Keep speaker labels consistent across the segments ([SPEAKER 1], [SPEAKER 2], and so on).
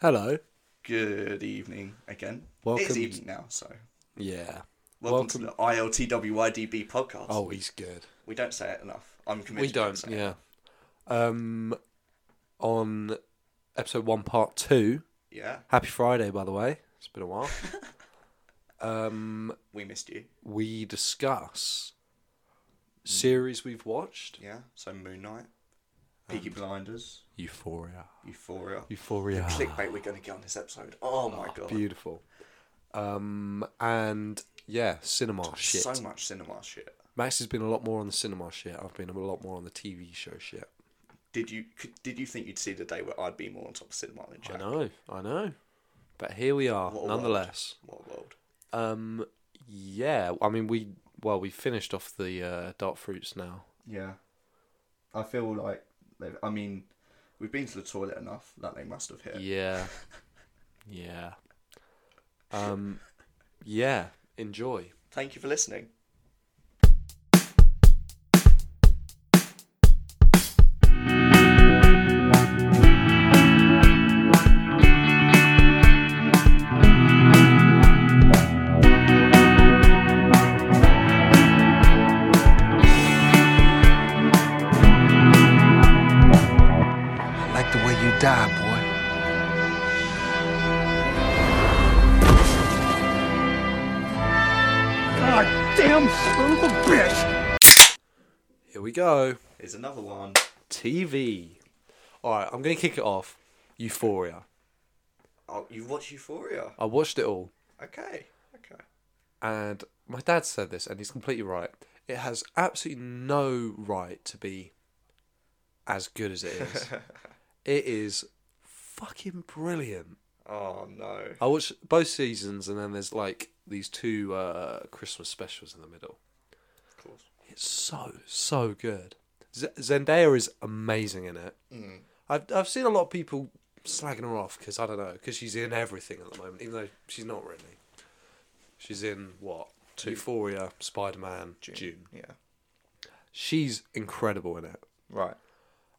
[SPEAKER 1] Hello.
[SPEAKER 2] Good evening again.
[SPEAKER 1] Welcome
[SPEAKER 2] It's
[SPEAKER 1] to-
[SPEAKER 2] evening now, so
[SPEAKER 1] Yeah.
[SPEAKER 2] welcome, to the ILTWYDB podcast.
[SPEAKER 1] Oh, he's good.
[SPEAKER 2] We don't say it enough. I'm convinced.
[SPEAKER 1] We don't.
[SPEAKER 2] say it.
[SPEAKER 1] Yeah. Um, on episode one, part two.
[SPEAKER 2] Yeah.
[SPEAKER 1] Happy Friday, by the way. It's been a while. um,
[SPEAKER 2] We missed you.
[SPEAKER 1] we discuss
[SPEAKER 2] Hmm.
[SPEAKER 1] series we've watched.
[SPEAKER 2] Yeah. So Moon Knight, Peaky Blinders,
[SPEAKER 1] Euphoria.
[SPEAKER 2] Euphoria.
[SPEAKER 1] Euphoria.
[SPEAKER 2] Clickbait we're going to get on this episode. Oh my god.
[SPEAKER 1] Beautiful. Um, and yeah, cinema shit.
[SPEAKER 2] So much cinema shit.
[SPEAKER 1] Max has been a lot more on the cinema shit. I've been a lot more on the TV show shit.
[SPEAKER 2] Did you could- did you think you'd see the day where I'd be more on top of cinema than Jack?
[SPEAKER 1] I know, I know. But here we are,
[SPEAKER 2] What a
[SPEAKER 1] nonetheless.
[SPEAKER 2] What a world.
[SPEAKER 1] Um, yeah, I mean, we well, we finished off the uh, dark fruits now.
[SPEAKER 2] Yeah. I feel like they've- I mean, we've been to the toilet enough that they must have hit.
[SPEAKER 1] Yeah, yeah. Um, yeah. Enjoy.
[SPEAKER 2] Thank you for listening.
[SPEAKER 3] like the way you die, boy. God damn son of a bitch!
[SPEAKER 1] Here we go.
[SPEAKER 2] Here's another one.
[SPEAKER 1] TV. All right, I'm gonna kick it off. Euphoria.
[SPEAKER 2] Oh, you've watched Euphoria.
[SPEAKER 1] I watched it all,
[SPEAKER 2] Okay. Okay.
[SPEAKER 1] and my dad said this, and he's completely right. It has absolutely no right to be as good as it is. it is fucking brilliant.
[SPEAKER 2] Oh no.
[SPEAKER 1] I watched both seasons, and then there's like these two uh, Christmas specials in the middle.
[SPEAKER 2] Of course.
[SPEAKER 1] It's so so good. Z- Zendaya is amazing in it. Mm. I've I've seen a lot of people slagging her off because I don't know because she's in everything at the moment, even though she's not really. She's in what Euphoria, Spider Man, June.
[SPEAKER 2] Yeah.
[SPEAKER 1] She's incredible in it.
[SPEAKER 2] Right.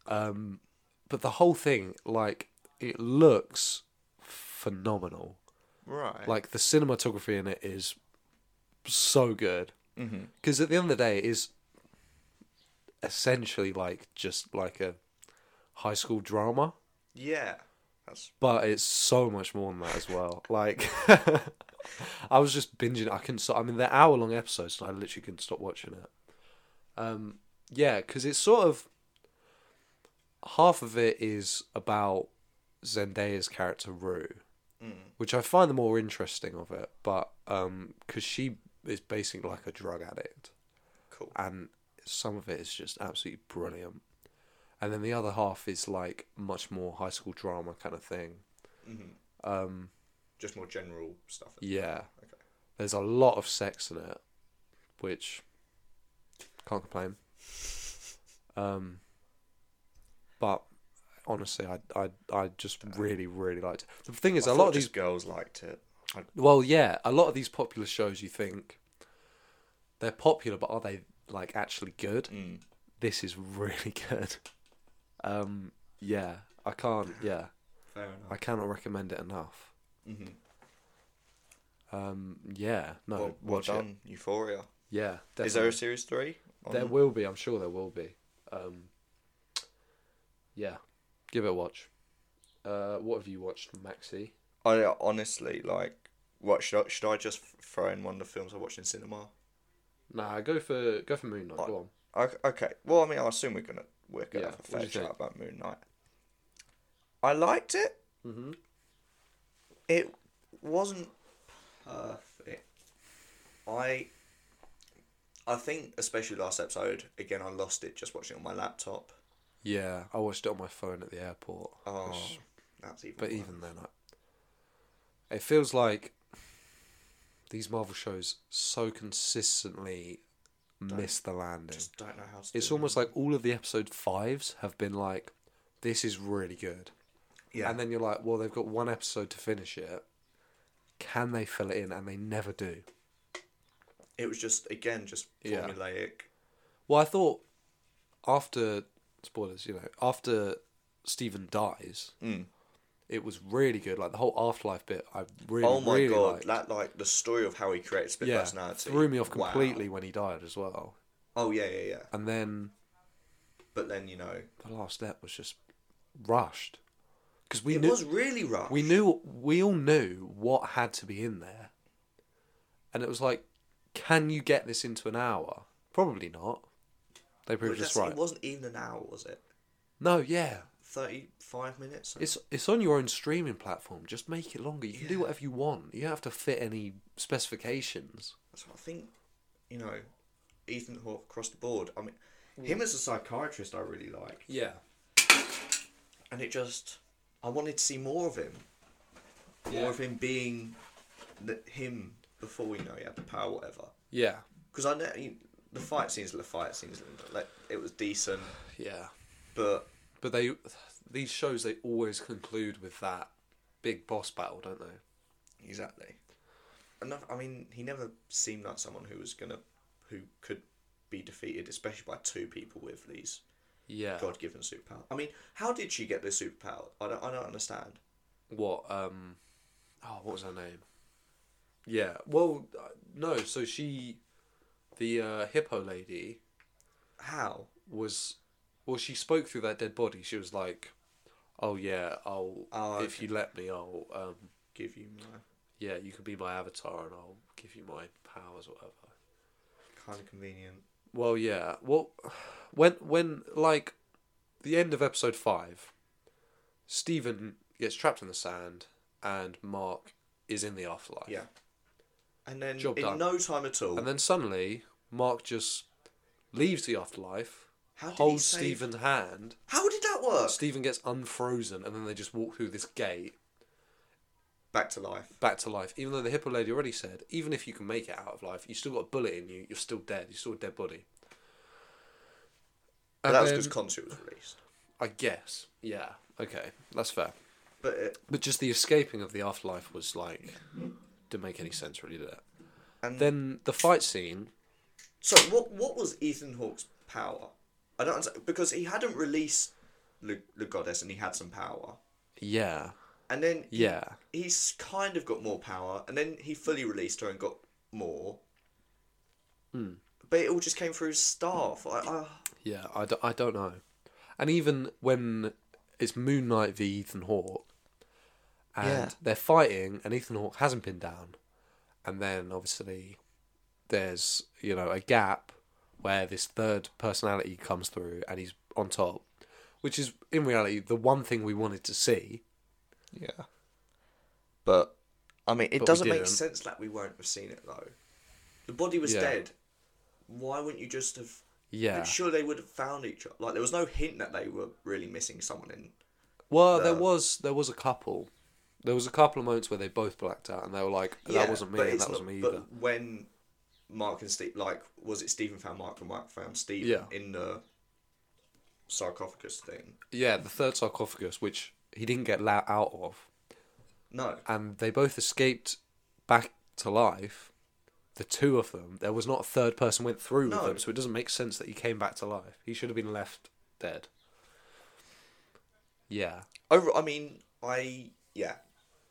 [SPEAKER 1] But the whole thing, like, it looks phenomenal.
[SPEAKER 2] Right.
[SPEAKER 1] like the cinematography in it is so good because at the end of the day it is essentially like just like a high school drama
[SPEAKER 2] yeah. That's
[SPEAKER 1] but it's so much more than that as well like i was just binging i couldn't stop i mean they're hour long episodes and i literally couldn't stop watching it um yeah because it's sort of half of it is about zendaya's character rue which I find the more interesting of it, but because she is basically like a drug addict,
[SPEAKER 2] cool.
[SPEAKER 1] and some of it is just absolutely brilliant, and then the other half is like much more high school drama kind of thing.
[SPEAKER 2] Just more general stuff.
[SPEAKER 1] Yeah,
[SPEAKER 2] Okay.
[SPEAKER 1] there's a lot of sex in it, which can't complain. Um, but honestly, I I I just really really liked it. The thing is, a
[SPEAKER 2] I
[SPEAKER 1] lot
[SPEAKER 2] thought
[SPEAKER 1] of these
[SPEAKER 2] just girls liked it. I,
[SPEAKER 1] Well, yeah, a lot of these popular shows you think they're popular, but are they like actually good?
[SPEAKER 2] Mm.
[SPEAKER 1] This is really good. Um, yeah, I can't. Yeah,
[SPEAKER 2] fair enough.
[SPEAKER 1] I cannot recommend it enough.
[SPEAKER 2] Mhm.
[SPEAKER 1] Um, yeah, no,
[SPEAKER 2] Mm-hmm. well, well
[SPEAKER 1] watch it.
[SPEAKER 2] done. Euphoria.
[SPEAKER 1] Yeah, definitely.
[SPEAKER 2] Is there a series three? on-
[SPEAKER 1] There will be. I'm sure there will be. Um, yeah, give it a watch. Uh, what have you watched, Maxi?
[SPEAKER 2] I honestly like. What should I, should I just throw in one of the films I watched in cinema?
[SPEAKER 1] Nah, go for go for Moon Knight. Go on.
[SPEAKER 2] Okay. okay. Well, I mean, I assume we're gonna we're gonna
[SPEAKER 1] Yeah,
[SPEAKER 2] have a
[SPEAKER 1] what do
[SPEAKER 2] fair
[SPEAKER 1] you think?
[SPEAKER 2] chat about Moon Knight. I liked it.
[SPEAKER 1] Mhm.
[SPEAKER 2] It wasn't perfect. I I think, especially last episode, again, I lost it just watching it on my laptop.
[SPEAKER 1] Yeah, I watched it on my phone at the airport.
[SPEAKER 2] Oh,
[SPEAKER 1] which-
[SPEAKER 2] that's even.
[SPEAKER 1] But
[SPEAKER 2] worse.
[SPEAKER 1] even then, I, it feels like these Marvel shows so consistently miss the landing.
[SPEAKER 2] just don't know how. To
[SPEAKER 1] it's
[SPEAKER 2] do
[SPEAKER 1] almost like all of the episode fives have been like, this is really good.
[SPEAKER 2] it. yeah.
[SPEAKER 1] And then you're like, well, they've got one episode to finish it. Can they fill it in? And they never do.
[SPEAKER 2] it was just again just
[SPEAKER 1] Yeah.
[SPEAKER 2] formulaic.
[SPEAKER 1] Well, I thought
[SPEAKER 2] Mm.
[SPEAKER 1] after spoilers, you know, after Stephen dies, It was really good. Like the whole afterlife bit, I really,
[SPEAKER 2] oh my
[SPEAKER 1] really liked.
[SPEAKER 2] god, that like the story of how he created split
[SPEAKER 1] yeah,
[SPEAKER 2] personality
[SPEAKER 1] threw me off
[SPEAKER 2] Wow.
[SPEAKER 1] completely when he died as well.
[SPEAKER 2] Oh yeah, yeah, yeah.
[SPEAKER 1] And then
[SPEAKER 2] But then you know,
[SPEAKER 1] the last step was just rushed because we
[SPEAKER 2] it
[SPEAKER 1] knew
[SPEAKER 2] was really rough.
[SPEAKER 1] we knew we all knew what had to be in there, and it was like, can you get this into an hour? Probably not. They
[SPEAKER 2] But
[SPEAKER 1] proved us
[SPEAKER 2] that's-
[SPEAKER 1] right.
[SPEAKER 2] It wasn't even an hour, was it?
[SPEAKER 1] No, yeah,
[SPEAKER 2] Thirty-five minutes.
[SPEAKER 1] It's it's on your own streaming platform. Just make it longer. You can do whatever you want. You don't have to fit any specifications.
[SPEAKER 2] That's what I think. You know, Ethan Hawke across the board. I mean, him as a psychiatrist, I really like,
[SPEAKER 1] Yeah.
[SPEAKER 2] and it just I wanted to see more of him, more of him being the, him before you know he had the power, whatever.
[SPEAKER 1] Yeah.
[SPEAKER 2] Because I know you- the fight scenes, the fight scenes, like it was decent,
[SPEAKER 1] Yeah.
[SPEAKER 2] but
[SPEAKER 1] But they these shows they always conclude with that big boss battle, don't they?
[SPEAKER 2] exactly. Enough. I mean, he never seemed like someone who was gonna, who could be defeated, especially by two people with these
[SPEAKER 1] Yeah.
[SPEAKER 2] God-given superpower. I mean, how did she get this superpower? I don't, I don't understand.
[SPEAKER 1] What um Oh, what was her name? Yeah. Well, uh, no, so she the uh, hippo lady
[SPEAKER 2] How?
[SPEAKER 1] was well she spoke through that dead body. She was like, "Oh yeah, I'll
[SPEAKER 2] Oh,
[SPEAKER 1] if you let me, I'll um
[SPEAKER 2] Give you my
[SPEAKER 1] yeah, you can be my avatar and I'll give you my powers or whatever.
[SPEAKER 2] kind of convenient.
[SPEAKER 1] Well, yeah. Well, when when like the end of episode five, Stephen gets trapped in the sand and Mark is in the afterlife.
[SPEAKER 2] Yeah. And then
[SPEAKER 1] Job
[SPEAKER 2] in
[SPEAKER 1] done.
[SPEAKER 2] no time at all,
[SPEAKER 1] And then suddenly Mark just leaves the afterlife,
[SPEAKER 2] How did he
[SPEAKER 1] holds
[SPEAKER 2] save-
[SPEAKER 1] Stephen's hand.
[SPEAKER 2] how did that work?
[SPEAKER 1] Stephen gets unfrozen, and then they just walk through this gate
[SPEAKER 2] Back to life.
[SPEAKER 1] back to life. Even though the hippo lady already said, even if you can make it out of life, you still got a bullet in you. You're still dead. You're still a dead body.
[SPEAKER 2] But
[SPEAKER 1] And
[SPEAKER 2] that was
[SPEAKER 1] then-
[SPEAKER 2] because Consu was released.
[SPEAKER 1] I guess. Yeah. Okay. That's fair.
[SPEAKER 2] But uh, it,
[SPEAKER 1] But just the escaping of the afterlife was like didn't make any sense really, did it?
[SPEAKER 2] and then
[SPEAKER 1] Then the fight scene.
[SPEAKER 2] so what? What was Ethan Hawke's power? I don't understand, because he hadn't released the, the goddess, and he had some power.
[SPEAKER 1] Yeah.
[SPEAKER 2] And then he-
[SPEAKER 1] Yeah.
[SPEAKER 2] he's kind of got more power, and then he fully released her and got more. Hmm. But it all just came through his staff. I, I,
[SPEAKER 1] Yeah. I, d- I don't know. And even when it's Moon Knight v Ethan Hawke, and
[SPEAKER 2] Yeah.
[SPEAKER 1] they're fighting, and Ethan Hawke hasn't been down, and then obviously there's you know a gap where this third personality comes through and he's on top, which is in reality the one thing we wanted to see.
[SPEAKER 2] Yeah. But I mean, it
[SPEAKER 1] But we
[SPEAKER 2] doesn't make
[SPEAKER 1] didn't.
[SPEAKER 2] sense that we won't have seen it though. The body was
[SPEAKER 1] Yeah.
[SPEAKER 2] dead. Why wouldn't you just have?
[SPEAKER 1] Yeah.
[SPEAKER 2] Sure, they would have found each other. Like there was no hint that they were really missing someone in.
[SPEAKER 1] Well,
[SPEAKER 2] the-
[SPEAKER 1] there was there was a couple. There was a couple of moments where they both blacked out, and they were like, "That
[SPEAKER 2] Yeah,
[SPEAKER 1] wasn't me,
[SPEAKER 2] but
[SPEAKER 1] and
[SPEAKER 2] it's
[SPEAKER 1] that wasn't
[SPEAKER 2] not-
[SPEAKER 1] me either."
[SPEAKER 2] But when Mark and Steve, like, was it Stephen found Mark and Mark found Stephen
[SPEAKER 1] Yeah.
[SPEAKER 2] in the sarcophagus thing?
[SPEAKER 1] Yeah, the third sarcophagus, which he didn't get let out of,
[SPEAKER 2] No.
[SPEAKER 1] and they both escaped back to life. The two of them. There was not a third person went through with
[SPEAKER 2] No.
[SPEAKER 1] them, so it doesn't make sense that he came back to life. He should have been left dead. Yeah,
[SPEAKER 2] Over, I mean, I yeah.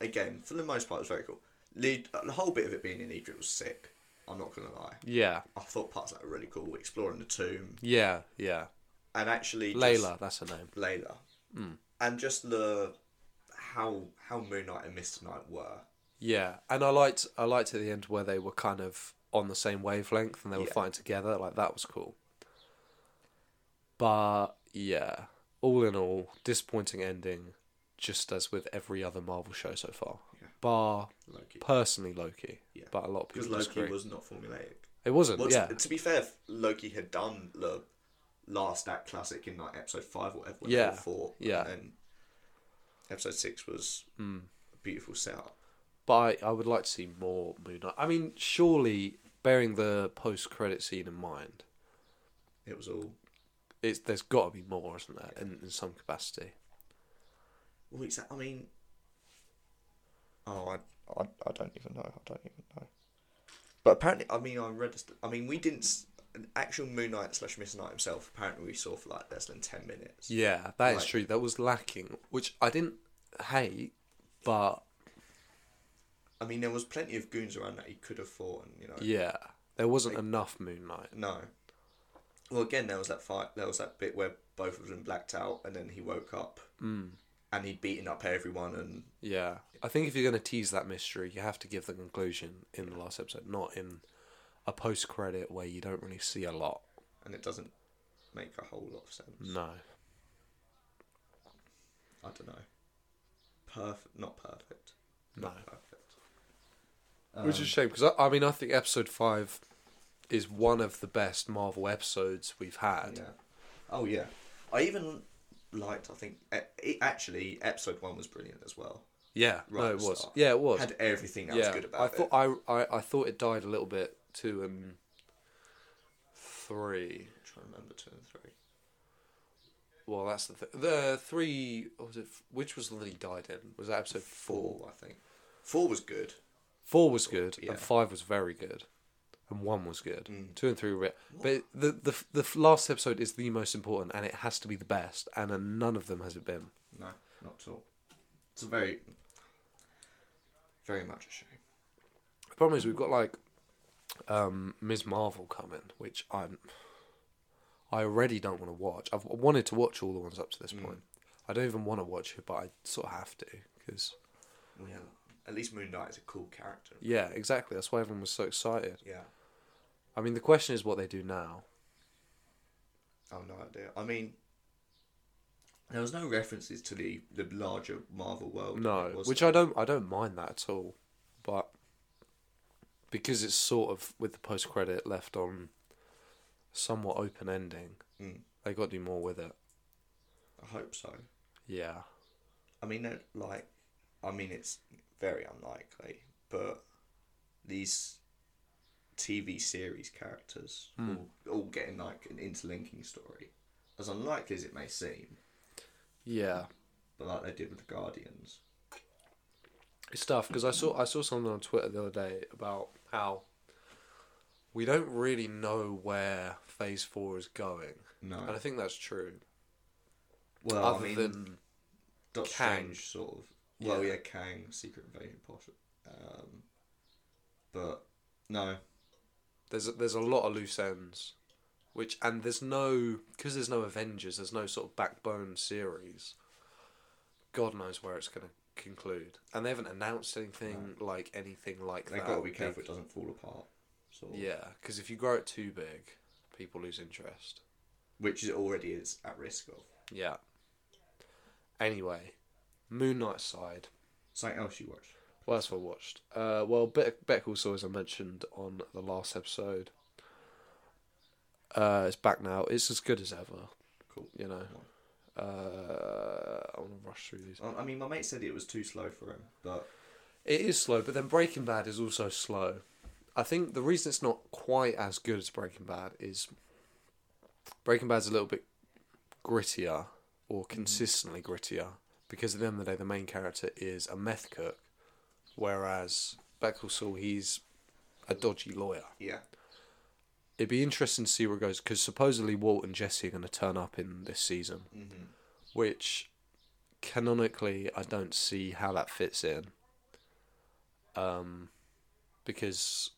[SPEAKER 2] Again, for the most part, it was very cool. The, the whole bit of it being in Egypt was sick. I'm not gonna lie.
[SPEAKER 1] yeah,
[SPEAKER 2] I thought parts that were really cool, exploring the tomb,
[SPEAKER 1] yeah, yeah.
[SPEAKER 2] and actually just-
[SPEAKER 1] Layla, Hmm. that's her name.
[SPEAKER 2] Layla, and just the how how Moon Knight and Mister Knight were.
[SPEAKER 1] Yeah, and I liked I liked at the end where they were kind of on the same wavelength and they were
[SPEAKER 2] Yeah.
[SPEAKER 1] fighting together. Like that was cool. But yeah, all in all, disappointing ending, just as with every other Marvel show so far. Bar
[SPEAKER 2] Loki.
[SPEAKER 1] personally Loki,
[SPEAKER 2] Yeah.
[SPEAKER 1] but a lot of
[SPEAKER 2] Because
[SPEAKER 1] people
[SPEAKER 2] Loki
[SPEAKER 1] disagree.
[SPEAKER 2] was not formulaic.
[SPEAKER 1] it wasn't.
[SPEAKER 2] Well,
[SPEAKER 1] yeah,
[SPEAKER 2] t- to be fair, Loki had done the last act classic in like episode five or whatever. when they
[SPEAKER 1] Yeah,
[SPEAKER 2] all fought,
[SPEAKER 1] yeah. Hmm.
[SPEAKER 2] And then episode six was a beautiful setup.
[SPEAKER 1] but I, I would like to see more Moon Knight. I mean, surely bearing the post credit scene in mind,
[SPEAKER 2] It was all.
[SPEAKER 1] it's there's got to be more, isn't there, in, in some capacity.
[SPEAKER 2] Well, it's, I mean. Oh, I, I, I don't even know. I don't even know. But apparently, I mean, I read. a st- I mean, we didn't. s- An actual Moon Knight slash Mr. Knight himself. Apparently, we saw for like less than ten minutes.
[SPEAKER 1] Yeah, that is
[SPEAKER 2] Like-
[SPEAKER 1] true. That was lacking, which I didn't hate but
[SPEAKER 2] I mean, there was plenty of goons around that he could have fought, and you know,
[SPEAKER 1] yeah, there wasn't enough Moon Knight.
[SPEAKER 2] no. Well, again, there was that fight. There was that bit where both of them blacked out, and then he woke up, and he'd beaten up everyone, and
[SPEAKER 1] Yeah, I think if you're going to tease that mystery, you have to give the conclusion in the last episode, not in a post credit where you don't really see a lot.
[SPEAKER 2] and it doesn't make a whole lot of sense.
[SPEAKER 1] No,
[SPEAKER 2] I don't know. Perfect, not perfect. Not perfect.
[SPEAKER 1] which is a shame because I, I mean I think episode five is one of the best Marvel episodes we've had.
[SPEAKER 2] Yeah. Oh yeah. I even liked. I think e- it, actually episode one was brilliant as well.
[SPEAKER 1] Yeah, no,
[SPEAKER 2] at
[SPEAKER 1] it
[SPEAKER 2] the
[SPEAKER 1] was.
[SPEAKER 2] start.
[SPEAKER 1] Yeah, it was.
[SPEAKER 2] Had everything that was good about
[SPEAKER 1] I
[SPEAKER 2] it.
[SPEAKER 1] thought I, I I thought it died a little bit to um three.
[SPEAKER 2] I'm trying to remember two and three.
[SPEAKER 1] Well, that's the th- the three. What was it? Which was the one he died in? Was that episode four?
[SPEAKER 2] Four, I think. Four was good.
[SPEAKER 1] Four was good,
[SPEAKER 2] yeah.
[SPEAKER 1] and five was very good, and one was good. Two and three were. But the the the f- last episode is the most important, and it has to be the best, and uh, none of them has it been.
[SPEAKER 2] No, not at all. It's a very, very much a shame.
[SPEAKER 1] The problem is we've got like um, Ms. Marvel coming, which I'm I already don't want to watch. I've wanted to watch all the ones up to this point. I don't even want to watch it, but I sort of have to because
[SPEAKER 2] Yeah. At least Moon Knight is a cool character.
[SPEAKER 1] yeah, exactly. That's why everyone was so excited.
[SPEAKER 2] Yeah.
[SPEAKER 1] I mean, the question is what they do now.
[SPEAKER 2] I've no idea. I mean, there was no references to the the larger Marvel world.
[SPEAKER 1] No,
[SPEAKER 2] was
[SPEAKER 1] which
[SPEAKER 2] there?
[SPEAKER 1] I don't I don't mind that at all, but because it's sort of with the post credit left on somewhat open ending,
[SPEAKER 2] Mm.
[SPEAKER 1] they got to do more with it.
[SPEAKER 2] I hope so.
[SPEAKER 1] Yeah,
[SPEAKER 2] I mean, they're like, I mean, it's very unlikely, but these TV series characters
[SPEAKER 1] Hmm.
[SPEAKER 2] all, all getting like an interlinking story, as unlikely as it may seem,
[SPEAKER 1] yeah.
[SPEAKER 2] but like they did with the Guardians.
[SPEAKER 1] It's tough because I saw I saw something on Twitter the other day about how we don't really know where Phase Four is going,
[SPEAKER 2] No,
[SPEAKER 1] and I think that's true.
[SPEAKER 2] well,
[SPEAKER 1] other
[SPEAKER 2] I mean,
[SPEAKER 1] than
[SPEAKER 2] Doctor
[SPEAKER 1] Kang.
[SPEAKER 2] Strange sort of. Well,
[SPEAKER 1] Yeah.
[SPEAKER 2] yeah, Kang, Secret Invasion, Posh. Um, but no,
[SPEAKER 1] there's a, there's a lot of loose ends, which and there's no because there's no Avengers, there's no sort of backbone series. God knows where it's going to conclude, and they haven't announced anything like anything like
[SPEAKER 2] they've
[SPEAKER 1] that.
[SPEAKER 2] got to be careful
[SPEAKER 1] Big-
[SPEAKER 2] it doesn't fall apart. Sort of,
[SPEAKER 1] Yeah, because if you grow it too big, people lose interest.
[SPEAKER 2] which it already is at risk of.
[SPEAKER 1] Yeah. Anyway, Moon Knight side.
[SPEAKER 2] Something else you watched?
[SPEAKER 1] Well, that's what I watched. Uh, well, Better, Better Call Saul, as I mentioned on the last episode, uh, it's back now. It's as good as ever.
[SPEAKER 2] Cool.
[SPEAKER 1] You know, uh, I want to rush through these.
[SPEAKER 2] I- I mean, my mate said it was too slow for him, but
[SPEAKER 1] It is slow, but then Breaking Bad is also slow. I think the reason it's not quite as good as Breaking Bad is Breaking Bad's a little bit grittier or consistently grittier because at the end of the day, the main character is a meth cook, whereas Better Call Saul, he's a dodgy lawyer.
[SPEAKER 2] yeah,
[SPEAKER 1] It'd be interesting to see where it goes because supposedly Walt and Jesse are going to turn up in this season, which canonically I don't see how that fits in. Um, because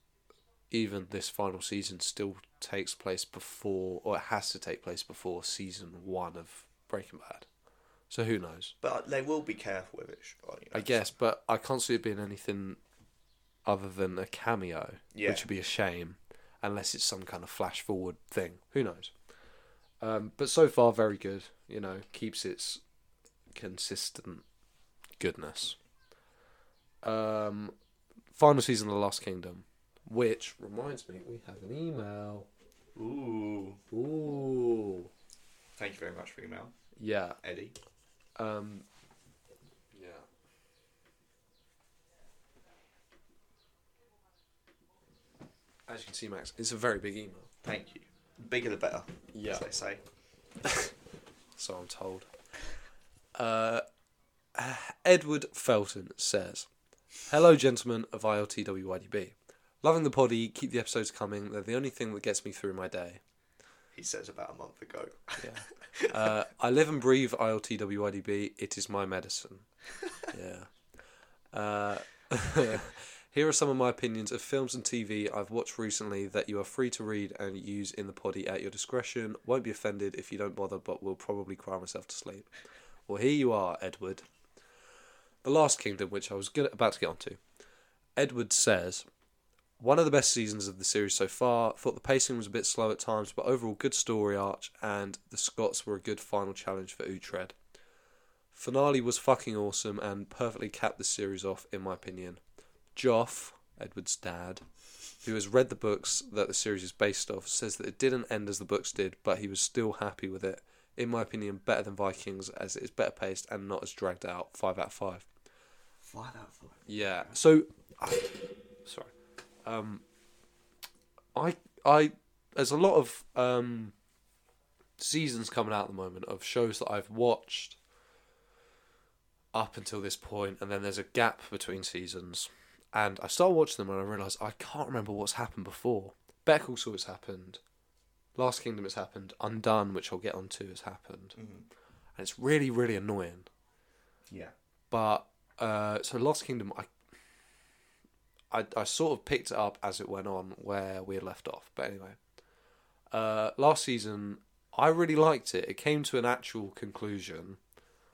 [SPEAKER 1] even this final season still takes place before, or it has to take place before season one of Breaking Bad. So who knows?
[SPEAKER 2] but they will be careful with it. oh, sure, you know.
[SPEAKER 1] I guess, but I can't see it being anything other than a cameo,
[SPEAKER 2] Yeah.
[SPEAKER 1] which would be a shame, unless it's some kind of flash forward thing. Who knows? Um, but so far, very good. You know, keeps its consistent goodness. Um, final season of The Last Kingdom, which reminds me, we have an email.
[SPEAKER 2] Ooh,
[SPEAKER 1] Ooh,
[SPEAKER 2] thank you very much for your email,
[SPEAKER 1] yeah.
[SPEAKER 2] Eddie.
[SPEAKER 1] Um, yeah. As you can see, Max, it's a very big email.
[SPEAKER 2] Thank you. The bigger the better.
[SPEAKER 1] Yeah.
[SPEAKER 2] as they say.
[SPEAKER 1] so I'm told. Uh, Edward Felton says, "Hello, gentlemen of ILTWYDB. Loving the poddy. Keep the episodes coming. They're the only thing that gets me through my day.
[SPEAKER 2] He says about a month ago.
[SPEAKER 1] Uh, I live and breathe ILTWIDB. It is my medicine. Yeah. Uh, here are some of my opinions of films and TV I've watched recently that you are free to read and use in the poddy at your discretion. Won't be offended if you don't bother, but will probably cry myself to sleep. Well, here you are, Edward. The Last Kingdom, which I was gonna, about to get onto. Edward says, one of the best seasons of the series so far. Thought the pacing was a bit slow at times, but overall good story arch, and the Scots were a good final challenge for Utrecht. Finale was fucking awesome and perfectly capped the series off, in my opinion. Joff, Edward's dad, who has read the books that the series is based off, says that it didn't end as the books did, but he was still happy with it. In my opinion, better than Vikings, as it is better paced and not as dragged out. Five out of five.
[SPEAKER 2] Five out of five.
[SPEAKER 1] Yeah. So, sorry. Um, I I there's a lot of um seasons coming out at the moment of shows that I've watched up until this point, and then there's a gap between seasons. And I started watching them, and I realised I can't remember what's happened before. Beck also has happened. Last Kingdom has happened. Undone, which I'll get onto, has happened. And it's really, really annoying
[SPEAKER 2] Yeah.
[SPEAKER 1] but uh, so Lost Kingdom, I, I I sort of picked it up as it went on where we had left off. But anyway, uh, last season I really liked it. It came to an actual conclusion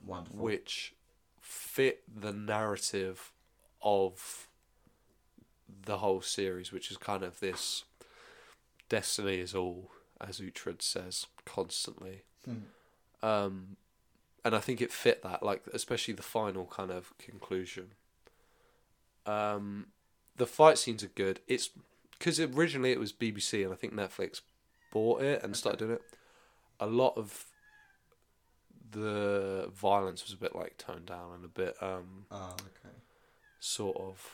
[SPEAKER 2] Wonderful.
[SPEAKER 1] which fit the narrative of the whole series, which is kind of this destiny is all, as Uhtred says constantly. Um, and I think it fit that, like especially the final kind of conclusion. Um, the fight scenes are good. It's because originally it was BBC, and I think Netflix bought it and started doing it. A lot of the violence was a bit like toned down and a bit um
[SPEAKER 2] Oh, okay.
[SPEAKER 1] sort of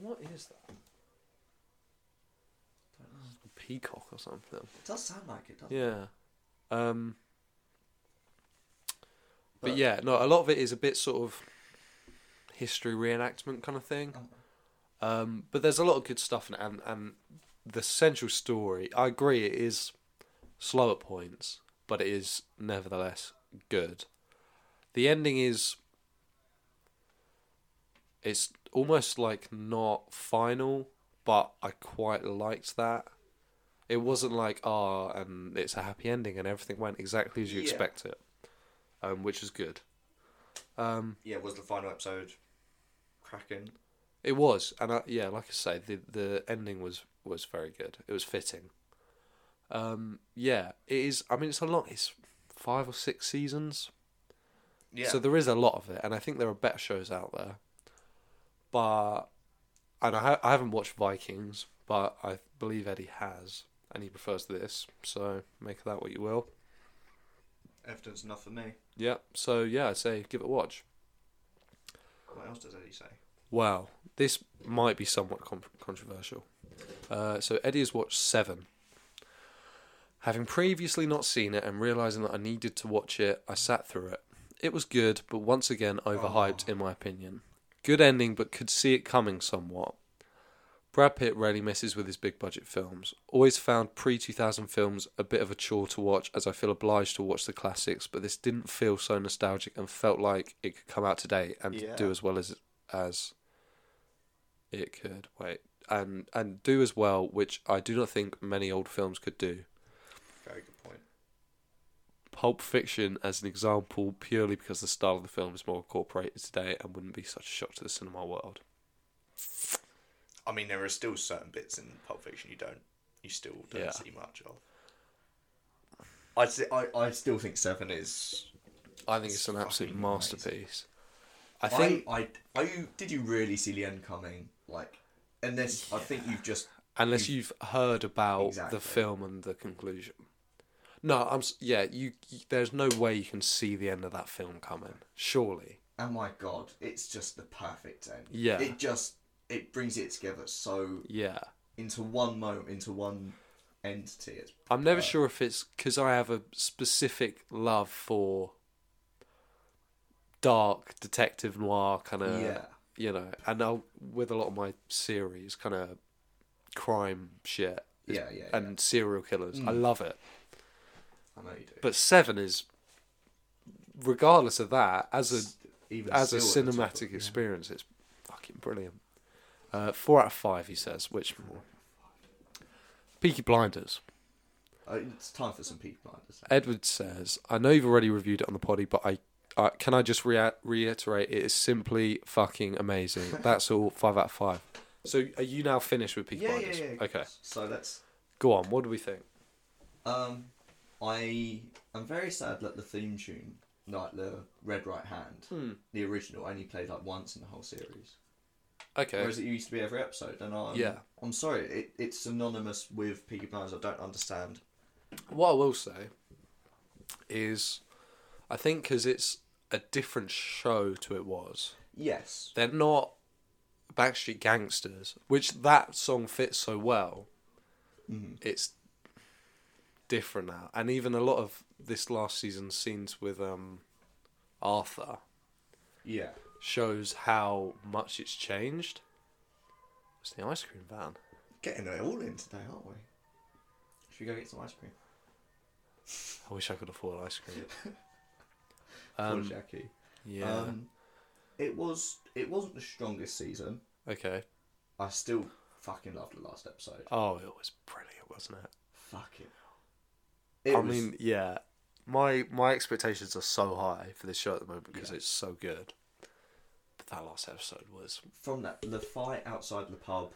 [SPEAKER 1] what is that a peacock or something
[SPEAKER 2] It does sound like it, doesn't it?
[SPEAKER 1] yeah um but,
[SPEAKER 2] But-
[SPEAKER 1] yeah no a lot of it is a bit sort of history reenactment kind of thing um but there's a lot of good stuff in it and and the central story i agree it is slow at points but it is nevertheless good the ending is it's almost like not final, but I quite liked that. It wasn't like ah, and it's a happy ending, and everything went exactly as you
[SPEAKER 2] Yeah.
[SPEAKER 1] expect it, um, which is good. Um,
[SPEAKER 2] Yeah, was the final episode cracking?
[SPEAKER 1] it was, and I, yeah, like I say, the the ending was was very good. It was fitting. Um, yeah, it is. I mean, it's a lot. It's five or six seasons.
[SPEAKER 2] Yeah.
[SPEAKER 1] So there is a lot of it, and I think there are better shows out there. But and I, ha- I haven't watched Vikings, but I believe Eddie has, and he prefers this. So make of that what you will.
[SPEAKER 2] Evidence enough for me.
[SPEAKER 1] Yeah. So yeah, I say give it a watch.
[SPEAKER 2] What else does Eddie say?
[SPEAKER 1] Wow, this might be somewhat con- controversial. Uh, so Eddie has watched Seven. Having previously not seen it and realizing that I needed to watch it, I sat through it. It was good, but once again overhyped in my opinion. Good ending, but could see it coming somewhat. Brad Pitt rarely misses with his big budget films. Always found pre 2000 films a bit of a chore to watch as I feel obliged to watch the classics, but this didn't feel so nostalgic and felt like it could come out today and
[SPEAKER 2] Yeah.
[SPEAKER 1] do as well as as it could. Wait. And and do as well, which I do not think many old films could do.
[SPEAKER 2] Very good point.
[SPEAKER 1] Pulp Fiction as an example purely because the style of the film is more incorporated today and wouldn't be such a shock to the cinema world.
[SPEAKER 2] I mean, there are still certain bits in Pulp Fiction you don't, you still don't
[SPEAKER 1] Yeah.
[SPEAKER 2] see much of. I'd say, I, I still think Seven is.
[SPEAKER 1] I think it's, an
[SPEAKER 2] fucking
[SPEAKER 1] absolute
[SPEAKER 2] amazing.
[SPEAKER 1] masterpiece. I
[SPEAKER 2] I
[SPEAKER 1] think,
[SPEAKER 2] I, are you, did you really see the end coming? Like, unless I think you've just
[SPEAKER 1] unless you've heard about
[SPEAKER 2] Exactly.
[SPEAKER 1] the film and the conclusion. No, I'm s- yeah. You, you there's no way you can see the end of that film coming. Surely,
[SPEAKER 2] and oh my god, it's just the perfect end.
[SPEAKER 1] Yeah.
[SPEAKER 2] It just it brings it together so
[SPEAKER 1] yeah.
[SPEAKER 2] into one moment, into one entity. It's
[SPEAKER 1] I'm never sure if it's because I have a specific love for dark detective noir kind of,
[SPEAKER 2] Yeah.
[SPEAKER 1] you know, and I'll, with a lot of my series, kind of crime shit
[SPEAKER 2] yeah, yeah, Mm.
[SPEAKER 1] and serial killers. I love it.
[SPEAKER 2] yeah. I know you do.
[SPEAKER 1] But Seven is, regardless of that, as a
[SPEAKER 2] even
[SPEAKER 1] as a
[SPEAKER 2] still at the top of-
[SPEAKER 1] cinematic experience, it's fucking brilliant. Uh, four out of five, he says, which. Peaky Blinders.
[SPEAKER 2] Uh, it's time for some Peaky Blinders.
[SPEAKER 1] Edward says, I know you've already reviewed it on the potty, but I. Uh, can I just rea- reiterate? It is simply fucking amazing. That's all. Five out of five. So, are you now finished with Peaky
[SPEAKER 2] Yeah, yeah,
[SPEAKER 1] Blinders?
[SPEAKER 2] yeah.
[SPEAKER 1] Okay,
[SPEAKER 2] So let's.
[SPEAKER 1] go on. What do we think?
[SPEAKER 2] Um, I I'm very sad that the theme tune, like the Red Right Hand, the original, only played like once in the whole series.
[SPEAKER 1] Okay.
[SPEAKER 2] Whereas it used to be every episode, and I'm
[SPEAKER 1] Uh, Yeah.
[SPEAKER 2] I'm sorry, it, it's synonymous with Peaky Blinders. I don't understand.
[SPEAKER 1] What I will say is, I think because it's a different show to it was,
[SPEAKER 2] Yes,
[SPEAKER 1] they're not Backstreet Gangsters, which that song fits so well. It's different now, and even a lot of this last season's scenes with um, Arthur
[SPEAKER 2] yeah,
[SPEAKER 1] shows how much it's changed. It's the ice cream van.
[SPEAKER 2] getting it all in today, aren't we? Should we go get some ice cream?
[SPEAKER 1] I wish I could afford ice cream.
[SPEAKER 2] Poor
[SPEAKER 1] Um,
[SPEAKER 2] Jackie.
[SPEAKER 1] yeah.
[SPEAKER 2] Um, it was it wasn't the strongest season.
[SPEAKER 1] okay.
[SPEAKER 2] I still fucking loved the last episode.
[SPEAKER 1] Oh, it was brilliant, wasn't it?
[SPEAKER 2] Fuck it. It
[SPEAKER 1] I
[SPEAKER 2] was-
[SPEAKER 1] mean, yeah. My my expectations are so high for this show at the moment because
[SPEAKER 2] Yeah.
[SPEAKER 1] it's so good. But that last episode was
[SPEAKER 2] from that the fight outside the pub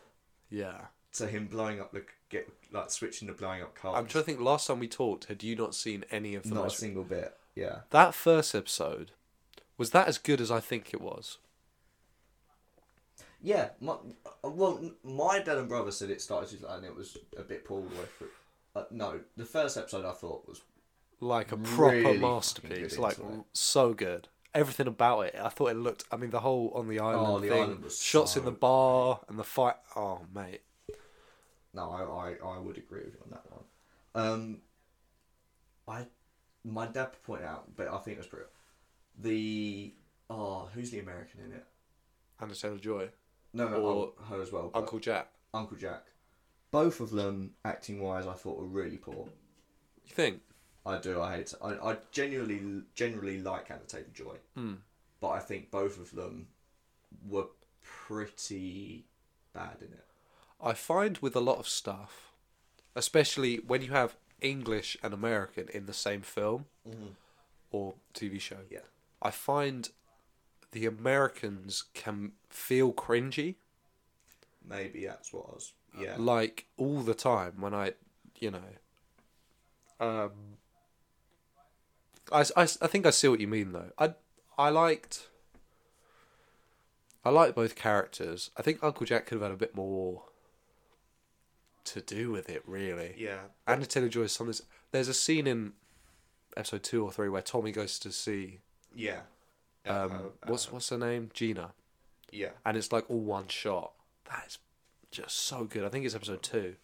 [SPEAKER 1] yeah.
[SPEAKER 2] to him blowing up the get like switching to blowing up cars.
[SPEAKER 1] I'm trying to think. Last time we talked, had you not seen any of the
[SPEAKER 2] not a
[SPEAKER 1] most-
[SPEAKER 2] single bit. Yeah,
[SPEAKER 1] that first episode? Was that as good as I think it was?
[SPEAKER 2] yeah. My, uh, well, n- my dad and brother said it started like, and it was a bit poor all the way through. Uh, no, the first episode I thought was
[SPEAKER 1] Like a proper
[SPEAKER 2] Really fucking
[SPEAKER 1] masterpiece.
[SPEAKER 2] good,
[SPEAKER 1] Like
[SPEAKER 2] isn't it?
[SPEAKER 1] so good. Everything about it. I thought it looked. I mean, the whole on the island
[SPEAKER 2] the
[SPEAKER 1] thing,
[SPEAKER 2] island was
[SPEAKER 1] shots in
[SPEAKER 2] so
[SPEAKER 1] the bar and the fight. Oh mate,
[SPEAKER 2] no. I, I I would agree with you on that one. Um, I my dad pointed out, but I think it was pretty. The oh, who's the American in it?
[SPEAKER 1] Anna Taylor Joy,
[SPEAKER 2] No, no,
[SPEAKER 1] Or
[SPEAKER 2] Unc- her as well. but-
[SPEAKER 1] Uncle Jack.
[SPEAKER 2] Uncle Jack. Both of them, acting wise, I thought were really poor.
[SPEAKER 1] You think?
[SPEAKER 2] I do. I hate. I, I genuinely, generally like Anna Taylor Joy, but I think both of them were pretty bad in it.
[SPEAKER 1] I find with a lot of stuff, especially when you have English and American in the same film or TV show,
[SPEAKER 2] Mm-hmm. Yeah.
[SPEAKER 1] I find the Americans can feel cringy
[SPEAKER 2] Maybe that's what I was. Yeah.
[SPEAKER 1] like all the time when I, you know. Um, I, s- I, s- I think I see what you mean though. I I liked. I liked both characters. I think Uncle Jack could have had a bit more to do with it, really.
[SPEAKER 2] yeah.
[SPEAKER 1] Anna Taylor Joy is something. There's a scene in episode two or three where Tommy goes to see
[SPEAKER 2] Yeah.
[SPEAKER 1] um,
[SPEAKER 2] Uh,
[SPEAKER 1] what's what's her name, Gina,
[SPEAKER 2] yeah.
[SPEAKER 1] and it's like all one shot. That is just so good. I think it's episode two,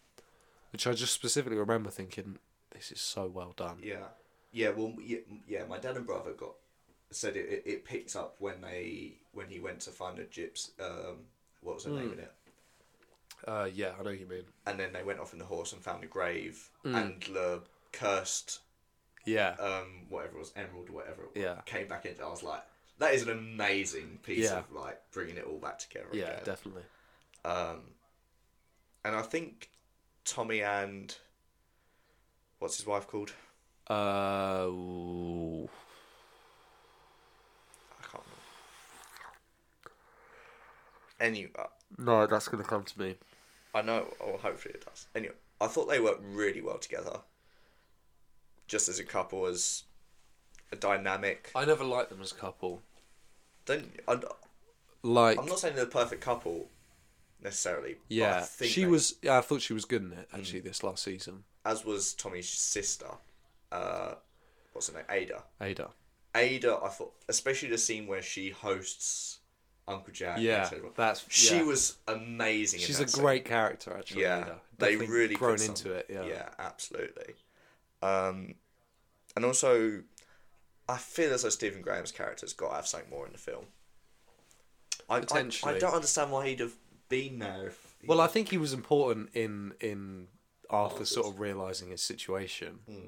[SPEAKER 1] which I just specifically remember thinking this is so well done.
[SPEAKER 2] Yeah, yeah. Well, yeah, yeah. My dad and brother got said it. It, it picked up when they when he went to find a gyps. Um, what was her name in it?
[SPEAKER 1] Uh, yeah, I know what you mean.
[SPEAKER 2] And then they went off in the horse and found a grave
[SPEAKER 1] Mm.
[SPEAKER 2] and the cursed
[SPEAKER 1] Yeah,
[SPEAKER 2] um whatever it was emerald or whatever it was,
[SPEAKER 1] Yeah.
[SPEAKER 2] came back in. I was like, that is an amazing piece
[SPEAKER 1] Yeah.
[SPEAKER 2] of like bringing it all back together.
[SPEAKER 1] yeah,
[SPEAKER 2] again.
[SPEAKER 1] definitely.
[SPEAKER 2] and I think Tommy and what's his wife called?
[SPEAKER 1] Uh, ooh.
[SPEAKER 2] I can't remember. Anyway,
[SPEAKER 1] no, that's gonna come to me.
[SPEAKER 2] I know, or hopefully it does. Anyway, I thought they worked really well together. Just as a couple, as a dynamic.
[SPEAKER 1] I never liked them as a couple.
[SPEAKER 2] Don't, I,
[SPEAKER 1] Like,
[SPEAKER 2] I'm not saying they're the perfect couple necessarily. but I
[SPEAKER 1] yeah,
[SPEAKER 2] think
[SPEAKER 1] she
[SPEAKER 2] they- Mm.
[SPEAKER 1] was. Yeah, I thought she was good in it actually this last season.
[SPEAKER 2] As was Tommy's sister. Uh, what's her name? Ada.
[SPEAKER 1] Ada.
[SPEAKER 2] Ada, I thought, especially the scene where she hosts Uncle Jack.
[SPEAKER 1] Yeah,
[SPEAKER 2] et cetera.
[SPEAKER 1] that's-
[SPEAKER 2] she
[SPEAKER 1] yeah.
[SPEAKER 2] was amazing. in
[SPEAKER 1] She's
[SPEAKER 2] that
[SPEAKER 1] a
[SPEAKER 2] scene.
[SPEAKER 1] great character, actually.
[SPEAKER 2] Yeah,
[SPEAKER 1] Ada.
[SPEAKER 2] they
[SPEAKER 1] Definitely
[SPEAKER 2] really
[SPEAKER 1] grown
[SPEAKER 2] put some-
[SPEAKER 1] into it. Yeah.
[SPEAKER 2] yeah, absolutely. Um, and also, I feel as though Stephen Graham's character's got to have something more in the film. I, I, I
[SPEAKER 1] Potentially.
[SPEAKER 2] don't understand why he'd have been there. If he-
[SPEAKER 1] Well, I think he was important in in Arthur sort of realizing his situation.
[SPEAKER 2] Hmm.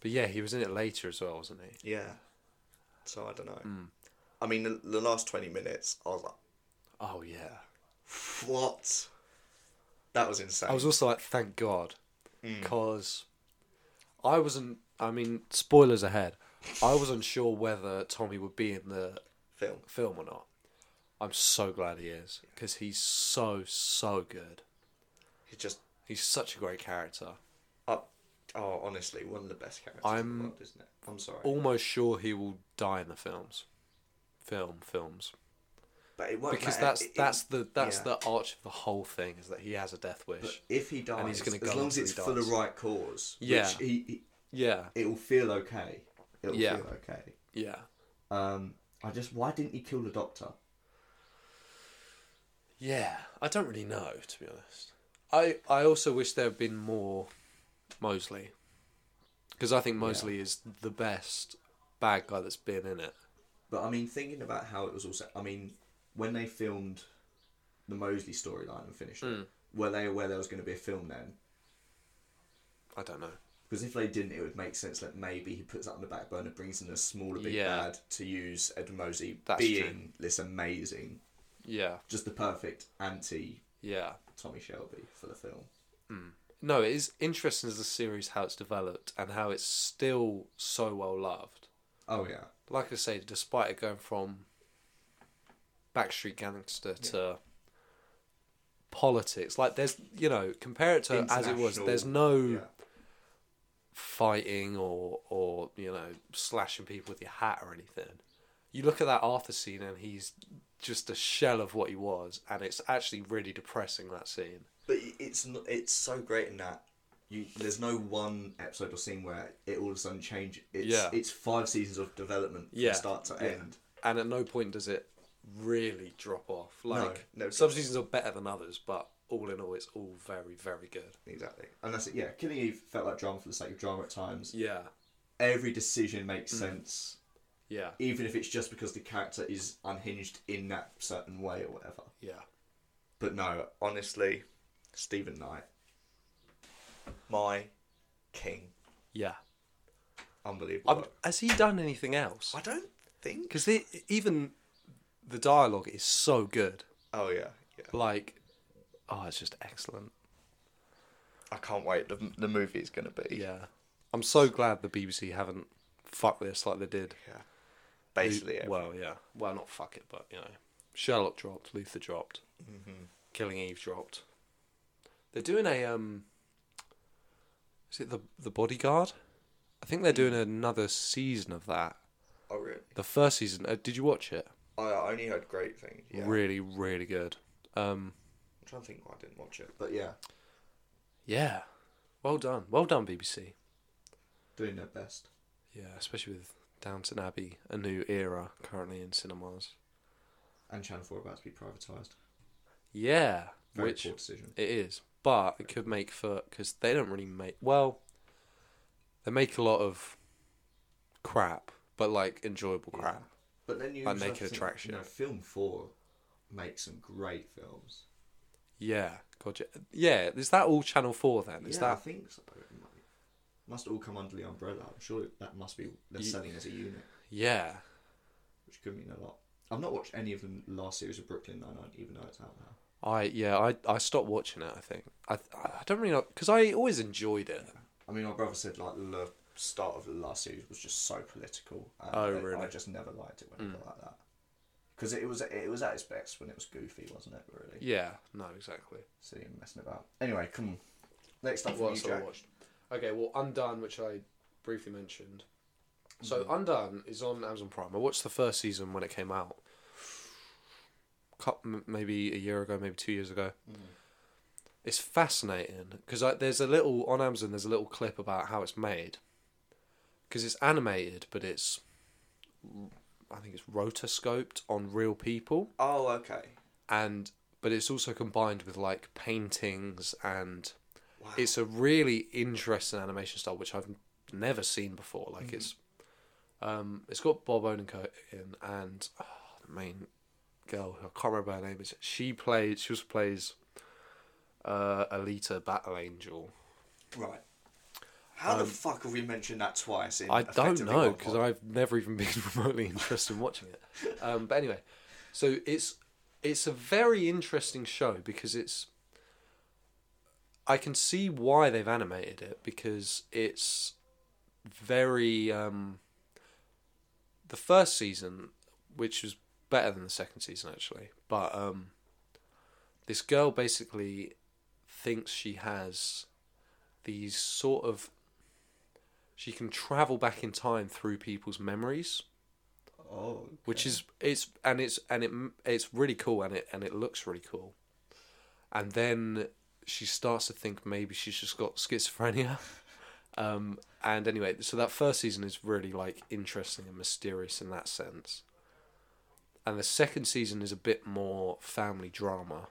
[SPEAKER 1] But yeah, he was in it later as well, wasn't he? Mm.
[SPEAKER 2] yeah. So I don't know. I mean, the, the last twenty minutes, I was like,
[SPEAKER 1] Oh yeah.
[SPEAKER 2] What? That was insane.
[SPEAKER 1] I was also like, thank God,
[SPEAKER 2] Hmm.
[SPEAKER 1] because I wasn't. I mean, spoilers ahead. I was unsure whether Tommy would be in the
[SPEAKER 2] Film.
[SPEAKER 1] film or not. I'm so glad he is because he's so so good.
[SPEAKER 2] He just
[SPEAKER 1] He's such a great character.
[SPEAKER 2] up. Oh, honestly, one of the best characters in
[SPEAKER 1] I'm-
[SPEAKER 2] the world, isn't it? I'm sorry,
[SPEAKER 1] Almost sure he will die in the films, film films,
[SPEAKER 2] but it won't
[SPEAKER 1] because
[SPEAKER 2] matter.
[SPEAKER 1] that's
[SPEAKER 2] It- it-
[SPEAKER 1] that's the that's
[SPEAKER 2] yeah.
[SPEAKER 1] the arch of the whole thing is that he has a death wish.
[SPEAKER 2] if he dies,
[SPEAKER 1] he's gonna
[SPEAKER 2] as
[SPEAKER 1] go
[SPEAKER 2] long as
[SPEAKER 1] until
[SPEAKER 2] it's
[SPEAKER 1] he
[SPEAKER 2] for the
[SPEAKER 1] dies.
[SPEAKER 2] right cause,
[SPEAKER 1] Yeah.
[SPEAKER 2] which he, he
[SPEAKER 1] Yeah,
[SPEAKER 2] it'll feel okay. It'll
[SPEAKER 1] Yeah.
[SPEAKER 2] feel okay.
[SPEAKER 1] yeah,
[SPEAKER 2] Um, I just why didn't he kill the doctor?
[SPEAKER 1] yeah. I don't really know to be honest. I I also wish there had been more Mosley, because I think Mosley is the best bad guy that's been in it.
[SPEAKER 2] But I mean, thinking about how it was also, I mean, when they filmed the Mosley storyline and finished
[SPEAKER 1] Hmm.
[SPEAKER 2] it, were they aware there was going to be a film then?
[SPEAKER 1] I don't know.
[SPEAKER 2] Because if they didn't, it would make sense that maybe he puts that on the back burner, brings in a smaller big
[SPEAKER 1] Yeah.
[SPEAKER 2] bad to use Ed Mosey
[SPEAKER 1] That's
[SPEAKER 2] being this amazing,
[SPEAKER 1] Yeah,
[SPEAKER 2] just the perfect anti
[SPEAKER 1] yeah.
[SPEAKER 2] Tommy Shelby for the film.
[SPEAKER 1] no, it is interesting as a series how it's developed and how it's still so well loved.
[SPEAKER 2] Oh yeah,
[SPEAKER 1] Like I say, despite it going from Backstreet Gangster to politics, like there's you know compare it to as it was.
[SPEAKER 2] International-
[SPEAKER 1] There's no
[SPEAKER 2] yeah,
[SPEAKER 1] fighting or or you know slashing people with your hat or anything. You look at that Arthur scene and he's just a shell of what he was, and it's actually really depressing that scene.
[SPEAKER 2] but i- it's n- it's so great in that. You, there's no one episode or scene where it all of a sudden changes. It's,
[SPEAKER 1] Yeah.
[SPEAKER 2] it's five seasons of development
[SPEAKER 1] Yeah.
[SPEAKER 2] from start to
[SPEAKER 1] Yeah.
[SPEAKER 2] end.
[SPEAKER 1] and at no point does it really drop off. Like
[SPEAKER 2] no, it
[SPEAKER 1] some
[SPEAKER 2] doesn't.
[SPEAKER 1] seasons are better than others, but all in all, it's all very, very good.
[SPEAKER 2] Exactly. And that's it, yeah. Killing Eve felt like drama for the sake of drama at times.
[SPEAKER 1] Yeah,
[SPEAKER 2] Every decision makes sense,
[SPEAKER 1] yeah,
[SPEAKER 2] even if it's just because the character is unhinged in that certain way or whatever.
[SPEAKER 1] yeah.
[SPEAKER 2] But no, honestly, Stephen Knight. My king.
[SPEAKER 1] Yeah.
[SPEAKER 2] Unbelievable.
[SPEAKER 1] Um, has he done anything else?
[SPEAKER 2] I don't think.
[SPEAKER 1] Because even the dialogue is so good.
[SPEAKER 2] Oh, yeah. yeah.
[SPEAKER 1] Like, oh, it's just excellent.
[SPEAKER 2] I can't wait. The, the movie is going to be.
[SPEAKER 1] Yeah. I'm so glad the BBC haven't fucked this like they did.
[SPEAKER 2] yeah. Basically,
[SPEAKER 1] Lu-
[SPEAKER 2] yeah.
[SPEAKER 1] Well, yeah. Well, not fuck it, but you know, Sherlock dropped, Luther dropped, Mm-hmm. Killing Eve dropped. They're doing a um. Is it the the Bodyguard? I think they're doing another season of that.
[SPEAKER 2] Oh, really?
[SPEAKER 1] The first season. Uh, did you watch it?
[SPEAKER 2] I I only heard great things. Yeah.
[SPEAKER 1] Really, really good. Um,
[SPEAKER 2] I'm trying to think why I didn't watch it. But yeah,
[SPEAKER 1] yeah. Well done. Well done, BBC.
[SPEAKER 2] doing their best.
[SPEAKER 1] Yeah, especially with Downton Abbey, a new era currently in cinemas.
[SPEAKER 2] And Channel 4 about to be privatised.
[SPEAKER 1] Yeah,
[SPEAKER 2] Very
[SPEAKER 1] which
[SPEAKER 2] poor decision.
[SPEAKER 1] It is, but it could make for because they don't really make well. They make a lot of crap, but like enjoyable crap.
[SPEAKER 2] But then you
[SPEAKER 1] Like
[SPEAKER 2] also have
[SPEAKER 1] Naked
[SPEAKER 2] to think,
[SPEAKER 1] Attraction.
[SPEAKER 2] You know, film four makes some great films.
[SPEAKER 1] Yeah, gotcha. Yeah, is that all Channel Four then? Is
[SPEAKER 2] yeah, I
[SPEAKER 1] that
[SPEAKER 2] think so. It might- Must all come under the umbrella. I'm sure that must be they're
[SPEAKER 1] Ye-
[SPEAKER 2] selling as a unit,
[SPEAKER 1] yeah?
[SPEAKER 2] which could mean a lot. I've not watched any of the last series of Brooklyn Nine Nine, even though it's out now.
[SPEAKER 1] I yeah I I stopped watching it. I think I I don't really know because I always enjoyed it.
[SPEAKER 2] I mean, my brother said like the start of the last series was just so political. And
[SPEAKER 1] Oh,
[SPEAKER 2] I- I
[SPEAKER 1] really? Mm.
[SPEAKER 2] just never liked it when it got like that. Because it was it was at its best when it was goofy, wasn't it? Really,
[SPEAKER 1] Yeah, no, exactly.
[SPEAKER 2] silly and messing about. Anyway, come on. Next up,
[SPEAKER 1] What
[SPEAKER 2] for you,
[SPEAKER 1] else have I
[SPEAKER 2] Jack.
[SPEAKER 1] watched? Okay, well, Undone, which I briefly mentioned. So Undone is on Amazon Prime. I watched the first season when it came out, Cou- m- maybe a year ago, maybe two years ago. It's fascinating because there's a little on Amazon. There's a little clip about how it's made because it's animated, but it's I think it's rotoscoped on real people
[SPEAKER 2] Oh, okay.
[SPEAKER 1] and but it's also combined with like paintings and
[SPEAKER 2] Wow.
[SPEAKER 1] it's a really interesting animation style which I've never seen before. Like it's um it's got Bob Odenkirk in and oh, the main girl who I can't remember her name is she plays she also plays uh Alita Battle Angel.
[SPEAKER 2] Right. How the fuck have we mentioned that twice? In
[SPEAKER 1] Um, I don't
[SPEAKER 2] effectively
[SPEAKER 1] know
[SPEAKER 2] one
[SPEAKER 1] because
[SPEAKER 2] pod?
[SPEAKER 1] I've never even been remotely interested in watching it. Um, but anyway, so it's it's a very interesting show because it's I can see why they've animated it because it's very um the first season which was better than the second season actually but um this girl basically thinks she has these sort of she can travel back in time through people's memories
[SPEAKER 2] Oh,
[SPEAKER 1] which is it's and it's and it it's really cool and it and it looks really cool and then she starts to think maybe she's just got schizophrenia um and anyway so that first season is really like interesting and mysterious in that sense and the second season is a bit more family drama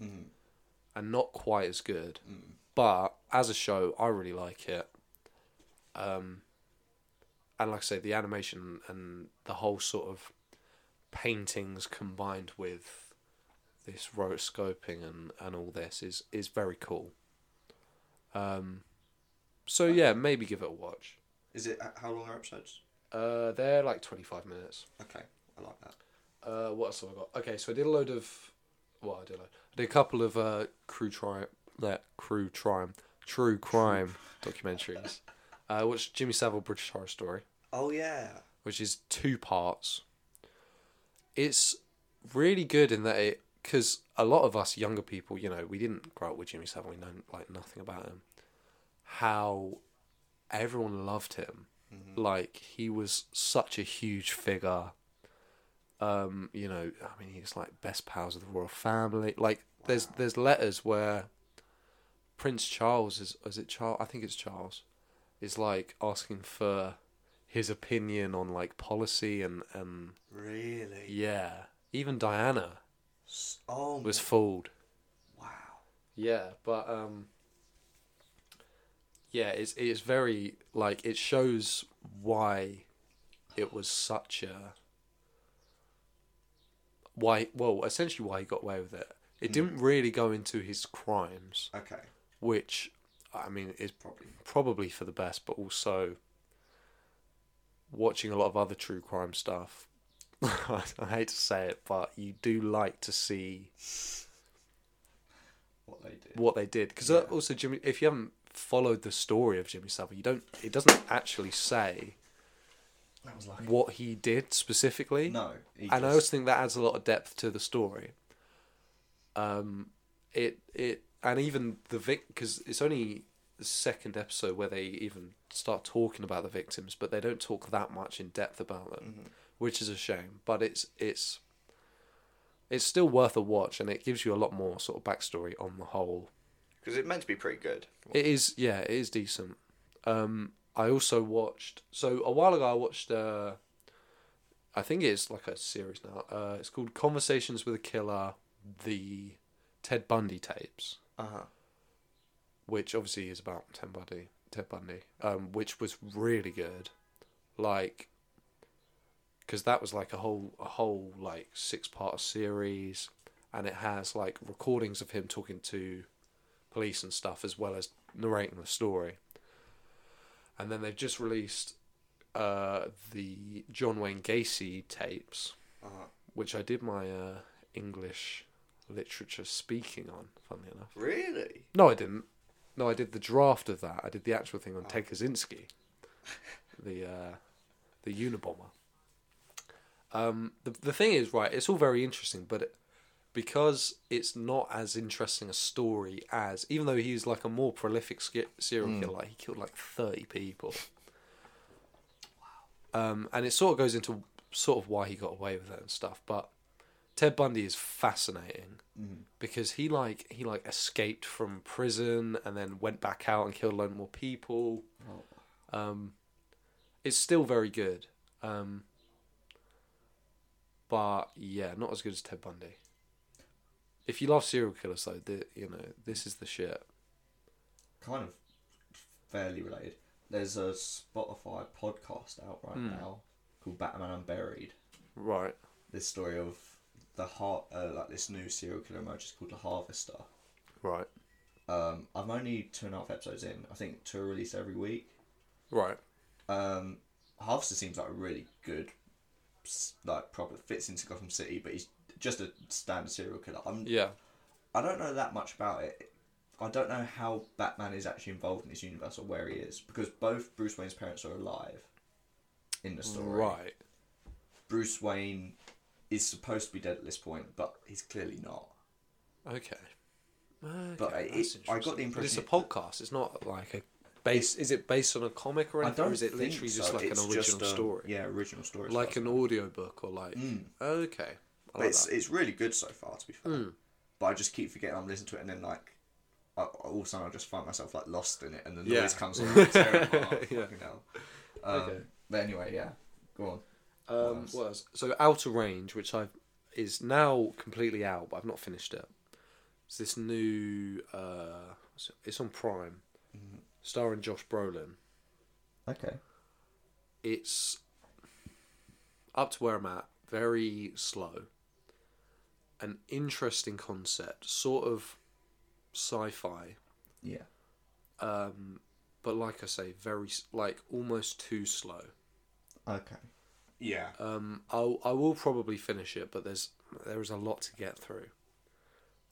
[SPEAKER 1] and not quite as good but as a show i really like it Um, and like I say, the animation and the whole sort of paintings combined with this rotoscoping and, and all this is is very cool. Um, so yeah, maybe give it a watch.
[SPEAKER 2] is it how long are episodes?
[SPEAKER 1] Uh, they're like twenty five minutes.
[SPEAKER 2] Okay, I like that.
[SPEAKER 1] Uh, what else have I got? Okay, so I did a load of, well, I did a load. I did a couple of uh, crew crime, that crew crime, true crime documentaries. Uh, I watched Jimmy Savile British Horror Story.
[SPEAKER 2] Oh yeah,
[SPEAKER 1] which is two parts. It's really good in that it because a lot of us younger people, you know, we didn't grow up with Jimmy Savile. We know like nothing about him. How everyone loved him, like he was such a huge figure. Um, you know, I mean, he's like best pals of the royal family. Like, there's there's letters where Prince Charles is is it Charles? I think it's Charles. Is like asking for his opinion on like policy and and
[SPEAKER 2] really?
[SPEAKER 1] yeah, even Diana
[SPEAKER 2] S- Oh
[SPEAKER 1] was fooled.
[SPEAKER 2] wow.
[SPEAKER 1] Yeah, but um, yeah, it's it's very like it shows why it was such a why well essentially why he got away with it. It didn't really go into his crimes,
[SPEAKER 2] Okay,
[SPEAKER 1] which I mean is
[SPEAKER 2] probably.
[SPEAKER 1] probably for the best, but also watching a lot of other true crime stuff. I hate to say it, but you do like to see
[SPEAKER 2] What they did.
[SPEAKER 1] what they did because also Jimmy. If you haven't followed the story of Jimmy Savile, you don't. It doesn't actually say
[SPEAKER 2] That was like
[SPEAKER 1] what he did specifically.
[SPEAKER 2] no. He
[SPEAKER 1] and I
[SPEAKER 2] just-
[SPEAKER 1] also think that adds a lot of depth to the story. Um, it it and even the vic because it's only the second episode where they even start talking about the victims, but they don't talk that much in depth about them,
[SPEAKER 2] Mm-hmm.
[SPEAKER 1] which is a shame. But it's it's it's still worth a watch, and it gives you a lot more sort of backstory on the whole
[SPEAKER 2] Because it meant to be pretty good.
[SPEAKER 1] it is, yeah, it is decent. Um, I also watched so a while ago. I watched, uh, I think it's like a series now. Uh, it's called Conversations with a Killer: The Ted Bundy Tapes,
[SPEAKER 2] Uh huh.
[SPEAKER 1] which obviously is about Ted Bundy. Ted Bundy, um, which was really good, like, because that was like a whole a whole like six part series, and it has like recordings of him talking to police and stuff as well as narrating the story. And then they've just released uh, the John Wayne Gacy tapes,
[SPEAKER 2] Uh-huh.
[SPEAKER 1] which I did my uh, English literature speaking on, funnily enough.
[SPEAKER 2] Really?
[SPEAKER 1] No, I didn't. No, I did the draft of that. I did the actual thing on Ted Kaczynski, the uh, the Unabomber. Um, the the thing is, right? It's all very interesting, but it, because it's not as interesting a story as, even though he was like a more prolific sk- serial killer, like he killed like thirty people. Um, and it sort of goes into sort of why he got away with it and stuff. But Ted Bundy is fascinating because he like he like escaped from prison and then went back out and killed a load more people. Um, it's still very good, um, but yeah, not as good as Ted Bundy. If you love serial killers, though, the, you know this is the shit.
[SPEAKER 2] Kind of fairly related. There's a Spotify podcast out right
[SPEAKER 1] Hmm.
[SPEAKER 2] now called Batman Unburied.
[SPEAKER 1] Right.
[SPEAKER 2] This story of the heart, uh, like this new serial killer emerges called the Harvester.
[SPEAKER 1] Right.
[SPEAKER 2] Um, I'm only two and a half episodes in. I think two are released every week.
[SPEAKER 1] Right.
[SPEAKER 2] Um, Harvester seems like a really good, s- like proper fits into Gotham City, but he's just a standard serial killer. I'm,
[SPEAKER 1] Yeah.
[SPEAKER 2] I don't know that much about it. I don't know how Batman is actually involved in this universe or where he is because both Bruce Wayne's parents are alive in the story.
[SPEAKER 1] Right.
[SPEAKER 2] Bruce Wayne is supposed to be dead at this point, but he's clearly not.
[SPEAKER 1] Okay.
[SPEAKER 2] But
[SPEAKER 1] Okay,
[SPEAKER 2] it-
[SPEAKER 1] that's
[SPEAKER 2] I got the
[SPEAKER 1] interesting. But it's a
[SPEAKER 2] impression-
[SPEAKER 1] podcast. It's not like a base. Is it based on a comic or
[SPEAKER 2] I
[SPEAKER 1] anything?
[SPEAKER 2] don't.
[SPEAKER 1] Or is it
[SPEAKER 2] think
[SPEAKER 1] literally
[SPEAKER 2] so.
[SPEAKER 1] just like
[SPEAKER 2] It's
[SPEAKER 1] an original
[SPEAKER 2] just, um,
[SPEAKER 1] story?
[SPEAKER 2] Yeah, original story.
[SPEAKER 1] like
[SPEAKER 2] stuff.
[SPEAKER 1] an audio book or like.
[SPEAKER 2] Hmm.
[SPEAKER 1] Okay. I
[SPEAKER 2] But
[SPEAKER 1] like
[SPEAKER 2] it's
[SPEAKER 1] that. Hmm.
[SPEAKER 2] it's really good so far, to be fair. But I just keep forgetting I'm listening to it, and then like, I, I- all of a sudden I just find myself like lost in it, and the
[SPEAKER 1] Yeah.
[SPEAKER 2] noise comes on. and it's terrible. Oh,
[SPEAKER 1] Yeah.
[SPEAKER 2] fucking hell. Um,
[SPEAKER 1] Okay.
[SPEAKER 2] But anyway, yeah, go on.
[SPEAKER 1] Um,
[SPEAKER 2] Nice.
[SPEAKER 1] what else? So Outer Range, which I is now completely out, but I've not finished it. It's this new. Uh, what's it- it's on Prime,
[SPEAKER 2] Mm-hmm.
[SPEAKER 1] starring Josh Brolin.
[SPEAKER 2] Okay.
[SPEAKER 1] It's up to where I'm at. Very slow. An interesting concept, sort of sci-fi,
[SPEAKER 2] Yeah.
[SPEAKER 1] but like I say, very s- like almost too slow.
[SPEAKER 2] Okay. Yeah.
[SPEAKER 1] Um, I'll, I will probably finish it, but there's there is a lot to get through,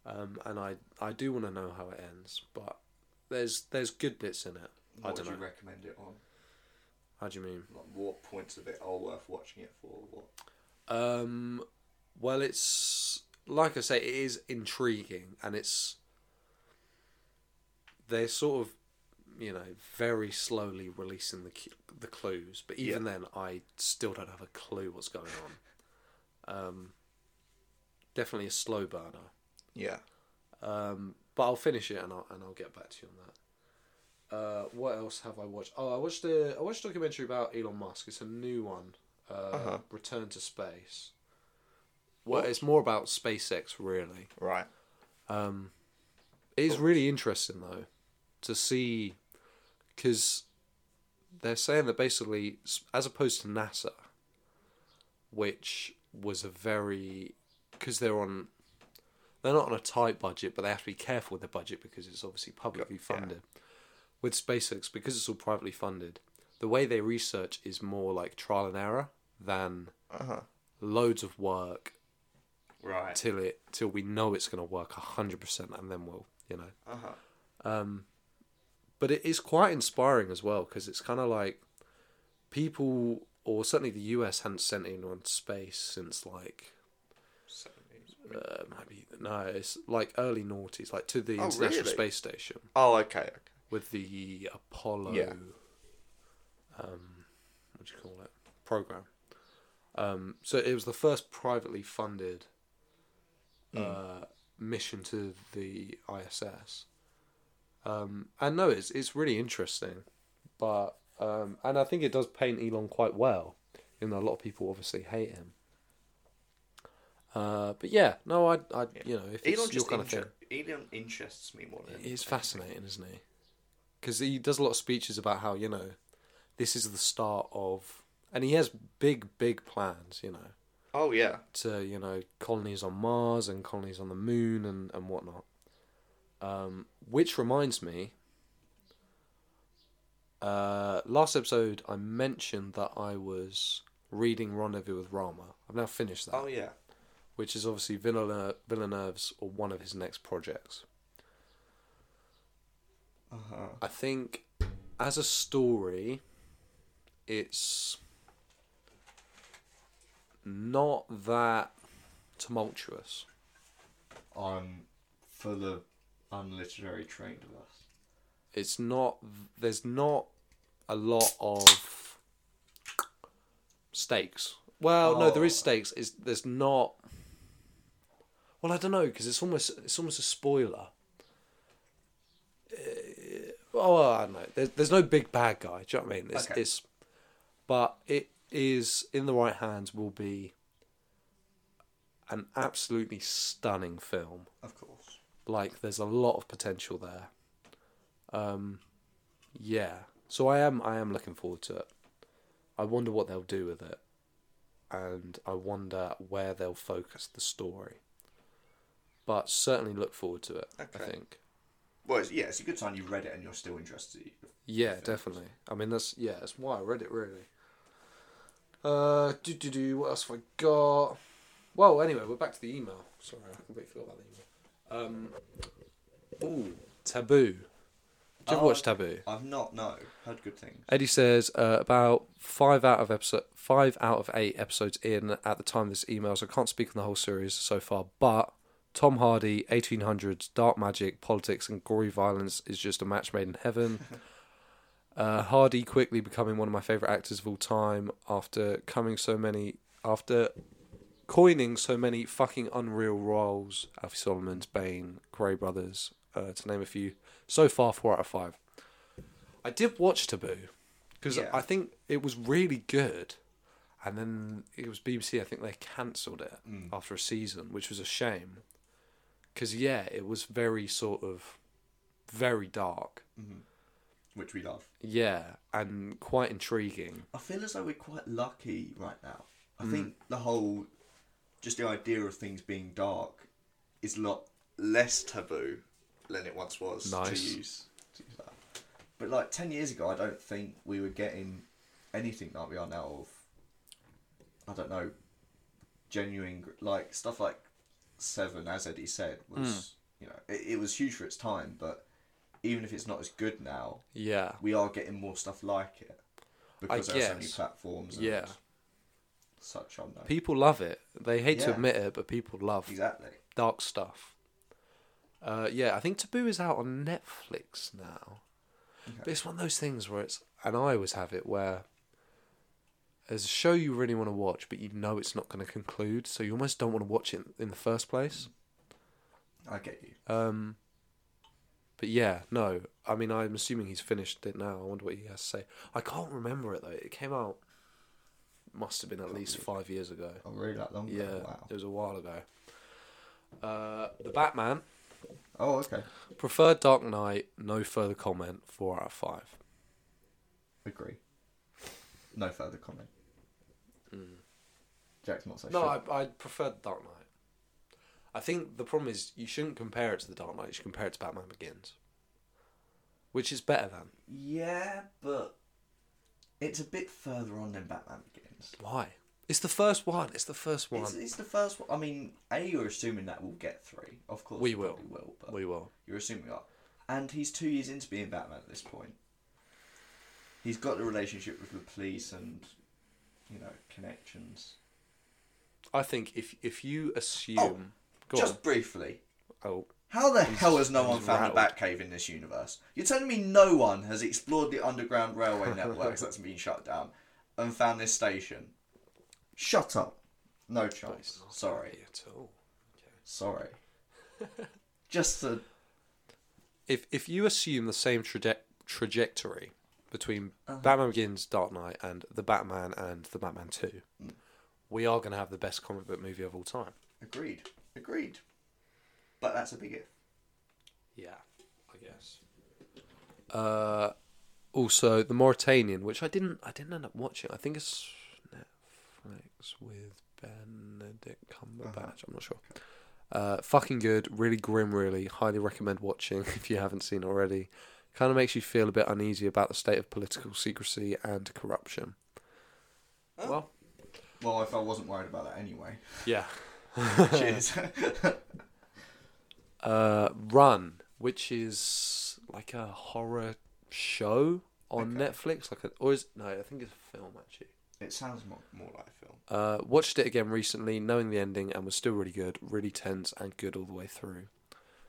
[SPEAKER 1] um, and I I do want to know how it ends, but there's there's good bits in it.
[SPEAKER 2] what
[SPEAKER 1] I
[SPEAKER 2] would
[SPEAKER 1] don't know.
[SPEAKER 2] you recommend it on?
[SPEAKER 1] how do you mean?
[SPEAKER 2] Like, what points of it are worth watching it for? What?
[SPEAKER 1] Um, well, it's like I say, it is intriguing, and it's they're sort of you know very slowly releasing the cu- the clues, but even then, I still don't have a clue what's going on. Um, definitely a slow burner.
[SPEAKER 2] Yeah.
[SPEAKER 1] Um, but I'll finish it and I'll and I'll get back to you on that. Uh, what else have I watched? Oh, I watched a I watched a documentary about Elon Musk. It's a new one, uh,
[SPEAKER 2] Uh-huh.
[SPEAKER 1] Return to Space. Well, it's more about SpaceX really.
[SPEAKER 2] Right.
[SPEAKER 1] Um, it's really interesting though to see because they're saying that basically, s- as opposed to NASA, which was a very because they're on they're not on a tight budget, but they have to be careful with their budget because it's obviously publicly funded. With SpaceX, because it's all privately funded, the way they research is more like trial and error than
[SPEAKER 2] Uh huh.
[SPEAKER 1] loads of work
[SPEAKER 2] Right.
[SPEAKER 1] till it till we know it's going to work 100% and then we'll you know Um,
[SPEAKER 2] Uh huh.
[SPEAKER 1] but it is quite inspiring as well because it's kind of like people or certainly the US hadn't sent anyone to space since like uh, maybe no it's like early noughties like to the
[SPEAKER 2] Oh,
[SPEAKER 1] International
[SPEAKER 2] really?
[SPEAKER 1] Space Station
[SPEAKER 2] Oh, okay. okay.
[SPEAKER 1] with the Apollo
[SPEAKER 2] Yeah.
[SPEAKER 1] um what do you call it program um so it was the first privately funded
[SPEAKER 2] Hmm.
[SPEAKER 1] uh mission to the ISS um and no it's it's really interesting but um and I think it does paint Elon quite well even though a lot of people obviously hate him uh but yeah no I I you know if
[SPEAKER 2] Elon
[SPEAKER 1] it's your
[SPEAKER 2] just
[SPEAKER 1] kind of thing
[SPEAKER 2] inter- Elon interests me more than
[SPEAKER 1] He's fascinating, isn't he? Because he does a lot of speeches about how you know this is the start of, and he has big, big plans. You know,
[SPEAKER 2] Oh yeah.
[SPEAKER 1] to you know colonies on Mars and colonies on the Moon and and whatnot. Um, which reminds me, uh, last episode I mentioned that I was reading Rendezvous with Rama. I've now finished that
[SPEAKER 2] Oh yeah.
[SPEAKER 1] which is obviously Villene- Villeneuve's or one of his next projects.
[SPEAKER 2] Uh-huh.
[SPEAKER 1] I think as a story, it's not that tumultuous.
[SPEAKER 2] I'm full of unliterary trained of us.
[SPEAKER 1] It's not, there's not a lot of stakes. Well, no, there is
[SPEAKER 2] Oh.
[SPEAKER 1] stakes. It's, there's not. Well, I don't know because it's almost it's almost a spoiler. Uh, oh, well, I don't know. There's, there's no big bad guy. Do you know what I mean? It's,
[SPEAKER 2] Okay.
[SPEAKER 1] it's but it is in the right hands will be an absolutely stunning film.
[SPEAKER 2] Of course.
[SPEAKER 1] Like there's a lot of potential there. Um, yeah. So I am I am looking forward to it. I wonder what they'll do with it, and I wonder where they'll focus the story. But certainly look forward to it. I
[SPEAKER 2] Okay.
[SPEAKER 1] think.
[SPEAKER 2] Well, it's, yeah, it's a good sign you read it and you're still interested.
[SPEAKER 1] Yeah, definitely. I mean, that's yeah, that's why I read it really. Uh, do do do. What else have I got? Well, anyway, we're back to the email. Sorry, I completely forgot about the email. Um, ooh, Taboo. Did you ever
[SPEAKER 2] Oh,
[SPEAKER 1] watch Taboo?
[SPEAKER 2] I've not no heard good things.
[SPEAKER 1] Eddie says uh, about five out of episode five out of eight episodes in at the time of this email, so I can't speak on the whole series so far. But Tom Hardy, eighteen hundreds, dark magic, politics, and gory violence is just a match made in heaven. uh, Hardy quickly becoming one of my favorite actors of all time after coming so many after coining so many fucking unreal roles. Alfie Solomon's Bane, Grey Brothers, uh, to name a few. So far, four out of five. I did watch Taboo because
[SPEAKER 2] Yeah.
[SPEAKER 1] I think it was really good, and then it was BBC. I think they cancelled it after a season, which was a shame. Because yeah, it was very sort of very dark,
[SPEAKER 2] which we love.
[SPEAKER 1] yeah, and quite intriguing.
[SPEAKER 2] I feel as though we're quite lucky right now. I think the whole, just the idea of things being dark, is a lot less taboo than it once was
[SPEAKER 1] Nice.
[SPEAKER 2] to use. To use that. But like ten years ago, I don't think we were getting anything like we are now of. I don't know, genuine gr- like stuff like Seven, as Eddie said, was you know it, it was huge for its time, but even if it's not as good now,
[SPEAKER 1] Yeah,
[SPEAKER 2] we are getting more stuff like it because there are so many
[SPEAKER 1] guess.
[SPEAKER 2] platforms and
[SPEAKER 1] yeah.
[SPEAKER 2] such on there.
[SPEAKER 1] People love it. They hate to
[SPEAKER 2] Yeah.
[SPEAKER 1] admit it, but people love
[SPEAKER 2] Exactly.
[SPEAKER 1] dark stuff. Uh, yeah, I think Taboo is out on Netflix now. But it's one of those things where it's, and I always have it where there's a show you really want to watch, but you know it's not going to conclude, so you almost don't want to watch it in the first place.
[SPEAKER 2] I get you.
[SPEAKER 1] Um, but yeah, no, I mean, I'm assuming he's finished it now. I wonder what he has to say. I can't remember it though. It came out, must have been at least five years ago.
[SPEAKER 2] Oh, really? That long? ago?
[SPEAKER 1] Yeah,
[SPEAKER 2] Wow.
[SPEAKER 1] it was a while ago. Uh, the Batman.
[SPEAKER 2] Oh, okay.
[SPEAKER 1] Preferred Dark Knight, no further comment, 4 out of 5.
[SPEAKER 2] Agree. No further comment. Jack's not so
[SPEAKER 1] Mm. No,
[SPEAKER 2] sure.
[SPEAKER 1] I, I prefer the Dark Knight. I think the problem is you shouldn't compare it to the Dark Knight, you should compare it to Batman Begins. Which is better than.
[SPEAKER 2] Yeah, but it's a bit further on than Batman Begins.
[SPEAKER 1] Why? It's the first one, it's the first one.
[SPEAKER 2] It's, it's the first one. I mean, A, you're assuming that we'll get three. Of course,
[SPEAKER 1] We
[SPEAKER 2] we
[SPEAKER 1] will.
[SPEAKER 2] probably will but
[SPEAKER 1] We will.
[SPEAKER 2] You're assuming that. And he's two years into being Batman at this point. He's got the relationship with the police and, you know, connections.
[SPEAKER 1] I think if if you assume. go
[SPEAKER 2] Just briefly,
[SPEAKER 1] on. Oh,
[SPEAKER 2] how the hell has no one
[SPEAKER 1] he's
[SPEAKER 2] found the
[SPEAKER 1] rattled.
[SPEAKER 2] Batcave in this universe? You're telling me no one has explored the underground railway networks that's been shut down and found this station? Shut up. No chance. Sorry.
[SPEAKER 1] at all.
[SPEAKER 2] Sorry. Just to.
[SPEAKER 1] if if you assume the same traje- trajectory between Batman Begins, Dark Knight, and the Batman and the Batman Two, we are going to have the best comic book movie of all time.
[SPEAKER 2] Agreed. Agreed. But that's a big if.
[SPEAKER 1] Yeah, I guess. Uh, also the Mauritanian, which I didn't, I didn't end up watching. I think it's Netflix with Benedict Cumberbatch. I'm not sure. Uh, fucking good, really grim, really highly recommend watching if you haven't seen already. Kind of makes you feel a bit uneasy about the state of political secrecy and corruption. Well,
[SPEAKER 2] Well, if I wasn't worried about that anyway.
[SPEAKER 1] yeah.
[SPEAKER 2] Cheers.
[SPEAKER 1] uh, Run, which is like a horror show on Netflix, like a, or is no, I think it's a film actually.
[SPEAKER 2] it sounds more, more like a film.
[SPEAKER 1] Uh, watched it again recently, knowing the ending, and was still really good, really tense and good all the way through.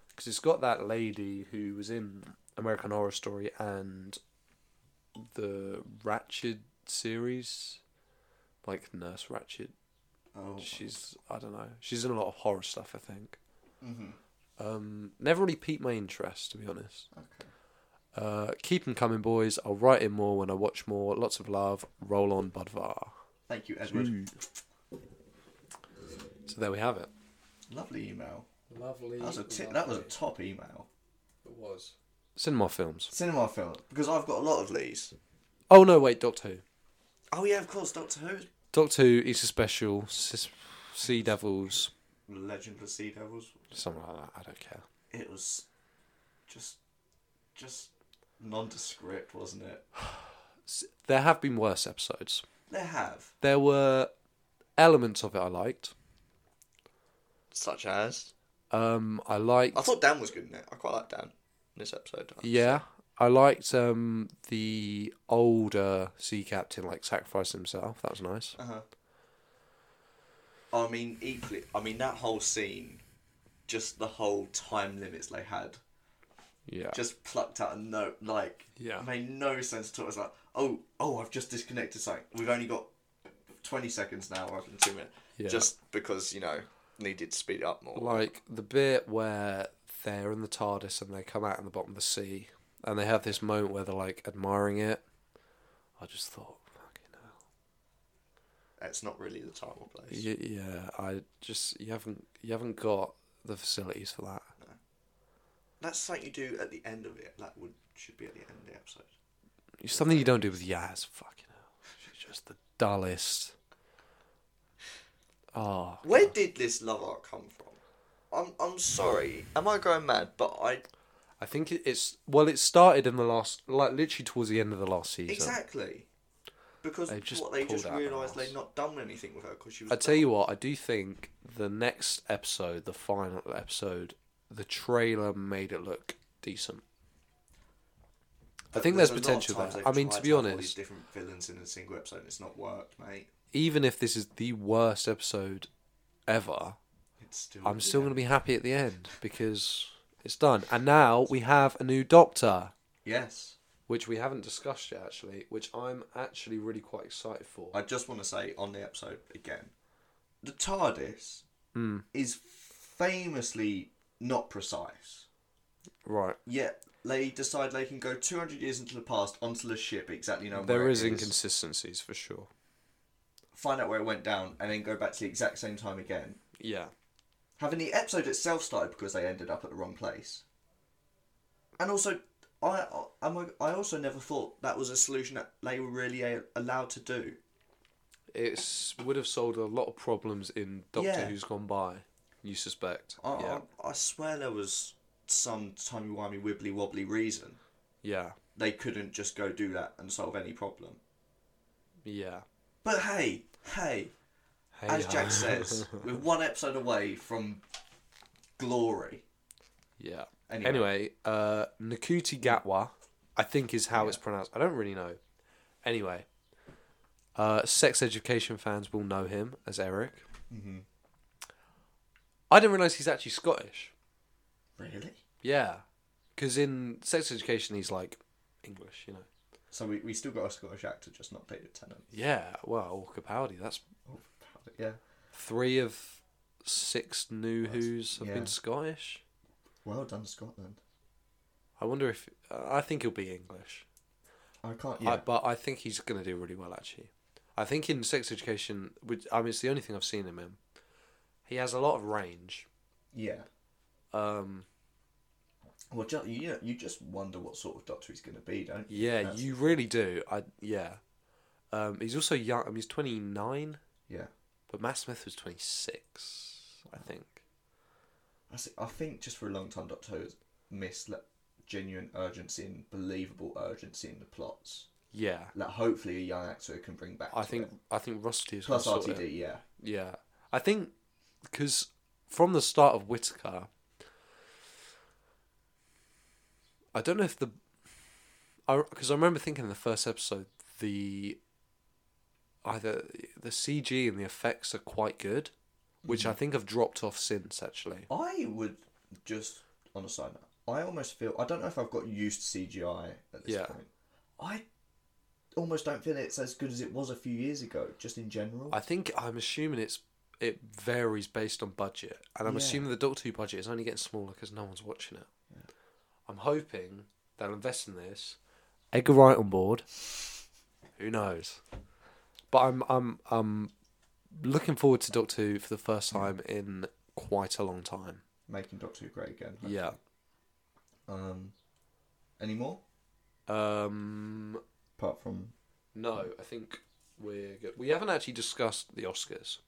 [SPEAKER 1] Because it's got that lady who was in American Horror Story and the Ratchet series, like Nurse Ratchet.
[SPEAKER 2] Oh,
[SPEAKER 1] She's I don't know. She's in a lot of horror stuff, I think.
[SPEAKER 2] Mm-hmm.
[SPEAKER 1] Um, never really piqued my interest, to be honest.
[SPEAKER 2] okay.
[SPEAKER 1] Uh, keep 'em coming, boys. I'll write in more when I watch more. Lots of love. Roll on, Budvar.
[SPEAKER 2] Thank you, Edward.
[SPEAKER 1] So there we have it.
[SPEAKER 2] Lovely email.
[SPEAKER 1] Lovely.
[SPEAKER 2] That was a ti- that was a top email.
[SPEAKER 1] It was. Cinema films.
[SPEAKER 2] Cinema film because I've got a lot of these.
[SPEAKER 1] Oh no, wait, Doctor Who.
[SPEAKER 2] Oh yeah, of course, Doctor Who's
[SPEAKER 1] Doctor Who, Easter Special, S- Sea Devils,
[SPEAKER 2] Legend of the Sea Devils.
[SPEAKER 1] something like that. I don't care.
[SPEAKER 2] It was just, just nondescript, wasn't it?
[SPEAKER 1] S- There have been worse episodes.
[SPEAKER 2] They have.
[SPEAKER 1] There were elements of it I liked.
[SPEAKER 2] Such as
[SPEAKER 1] Um, I liked.
[SPEAKER 2] I thought Dan was good in it. I quite like Dan in this episode.
[SPEAKER 1] Yeah, I liked um the older sea captain like sacrificing himself. That was nice.
[SPEAKER 2] Uh-huh. I mean, equally. I mean, that whole scene, just the whole time limits they had,
[SPEAKER 1] Yeah,
[SPEAKER 2] just plucked out of no, like,
[SPEAKER 1] Yeah.
[SPEAKER 2] made no sense at all. It's like, oh, oh, I've just disconnected something. We've only got twenty seconds now, rather than two minutes.
[SPEAKER 1] Yeah.
[SPEAKER 2] Just because you know needed to speed it up more.
[SPEAKER 1] like the bit where they're in the TARDIS and they come out in the bottom of the sea, and they have this moment where they're like admiring it. I just thought, fucking hell.
[SPEAKER 2] That's not really the time or place.
[SPEAKER 1] Y- yeah, I just you haven't you haven't got the facilities for that.
[SPEAKER 2] That's something you do at the end of it. That would should be at the end of the episode.
[SPEAKER 1] It's something you don't do with Yaz. Fucking hell, she's just the dullest. Oh,
[SPEAKER 2] Where did this love art come from? I'm I'm sorry. Am I going mad? But I
[SPEAKER 1] I think it- it's well, it started in the last, like literally towards the end of the last season.
[SPEAKER 2] exactly because
[SPEAKER 1] They've just
[SPEAKER 2] what they
[SPEAKER 1] pulled
[SPEAKER 2] just
[SPEAKER 1] out their
[SPEAKER 2] realised
[SPEAKER 1] arse.
[SPEAKER 2] they'd not done anything with her because she was.
[SPEAKER 1] I tell you what, I do think the next episode, the final episode, the trailer made it look decent. I think there's, potential there. I mean, to be
[SPEAKER 2] all these
[SPEAKER 1] honest,
[SPEAKER 2] different villains in a single episode, and it's not worked, mate.
[SPEAKER 1] even if this is the worst episode ever,
[SPEAKER 2] It's still.
[SPEAKER 1] I'm still going to be happy at the end because it's done. And now we have a new Doctor,
[SPEAKER 2] Yes,
[SPEAKER 1] which we haven't discussed yet, actually, which I'm actually really quite excited for.
[SPEAKER 2] I just want to say on the episode again, the TARDIS
[SPEAKER 1] Hmm.
[SPEAKER 2] is famously not precise.
[SPEAKER 1] right.
[SPEAKER 2] Yet they decide they can go 200 years into the past onto the ship exactly know where
[SPEAKER 1] There
[SPEAKER 2] it
[SPEAKER 1] is inconsistencies for sure.
[SPEAKER 2] find out where it went down, and then go back to the exact same time again.
[SPEAKER 1] Yeah.
[SPEAKER 2] Having the episode itself started because they ended up at the wrong place. And also, I I'm, a- I also never thought that was a solution that they were really a, allowed to do.
[SPEAKER 1] It would have solved a lot of problems in Doctor
[SPEAKER 2] Yeah. Uh,
[SPEAKER 1] Who's Gone By. You suspect?
[SPEAKER 2] I,
[SPEAKER 1] yeah,
[SPEAKER 2] I, I swear there was some timey-wimey, wibbly-wobbly reason
[SPEAKER 1] yeah,
[SPEAKER 2] they couldn't just go do that and solve any problem.
[SPEAKER 1] yeah.
[SPEAKER 2] But hey, hey,
[SPEAKER 1] Hey, uh,
[SPEAKER 2] as
[SPEAKER 1] ho.
[SPEAKER 2] Jack says, we're one episode away from glory.
[SPEAKER 1] yeah. Anyway,
[SPEAKER 2] Anyway.
[SPEAKER 1] uh, Nakuti Gatwa, I think is how it's pronounced. I don't really know. Anyway, uh, sex education fans will know him as Eric.
[SPEAKER 2] Mm-hmm.
[SPEAKER 1] I didn't realize he's actually Scottish.
[SPEAKER 2] Really?
[SPEAKER 1] Yeah, because in sex education he's like English, you know.
[SPEAKER 2] So we, we still got a Scottish actor, just not David Tennant.
[SPEAKER 1] Yeah, well, Capaldi. That's
[SPEAKER 2] Oh, yeah.
[SPEAKER 1] three of six new Who's have
[SPEAKER 2] yeah.
[SPEAKER 1] been Scottish.
[SPEAKER 2] Well done, Scotland.
[SPEAKER 1] I wonder if uh, I think he'll be English,
[SPEAKER 2] I can't.
[SPEAKER 1] I, but I think he's going to do really well. Actually, I think in Sex Education, which I mean, it's the only thing I've seen him in. He has a lot of range.
[SPEAKER 2] yeah.
[SPEAKER 1] Um,
[SPEAKER 2] Well, ju- you know, you just wonder what sort of doctor he's going to be, don't you?
[SPEAKER 1] yeah,
[SPEAKER 2] That's-
[SPEAKER 1] you really do. I yeah. Um, he's also young. I mean, he's twenty nine,
[SPEAKER 2] Yeah.
[SPEAKER 1] but Matt Smith was twenty six, I think.
[SPEAKER 2] I, see, I think just for a long time, Doctor Who's missed like, genuine urgency and believable urgency in the plots.
[SPEAKER 1] Yeah,
[SPEAKER 2] That hopefully a young actor can bring back.
[SPEAKER 1] I
[SPEAKER 2] to
[SPEAKER 1] think
[SPEAKER 2] it.
[SPEAKER 1] I think Rusty is gonna
[SPEAKER 2] plus
[SPEAKER 1] sort it.
[SPEAKER 2] RTD, yeah.
[SPEAKER 1] Yeah, I think because from the start of Whitaker, I don't know if the, I because I remember thinking in the first episode the, either the CG and the effects are quite good, which I think have dropped off since actually.
[SPEAKER 2] I would just on a side note. I almost feel I don't know if I've got used to CGI at this
[SPEAKER 1] Yeah.
[SPEAKER 2] point. I almost don't feel it's as good as it was a few years ago, just in general.
[SPEAKER 1] I think I'm assuming it's it varies based on budget, and I'm
[SPEAKER 2] Yeah.
[SPEAKER 1] assuming the Doctor Who budget is only getting smaller because no one's watching it. I'm hoping they'll invest in this. Edgar Wright on board. Who knows? But I'm I'm I'm looking forward to Doctor Who for the first time in quite a long time.
[SPEAKER 2] Making Doctor Who great again.
[SPEAKER 1] Yeah.
[SPEAKER 2] Um, any more?
[SPEAKER 1] Um.
[SPEAKER 2] Apart from
[SPEAKER 1] No, I think we're good. we haven't actually discussed the Oscars.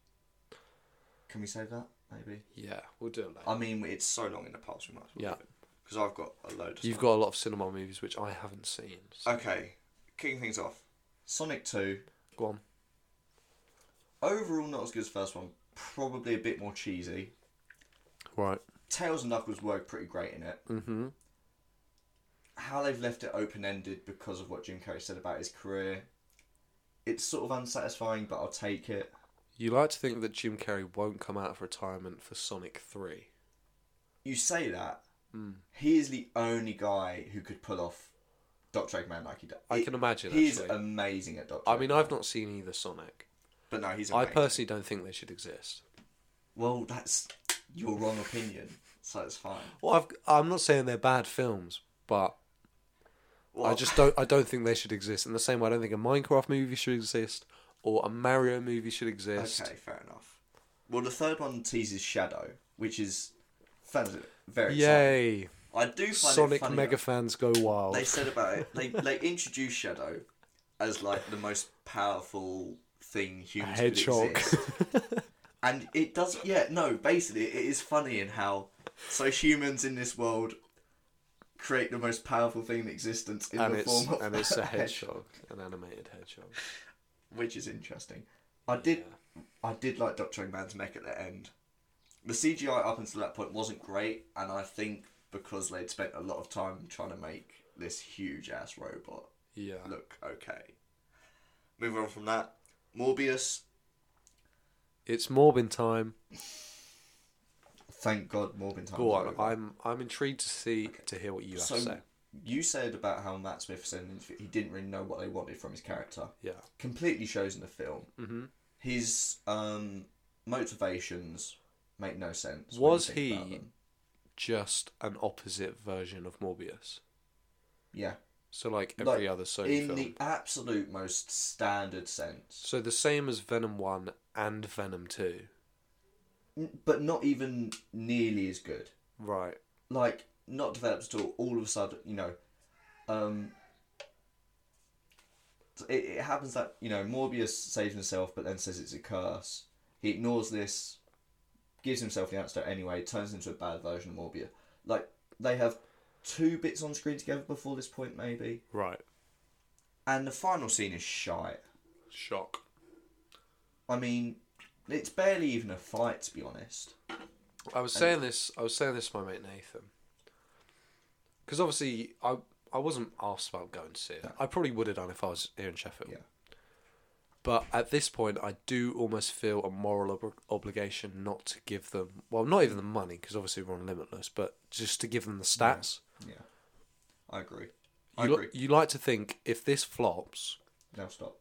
[SPEAKER 2] Can we save that? Maybe.
[SPEAKER 1] Yeah, we'll do it later.
[SPEAKER 2] I mean, it's so long in the past. We might. As well
[SPEAKER 1] Yeah.
[SPEAKER 2] Because I've got a load. Of
[SPEAKER 1] You've got a lot of cinema movies which I haven't seen. So.
[SPEAKER 2] Okay. Kicking things off. Sonic Two.
[SPEAKER 1] Go on.
[SPEAKER 2] Overall, not as good as the first one. Probably a bit more cheesy.
[SPEAKER 1] Right.
[SPEAKER 2] Tails and Knuckles work pretty great in it.
[SPEAKER 1] Mm-hmm.
[SPEAKER 2] How they've left it open ended because of what Jim Carrey said about his career, it's sort of unsatisfying, but I'll take it.
[SPEAKER 1] You like to think that Jim Carrey won't come out of retirement for Sonic 3.
[SPEAKER 2] You say that,
[SPEAKER 1] Hmm.
[SPEAKER 2] he is the only guy who could pull off Doctor Eggman like he does.
[SPEAKER 1] I can imagine,
[SPEAKER 2] He's
[SPEAKER 1] actually.
[SPEAKER 2] amazing at Doctor.
[SPEAKER 1] I mean,
[SPEAKER 2] Eggman.
[SPEAKER 1] I've not seen either Sonic.
[SPEAKER 2] But no, he's.
[SPEAKER 1] I
[SPEAKER 2] Amazing.
[SPEAKER 1] personally don't think they should exist.
[SPEAKER 2] Well, that's your wrong opinion, so it's fine.
[SPEAKER 1] Well, I've, I'm not saying they're bad films, but I
[SPEAKER 2] Well,
[SPEAKER 1] just don't. I don't think they should exist. In the same way, I don't think a Minecraft movie should exist or a Mario movie should exist.
[SPEAKER 2] Okay, fair enough. Well, the third one teases Shadow, which is fans are very exciting.
[SPEAKER 1] Yay!
[SPEAKER 2] I do find it
[SPEAKER 1] Sonic
[SPEAKER 2] funny
[SPEAKER 1] mega
[SPEAKER 2] that
[SPEAKER 1] fans go wild.
[SPEAKER 2] They said about it. They they introduced Shadow as like the most powerful thing humans
[SPEAKER 1] Hedgehog.
[SPEAKER 2] could exist, and it does. Yeah, no. Basically, it is funny in how so humans in this world create the most powerful thing in existence in
[SPEAKER 1] and
[SPEAKER 2] the
[SPEAKER 1] it's
[SPEAKER 2] form of
[SPEAKER 1] and it's a hedgehog, an animated hedgehog.
[SPEAKER 2] which is interesting. I did, I did like Doctor Eggman's mech at the end. The CGI up until that point wasn't great, and I think because they'd spent a lot of time trying to make this huge ass robot
[SPEAKER 1] Yeah.
[SPEAKER 2] look okay. Moving on from that, Morbius.
[SPEAKER 1] It's Morbin time.
[SPEAKER 2] Thank God, Morbin time.
[SPEAKER 1] Go on. I'm I'm intrigued to see to hear what you have
[SPEAKER 2] so
[SPEAKER 1] to say.
[SPEAKER 2] you said about how Matt Smith said in the interview he didn't really know what they wanted from his character.
[SPEAKER 1] Yeah.
[SPEAKER 2] completely shows in the film.
[SPEAKER 1] Mm-hmm.
[SPEAKER 2] His um, motivations make no sense. when
[SPEAKER 1] Was
[SPEAKER 2] you think about
[SPEAKER 1] he-
[SPEAKER 2] them.
[SPEAKER 1] Just an opposite version of Morbius.
[SPEAKER 2] Yeah.
[SPEAKER 1] So like every
[SPEAKER 2] Like,
[SPEAKER 1] other Sony
[SPEAKER 2] in
[SPEAKER 1] film.
[SPEAKER 2] the absolute most standard sense,
[SPEAKER 1] So the same as Venom One and Venom Two.
[SPEAKER 2] N- but not even nearly as good.
[SPEAKER 1] Right.
[SPEAKER 2] Like not developed at all. All of a sudden, you know, um, so it, it happens that you know Morbius saves himself, but then says it's a curse. He ignores this, gives himself the antidote anyway, turns into a bad version of Morbius. Like they have two bits on screen together before this point, maybe,
[SPEAKER 1] Right.
[SPEAKER 2] and the final scene is shite.
[SPEAKER 1] Shock.
[SPEAKER 2] I mean, it's barely even a fight, to be honest.
[SPEAKER 1] I was saying this. I was saying this to my mate Nathan. Because obviously, I I wasn't asked about going to see it. I probably would have done if I was here in Sheffield.
[SPEAKER 2] Yeah.
[SPEAKER 1] But at this point, I do almost feel a moral ob- obligation not to give them. Well, not even the money, because obviously we're on limitless. But just to give them the stats.
[SPEAKER 2] Yeah, I agree. I
[SPEAKER 1] You, li-
[SPEAKER 2] agree.
[SPEAKER 1] you like to think if this flops,
[SPEAKER 2] Now stop.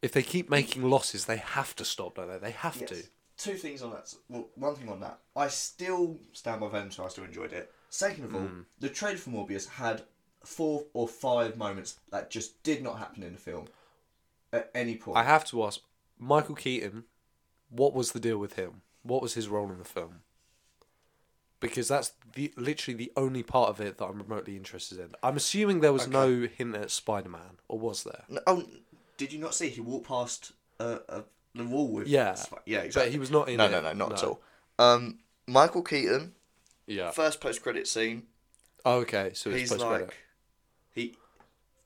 [SPEAKER 1] if they keep making losses, they have to stop, don't they? They have
[SPEAKER 2] Yes.
[SPEAKER 1] to.
[SPEAKER 2] Two things on that. Well, one thing on that. I still stand by Venom, so I still enjoyed it. Second of
[SPEAKER 1] Hmm.
[SPEAKER 2] all, the trailer for Morbius had four or five moments that just did not happen in the film at any point.
[SPEAKER 1] I have to ask Michael Keaton, what was the deal with him? What was his role in the film? Because that's the literally the only part of it that I'm remotely interested in. I'm assuming there was no hint at Spider Man, or was there?
[SPEAKER 2] N- oh, did you not see? He walked past uh, uh, the wall with.
[SPEAKER 1] Yeah,
[SPEAKER 2] Sp- yeah, exactly.
[SPEAKER 1] But he was not in
[SPEAKER 2] no,
[SPEAKER 1] it.
[SPEAKER 2] no, no, not at all. Um, Michael Keaton,
[SPEAKER 1] Yeah. Oh,
[SPEAKER 2] first post-credit scene.
[SPEAKER 1] okay, so it's
[SPEAKER 2] he's
[SPEAKER 1] post
[SPEAKER 2] like
[SPEAKER 1] credit.
[SPEAKER 2] he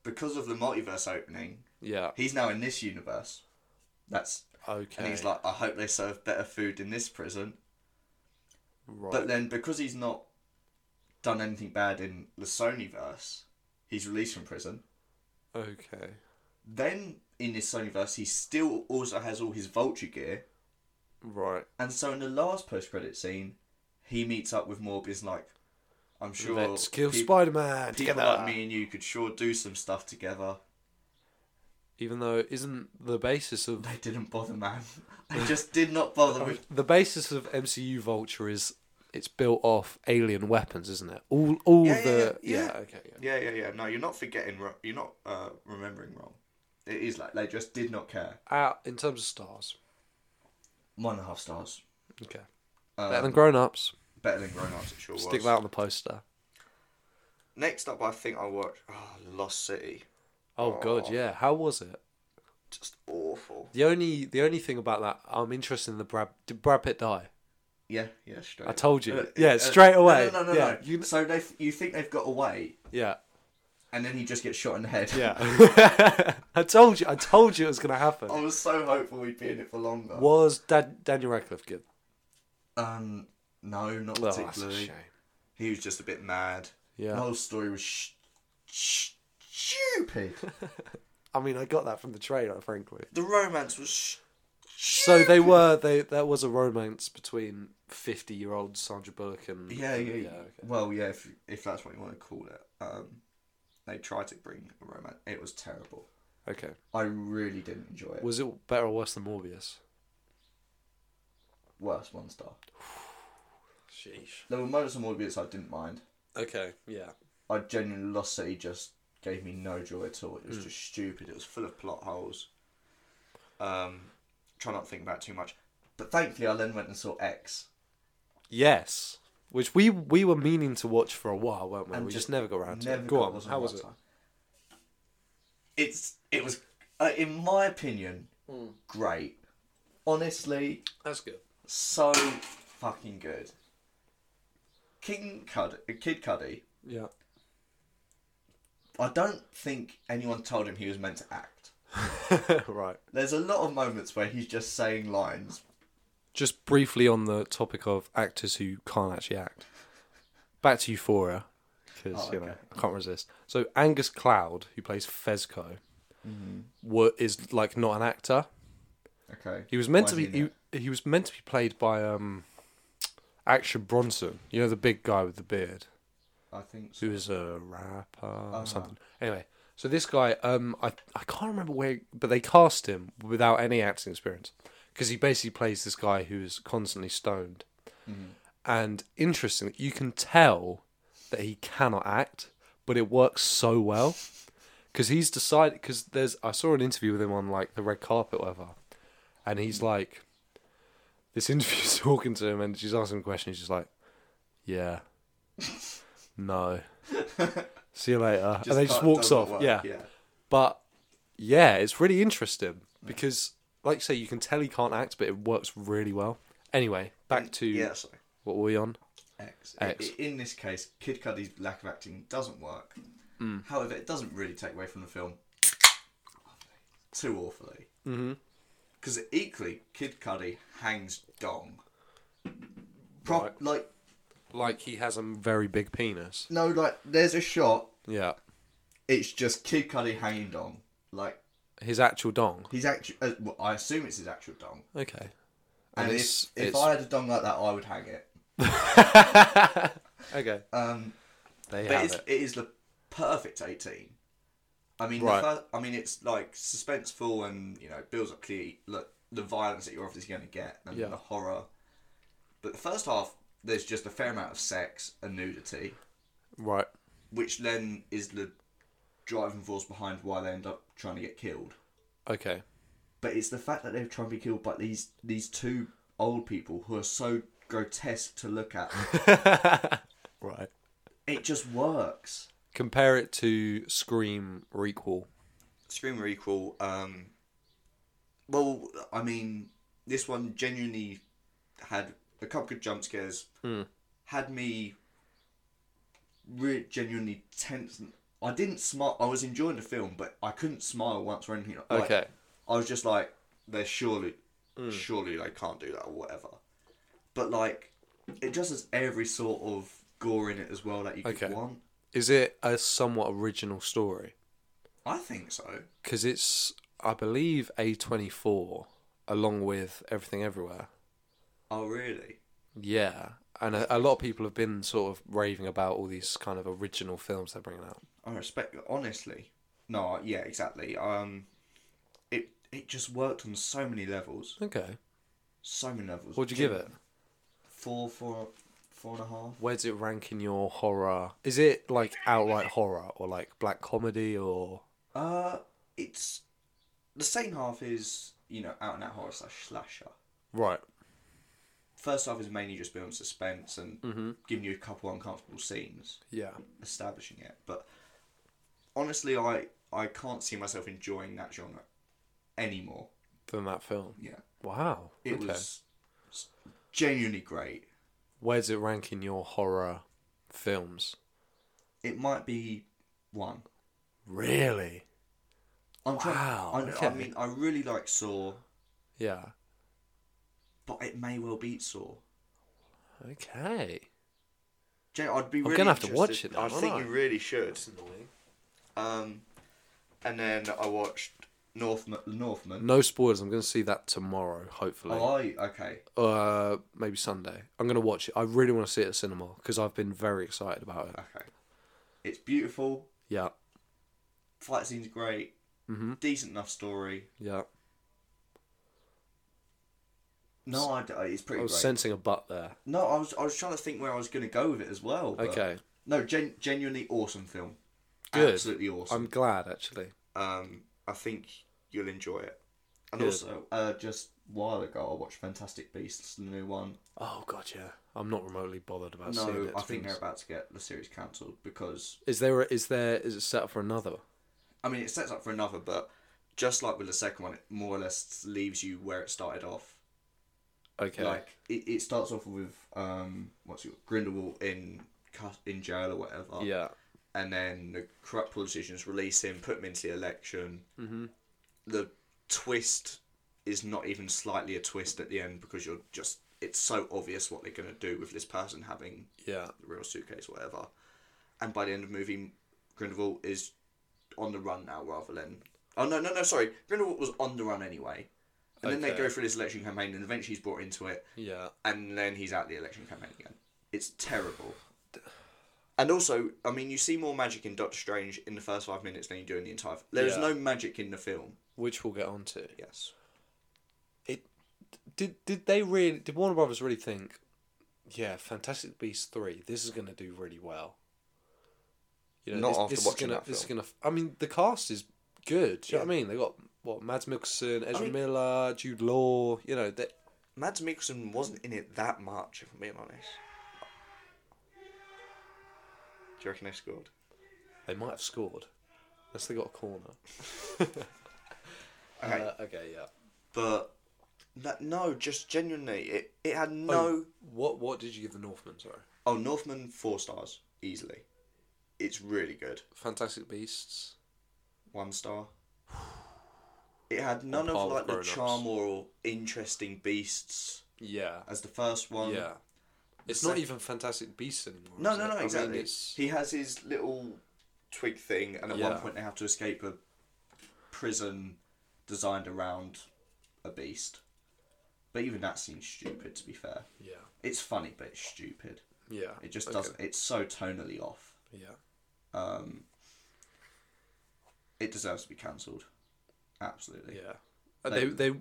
[SPEAKER 2] because of the multiverse opening
[SPEAKER 1] Yeah.
[SPEAKER 2] he's now in this universe that's
[SPEAKER 1] Okay.
[SPEAKER 2] and he's like i hope they serve better food in this prison
[SPEAKER 1] right.
[SPEAKER 2] but then because he's not done anything bad in the sonyverse he's released from prison
[SPEAKER 1] okay.
[SPEAKER 2] then in this sonyverse he still also has all his vulture gear
[SPEAKER 1] Right.
[SPEAKER 2] and so in the last post-credit scene he meets up with morbius like i'm sure
[SPEAKER 1] Let's kill
[SPEAKER 2] peop-
[SPEAKER 1] Spider Man
[SPEAKER 2] people
[SPEAKER 1] together.
[SPEAKER 2] like me and you could sure do some stuff together
[SPEAKER 1] Even though isn't the basis of
[SPEAKER 2] They didn't bother, man. They just did not bother with.
[SPEAKER 1] the basis of MCU Vulture is it's built off alien weapons, isn't it? All all
[SPEAKER 2] Yeah, yeah,
[SPEAKER 1] the
[SPEAKER 2] yeah, yeah.
[SPEAKER 1] okay. Yeah.
[SPEAKER 2] Yeah, yeah, yeah. No, you're not forgetting. wro- You're not uh, remembering wrong. It is like they just did not care.
[SPEAKER 1] Out in terms of stars,
[SPEAKER 2] One and a half stars.
[SPEAKER 1] okay. Better
[SPEAKER 2] Uh,
[SPEAKER 1] than grown ups.
[SPEAKER 2] better than grown ups. It sure was.
[SPEAKER 1] Stick that on the poster.
[SPEAKER 2] Next up, I think I watched oh, Lost City.
[SPEAKER 1] Oh, god, yeah. How was it?
[SPEAKER 2] Just awful.
[SPEAKER 1] The only the only thing about that I'm interested in the Brad did Brad Pitt die?
[SPEAKER 2] Yeah, yeah, straight.
[SPEAKER 1] I told you.
[SPEAKER 2] Uh,
[SPEAKER 1] Yeah,
[SPEAKER 2] uh,
[SPEAKER 1] straight
[SPEAKER 2] no,
[SPEAKER 1] away.
[SPEAKER 2] No, no, no.
[SPEAKER 1] Yeah,
[SPEAKER 2] no.
[SPEAKER 1] you-
[SPEAKER 2] So they, you think they've got away,
[SPEAKER 1] Yeah,
[SPEAKER 2] and then he just gets shot in the head.
[SPEAKER 1] yeah. I told you. I told you it was gonna happen.
[SPEAKER 2] Oh. I was so hopeful we'd be in it for longer.
[SPEAKER 1] Was Dan- Daniel Radcliffe good?
[SPEAKER 2] Um, No, not
[SPEAKER 1] Oh, that's a
[SPEAKER 2] particularly.
[SPEAKER 1] shame.
[SPEAKER 2] he was just a bit mad.
[SPEAKER 1] Yeah.
[SPEAKER 2] The whole story was sh- sh- stupid.
[SPEAKER 1] I mean, I got that from the trailer, frankly.
[SPEAKER 2] the romance was sh-
[SPEAKER 1] So they were they there was a romance between fifty year old Sandra Bullock and
[SPEAKER 2] Yeah, yeah, yeah.
[SPEAKER 1] okay.
[SPEAKER 2] Well, yeah, if if that's what you want to call it. Um, they tried to bring a romance. It was terrible.
[SPEAKER 1] Okay.
[SPEAKER 2] I really didn't enjoy it.
[SPEAKER 1] Was it better or worse than Morbius?
[SPEAKER 2] Worse, one star.
[SPEAKER 1] Sheesh.
[SPEAKER 2] There were moments of Morbius I didn't mind.
[SPEAKER 1] Okay, yeah.
[SPEAKER 2] I genuinely Lost City just gave me no joy at all. It
[SPEAKER 1] Hmm.
[SPEAKER 2] was just stupid. It was full of plot holes. Um, try not to think about it too much. But thankfully, I then went and saw X.
[SPEAKER 1] Yes. Which we we were meaning to watch for a while, weren't we?
[SPEAKER 2] And
[SPEAKER 1] we just, never got around to
[SPEAKER 2] Never
[SPEAKER 1] it. Go
[SPEAKER 2] got-
[SPEAKER 1] on,
[SPEAKER 2] wasn't
[SPEAKER 1] how
[SPEAKER 2] right
[SPEAKER 1] was it?
[SPEAKER 2] time. It's it was, uh, in my opinion, great. Honestly,
[SPEAKER 1] That's good.
[SPEAKER 2] so fucking good. King Cud, Kid Cuddy.
[SPEAKER 1] Yeah.
[SPEAKER 2] I don't think anyone told him he was meant to act.
[SPEAKER 1] right.
[SPEAKER 2] There's a lot of moments where he's just saying lines.
[SPEAKER 1] Just briefly on the topic of actors who can't actually act. Back to Euphoria, because
[SPEAKER 2] Oh,
[SPEAKER 1] you know
[SPEAKER 2] okay.
[SPEAKER 1] I can't resist. So Angus Cloud, who plays Fezco, Mm-hmm. wa is like not an actor.
[SPEAKER 2] Okay.
[SPEAKER 1] He was meant
[SPEAKER 2] Why
[SPEAKER 1] to
[SPEAKER 2] is
[SPEAKER 1] be
[SPEAKER 2] he in
[SPEAKER 1] he,
[SPEAKER 2] it?
[SPEAKER 1] he was meant to be played by um Action Bronson. You know the big guy with the beard
[SPEAKER 2] I think so.
[SPEAKER 1] who is a rapper
[SPEAKER 2] Oh,
[SPEAKER 1] or something. Anyway, so this guy um I I can't remember where but they cast him without any acting experience because he basically plays this guy who is constantly stoned.
[SPEAKER 2] Mm-hmm.
[SPEAKER 1] And interesting, you can tell that he cannot act, but it works so well because he's decided because there's I saw an interview with him on like the red carpet, or whatever, and he's like, this interview's talking to him, and she's asking him questions. She's like, yeah, no, see you later, and then he just
[SPEAKER 2] can't-
[SPEAKER 1] walks
[SPEAKER 2] doesn't
[SPEAKER 1] off.
[SPEAKER 2] work,
[SPEAKER 1] Yeah.
[SPEAKER 2] Yeah.
[SPEAKER 1] but yeah, it's really interesting because, like you say, you can tell he can't act, but it works really well. Anyway, back to
[SPEAKER 2] Yeah, sorry.
[SPEAKER 1] what were we on?
[SPEAKER 2] X.
[SPEAKER 1] X.
[SPEAKER 2] I- In this case, Kid Cudi's lack of acting doesn't work.
[SPEAKER 1] Hmm.
[SPEAKER 2] However, it doesn't really take away from the film too awfully.
[SPEAKER 1] Mm-hmm.
[SPEAKER 2] Because mm equally, Kid Cudi hangs dong. Pro-
[SPEAKER 1] Right.
[SPEAKER 2] Like,
[SPEAKER 1] Like he has a very big penis.
[SPEAKER 2] no, like, there's a shot,
[SPEAKER 1] Yeah,
[SPEAKER 2] it's just Kid Cudi hanging dong. Like,
[SPEAKER 1] his actual dong.
[SPEAKER 2] he's actually, uh, well, I assume it's his actual dong.
[SPEAKER 1] Okay.
[SPEAKER 2] And, if, if I had a dong like that, I would hang it.
[SPEAKER 1] okay.
[SPEAKER 2] Um,
[SPEAKER 1] They
[SPEAKER 2] But
[SPEAKER 1] have
[SPEAKER 2] it's,
[SPEAKER 1] it.
[SPEAKER 2] it is the perfect eighteen. I mean,
[SPEAKER 1] Right.
[SPEAKER 2] the first, I mean, it's like suspenseful and you know builds up clearly look the violence that you're obviously going to get and
[SPEAKER 1] Yeah.
[SPEAKER 2] the horror. But the first half, there's just a fair amount of sex and nudity,
[SPEAKER 1] Right.
[SPEAKER 2] which then is the driving force behind why they end up trying to get killed.
[SPEAKER 1] Okay.
[SPEAKER 2] But it's the fact that they're trying to be killed by these these two old people who are so grotesque to look at.
[SPEAKER 1] Right.
[SPEAKER 2] it just works.
[SPEAKER 1] Compare it to Scream Requel.
[SPEAKER 2] Scream Requel. Um, well, I mean, this one genuinely had a couple good jump scares.
[SPEAKER 1] Hmm.
[SPEAKER 2] Had me re- genuinely tense. I didn't smile. I was enjoying the film, but I couldn't smile once or anything. Like,
[SPEAKER 1] Okay. Hmm.
[SPEAKER 2] I was just like, they're surely, surely they can't do that or whatever. But like, it just has every sort of gore in it as well that you could
[SPEAKER 1] Okay.
[SPEAKER 2] want.
[SPEAKER 1] Is it a somewhat original story?
[SPEAKER 2] I think so.
[SPEAKER 1] Because it's, I believe, A24 along with Everything Everywhere.
[SPEAKER 2] Oh really?
[SPEAKER 1] Yeah. And a, a lot of people have been sort of raving about all these kind of original films they're bringing out.
[SPEAKER 2] I respect honestly. No, yeah, exactly. Um, it it just worked on so many levels,
[SPEAKER 1] Okay.
[SPEAKER 2] so many levels.
[SPEAKER 1] What'd you give it?
[SPEAKER 2] Four, four, four and a half.
[SPEAKER 1] Where does it rank in your horror? Is it like outright horror or like black comedy or.
[SPEAKER 2] Uh, it's the same half is you know out and out horror slash slasher.
[SPEAKER 1] Right.
[SPEAKER 2] First half is mainly just building suspense and
[SPEAKER 1] Mm.
[SPEAKER 2] giving you a couple uncomfortable scenes,
[SPEAKER 1] Mm-hmm. Yeah.
[SPEAKER 2] establishing it. But honestly, I I can't see myself enjoying that genre anymore.
[SPEAKER 1] Than that film.
[SPEAKER 2] Yeah,
[SPEAKER 1] Wow.
[SPEAKER 2] it
[SPEAKER 1] okay.
[SPEAKER 2] was s- genuinely great.
[SPEAKER 1] Where does it rank in your horror films?
[SPEAKER 2] it might be one.
[SPEAKER 1] Really?
[SPEAKER 2] I'm trying,
[SPEAKER 1] Wow,
[SPEAKER 2] I,
[SPEAKER 1] okay.
[SPEAKER 2] I mean, I really like Saw,
[SPEAKER 1] Yeah.
[SPEAKER 2] but it may well beat Saw.
[SPEAKER 1] Okay.
[SPEAKER 2] Jay, I'd be. Really
[SPEAKER 1] gonna have to
[SPEAKER 2] interested-
[SPEAKER 1] watch it now,
[SPEAKER 2] I
[SPEAKER 1] aren't
[SPEAKER 2] think
[SPEAKER 1] I?
[SPEAKER 2] you really should.
[SPEAKER 1] annoying.
[SPEAKER 2] Um, and then I watched Northman. Northman.
[SPEAKER 1] No spoilers. I'm going to see that tomorrow, hopefully.
[SPEAKER 2] Oh, I okay.
[SPEAKER 1] Uh, maybe Sunday. I'm going to watch it. I really want to see it at cinema because I've been very excited about it.
[SPEAKER 2] Okay. It's beautiful.
[SPEAKER 1] Yeah,
[SPEAKER 2] Fight scene's great. Mm-hmm. Decent enough story.
[SPEAKER 1] yeah.
[SPEAKER 2] No, I, d- it's pretty
[SPEAKER 1] I was
[SPEAKER 2] great.
[SPEAKER 1] sensing a butt there.
[SPEAKER 2] no, I was I was trying to think where I was going to go with it as well. but-
[SPEAKER 1] Okay,
[SPEAKER 2] No, gen- genuinely awesome film.
[SPEAKER 1] Good.
[SPEAKER 2] Absolutely awesome.
[SPEAKER 1] I'm glad actually.
[SPEAKER 2] Um, I think you'll enjoy it. And
[SPEAKER 1] Good.
[SPEAKER 2] also, uh, just a while ago, I watched Fantastic Beasts, the new one.
[SPEAKER 1] Oh god, yeah. I'm not remotely bothered about seeing
[SPEAKER 2] no,
[SPEAKER 1] it.
[SPEAKER 2] I
[SPEAKER 1] to be
[SPEAKER 2] think they're
[SPEAKER 1] honest.
[SPEAKER 2] about to get the series cancelled because
[SPEAKER 1] Is there? A, is there? Is it set up for another?
[SPEAKER 2] I mean it sets up for another, but just like with the second one, it more or less leaves you where it started off.
[SPEAKER 1] Okay.
[SPEAKER 2] Like it, it starts off with um, what's it, Grindelwald in cus- in jail or whatever.
[SPEAKER 1] yeah.
[SPEAKER 2] and then the corrupt politicians release him, put him into the election. Mm-hmm. The twist is not even slightly a twist at the end because you're just it's so obvious what they're going to do with this person having
[SPEAKER 1] Yeah.
[SPEAKER 2] the real suitcase, whatever. And by the end of the movie, Grindelwald is on the run now rather than. Oh, no, no, no, sorry. Grindelwald was on the run anyway. And then they
[SPEAKER 1] Okay.
[SPEAKER 2] go through this election campaign and eventually he's brought into it
[SPEAKER 1] Yeah.
[SPEAKER 2] and then he's out the election campaign again. It's terrible. And also, I mean, you see more magic in Doctor Strange in the first five minutes than you do in the entire. There is
[SPEAKER 1] Yeah.
[SPEAKER 2] no magic in the film.
[SPEAKER 1] Which we'll get onto.
[SPEAKER 2] Yes.
[SPEAKER 1] It did. Did they really? Did Warner Brothers really think? Yeah, Fantastic Beasts three. This is going to do really well. You
[SPEAKER 2] Not after
[SPEAKER 1] is
[SPEAKER 2] watching
[SPEAKER 1] gonna,
[SPEAKER 2] that
[SPEAKER 1] This is
[SPEAKER 2] film.
[SPEAKER 1] going to. I mean, the cast is good. Do you know
[SPEAKER 2] Yeah.
[SPEAKER 1] what I mean? They got what Mads Mikkelsen, Ezra
[SPEAKER 2] mean-
[SPEAKER 1] Miller, Jude Law. You know that.
[SPEAKER 2] Mads Mikkelsen wasn't in it that much, if I'm being honest. Do you reckon they scored?
[SPEAKER 1] They might have scored, unless they got a corner.
[SPEAKER 2] Okay.
[SPEAKER 1] Uh, okay. Yeah.
[SPEAKER 2] But that, no, just genuinely, it it had no.
[SPEAKER 1] Oh, What What did you give the Northman? Sorry.
[SPEAKER 2] Oh, Northman four stars easily. It's really good.
[SPEAKER 1] Fantastic Beasts.
[SPEAKER 2] one star. It had none
[SPEAKER 1] par
[SPEAKER 2] of
[SPEAKER 1] with
[SPEAKER 2] like the
[SPEAKER 1] Grown Ups.
[SPEAKER 2] charm or interesting beasts
[SPEAKER 1] Yeah.
[SPEAKER 2] as the first one.
[SPEAKER 1] yeah. It's
[SPEAKER 2] the
[SPEAKER 1] not
[SPEAKER 2] sec-
[SPEAKER 1] even Fantastic Beasts anymore.
[SPEAKER 2] No,
[SPEAKER 1] is
[SPEAKER 2] no,
[SPEAKER 1] it?
[SPEAKER 2] no,
[SPEAKER 1] I mean,
[SPEAKER 2] exactly.
[SPEAKER 1] it's-
[SPEAKER 2] He has his little twig thing, and at
[SPEAKER 1] Yeah.
[SPEAKER 2] one point they have to escape a prison designed around a beast. But even that seems stupid. To be fair,
[SPEAKER 1] yeah.
[SPEAKER 2] it's funny, but it's stupid.
[SPEAKER 1] Yeah.
[SPEAKER 2] It just
[SPEAKER 1] okay,
[SPEAKER 2] doesn't. It's so tonally off.
[SPEAKER 1] Yeah.
[SPEAKER 2] Um, it deserves to be cancelled. Absolutely.
[SPEAKER 1] Yeah. Uh, They they they,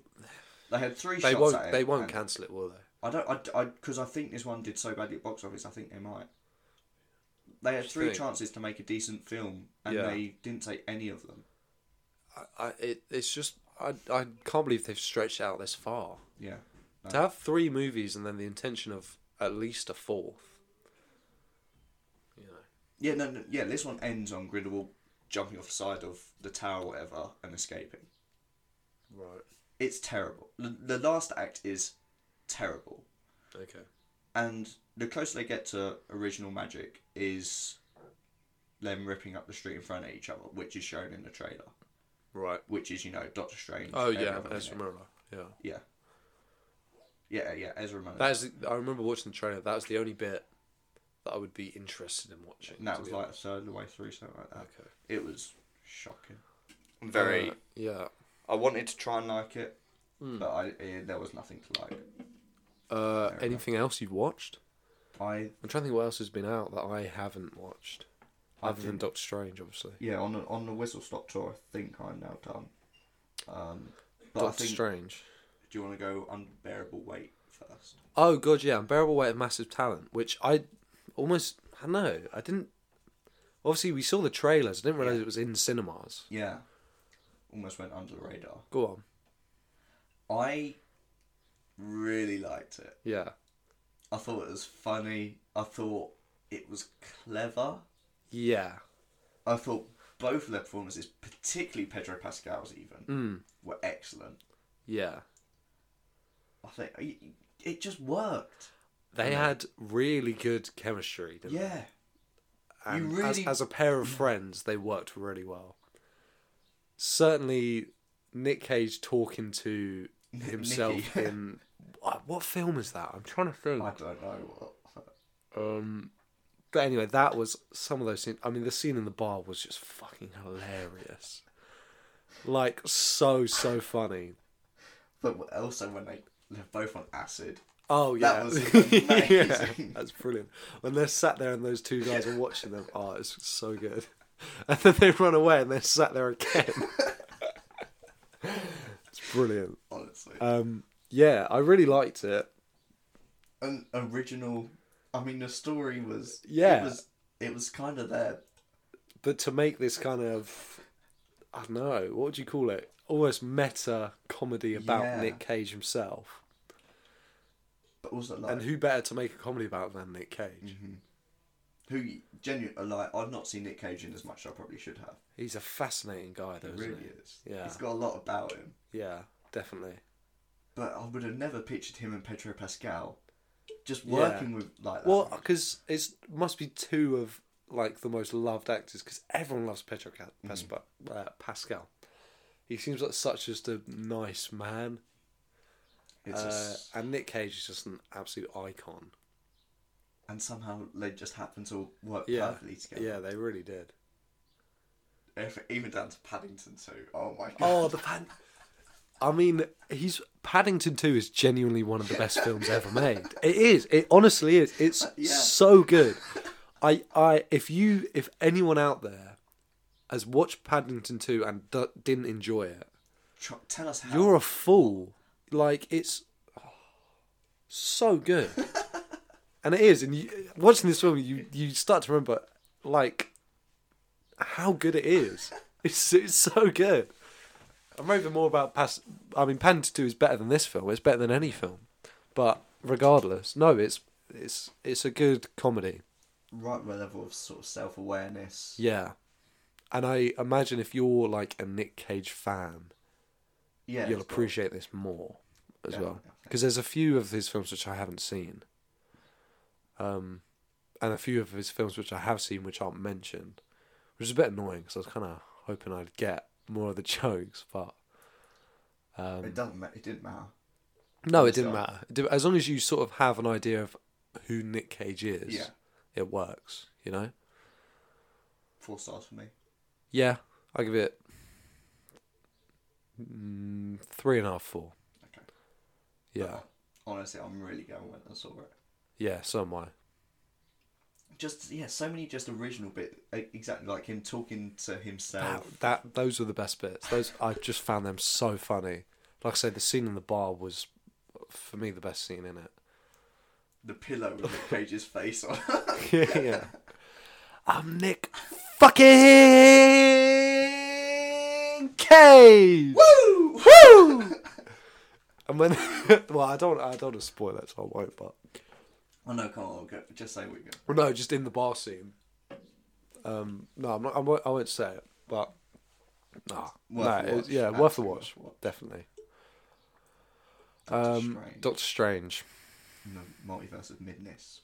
[SPEAKER 2] They had three. shots at
[SPEAKER 1] won't
[SPEAKER 2] it,
[SPEAKER 1] they won't
[SPEAKER 2] and-
[SPEAKER 1] cancel it, will they?
[SPEAKER 2] I don't. I. Because I, think this one did so badly at box office. I think they might. They had three
[SPEAKER 1] think?
[SPEAKER 2] chances to make a decent film, and
[SPEAKER 1] Yeah.
[SPEAKER 2] they didn't take any of them.
[SPEAKER 1] I, I it, it's just I I can't believe they've stretched out this far
[SPEAKER 2] Yeah. No.
[SPEAKER 1] to have three movies and then the intention of at least a fourth. You know.
[SPEAKER 2] Yeah. No, no. Yeah. This one ends on Grindelwald jumping off the side of the tower, or whatever, and escaping.
[SPEAKER 1] Right.
[SPEAKER 2] It's terrible. The, the last act is terrible,
[SPEAKER 1] Okay.
[SPEAKER 2] and the closer they get to original magic is them ripping up the street in front of each other, which is shown in the trailer.
[SPEAKER 1] Right.
[SPEAKER 2] Which is, you know, Doctor Strange.
[SPEAKER 1] Oh
[SPEAKER 2] everyone
[SPEAKER 1] yeah,
[SPEAKER 2] in
[SPEAKER 1] Ezra
[SPEAKER 2] it.
[SPEAKER 1] Miller. Yeah.
[SPEAKER 2] Yeah. Yeah, yeah, Ezra Miller.
[SPEAKER 1] That is. I remember watching the trailer. That was the only bit that I would be interested in watching.
[SPEAKER 2] and that
[SPEAKER 1] to
[SPEAKER 2] was
[SPEAKER 1] be
[SPEAKER 2] like a
[SPEAKER 1] honest.
[SPEAKER 2] third of the way through, something like that.
[SPEAKER 1] Okay.
[SPEAKER 2] It was shocking. Very.
[SPEAKER 1] Uh, yeah.
[SPEAKER 2] I wanted to try and like it,
[SPEAKER 1] Hmm.
[SPEAKER 2] but I, eh, there was nothing to like.
[SPEAKER 1] Uh, anything else you've watched?
[SPEAKER 2] I
[SPEAKER 1] I'm trying to think what else has been out that I haven't watched,
[SPEAKER 2] I
[SPEAKER 1] other than
[SPEAKER 2] didn't.
[SPEAKER 1] Doctor Strange, obviously.
[SPEAKER 2] yeah on the, on the whistle stop tour. I think I'm now done. Um, but I
[SPEAKER 1] Doctor
[SPEAKER 2] think.
[SPEAKER 1] Strange.
[SPEAKER 2] Do you want to go unbearable weight first?
[SPEAKER 1] Oh god, yeah, unbearable weight of massive talent, which I almost I don't know I didn't. Obviously, we saw the trailers. I didn't realize it was in cinemas.
[SPEAKER 2] Yeah. Almost went under the radar.
[SPEAKER 1] Go on.
[SPEAKER 2] I really liked it.
[SPEAKER 1] Yeah.
[SPEAKER 2] I thought it was funny. I thought it was clever.
[SPEAKER 1] Yeah.
[SPEAKER 2] I thought both of their performances, particularly Pedro Pascal's,
[SPEAKER 1] Mm.
[SPEAKER 2] even were excellent.
[SPEAKER 1] Yeah.
[SPEAKER 2] I think it- it just worked.
[SPEAKER 1] They had really good chemistry. Didn't they?
[SPEAKER 2] uh, Yeah,
[SPEAKER 1] And
[SPEAKER 2] You
[SPEAKER 1] as,
[SPEAKER 2] really-
[SPEAKER 1] as a pair of friends, they worked really well. Certainly, Nick Cage talking to himself
[SPEAKER 2] Nicky.
[SPEAKER 1] in Wha- What film is that? I'm trying to think.
[SPEAKER 2] I don't know what.
[SPEAKER 1] Um, but anyway, that was some of those scenes. I mean, the scene in the bar was just fucking hilarious. Like so so funny.
[SPEAKER 2] But also when they they're both on acid.
[SPEAKER 1] Oh yeah,
[SPEAKER 2] was
[SPEAKER 1] yeah,
[SPEAKER 2] amazing.
[SPEAKER 1] that's brilliant. When they're sat there and those two guys are watching them, oh, it's so good. And then they run away and they're sat there again. it's brilliant.
[SPEAKER 2] Honestly,
[SPEAKER 1] Um, yeah, I really liked it.
[SPEAKER 2] an original. I mean, the story was
[SPEAKER 1] Yeah.
[SPEAKER 2] It was it was kind of there.
[SPEAKER 1] but to make this kind of I don't know, what would you call it? Almost meta comedy about
[SPEAKER 2] Yeah.
[SPEAKER 1] Nick Cage himself.
[SPEAKER 2] But also like
[SPEAKER 1] And who better to make a comedy about than Nick Cage?
[SPEAKER 2] Mm-hmm. who genuinely like I've not seen Nick Cage in as much as I probably should have.
[SPEAKER 1] He's a fascinating guy though,
[SPEAKER 2] It
[SPEAKER 1] isn't
[SPEAKER 2] really
[SPEAKER 1] he?
[SPEAKER 2] is.
[SPEAKER 1] Yeah.
[SPEAKER 2] he's got a lot about him.
[SPEAKER 1] Yeah, definitely.
[SPEAKER 2] But I would have never pictured him and Pedro Pascal just
[SPEAKER 1] Yeah.
[SPEAKER 2] working with like that.
[SPEAKER 1] Well, because it must be two of like the most loved actors because everyone loves Pedro Ca-
[SPEAKER 2] Mm-hmm.
[SPEAKER 1] Paspa- uh, Pascal. He seems like such just a nice man,
[SPEAKER 2] It's
[SPEAKER 1] uh,
[SPEAKER 2] just,
[SPEAKER 1] and Nick Cage is just an absolute icon.
[SPEAKER 2] and somehow they just happen to work
[SPEAKER 1] Yeah,
[SPEAKER 2] perfectly together.
[SPEAKER 1] yeah, they really did.
[SPEAKER 2] If- Even down to Paddington too. Oh my god.
[SPEAKER 1] Oh, the pan. I mean, he's Paddington Two is genuinely one of the best films ever made. It is. It honestly is. It's
[SPEAKER 2] Yeah.
[SPEAKER 1] so good. I, I, if you, if anyone out there has watched Paddington Two and d- didn't enjoy it,
[SPEAKER 2] Tr- tell us how.
[SPEAKER 1] you're a fool. Like it's so good, and it is. And you, watching this film, you you start to remember like how good it is. It's it's so good. I'm raving more about past. I mean, Paddington Two is better than this film. It's better than any film, but regardless, no, it's it's it's a good comedy.
[SPEAKER 2] right my level of sort of self awareness.
[SPEAKER 1] Yeah, and I imagine if you're like a Nick Cage fan,
[SPEAKER 2] Yeah,
[SPEAKER 1] you'll
[SPEAKER 2] as well.
[SPEAKER 1] appreciate this more as
[SPEAKER 2] Yeah,
[SPEAKER 1] well
[SPEAKER 2] yeah.
[SPEAKER 1] because there's a few of his films which I haven't seen, um, and a few of his films which I have seen which aren't mentioned, which is a bit annoying because I was kind of hoping I'd get more of the jokes, but
[SPEAKER 2] It doesn't. ma- It didn't matter.
[SPEAKER 1] no, it didn't
[SPEAKER 2] So-
[SPEAKER 1] matter. It did- As long as you sort of have an idea of who Nick Cage is,
[SPEAKER 2] Yeah.
[SPEAKER 1] it works, you know.
[SPEAKER 2] Four stars for me.
[SPEAKER 1] Yeah, I give it mm, three and a half, four.
[SPEAKER 2] Okay.
[SPEAKER 1] Yeah,
[SPEAKER 2] Honestly, I'm really going when I saw it.
[SPEAKER 1] yeah, so am I.
[SPEAKER 2] Just yeah, so many just original bit. e- Exactly like him talking to himself.
[SPEAKER 1] That, that those were the best bits. Those I just found them so funny. Like I say, the scene in the bar was for me the best scene in it.
[SPEAKER 2] The pillow with Nick Cage's face on.
[SPEAKER 1] yeah. I'm Nick fucking Cage.
[SPEAKER 2] Woo!
[SPEAKER 1] Woo! and when well, I don't I don't want to spoil it, so I won't. But
[SPEAKER 2] Oh no, come on, go, just say we go.
[SPEAKER 1] well, no, just in the bar scene. Um, no, I'm not. I won't, I won't say it, but. Nah,
[SPEAKER 2] Worth a
[SPEAKER 1] no, it-
[SPEAKER 2] watch.
[SPEAKER 1] yeah, worth a
[SPEAKER 2] Absolutely
[SPEAKER 1] watch,
[SPEAKER 2] worth a watch.
[SPEAKER 1] definitely.
[SPEAKER 2] Doctor
[SPEAKER 1] Um,
[SPEAKER 2] Strange.
[SPEAKER 1] Doctor Strange.
[SPEAKER 2] in the multiverse of midness.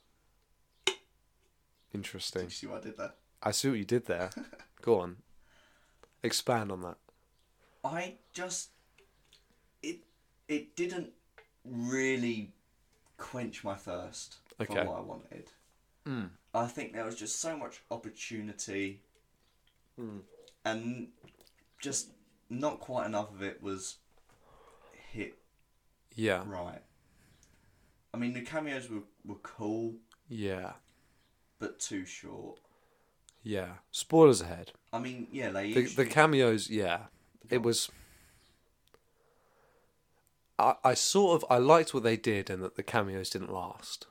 [SPEAKER 1] Interesting.
[SPEAKER 2] You see what I did there?
[SPEAKER 1] I see what you did there. Go on. Expand on that.
[SPEAKER 2] I just it it didn't really quench my thirst
[SPEAKER 1] Okay. Hmm.
[SPEAKER 2] for what I wanted. I think there was just so much opportunity,
[SPEAKER 1] Hmm.
[SPEAKER 2] and just not quite enough of it was hit
[SPEAKER 1] Yeah.
[SPEAKER 2] right. I mean, the cameos were, were cool,
[SPEAKER 1] Yeah.
[SPEAKER 2] but too short.
[SPEAKER 1] Yeah. Spoilers ahead.
[SPEAKER 2] I mean, yeah, they
[SPEAKER 1] The,
[SPEAKER 2] each-
[SPEAKER 1] the cameos, yeah. It was. I, I sort of I liked what they did and that the cameos didn't last,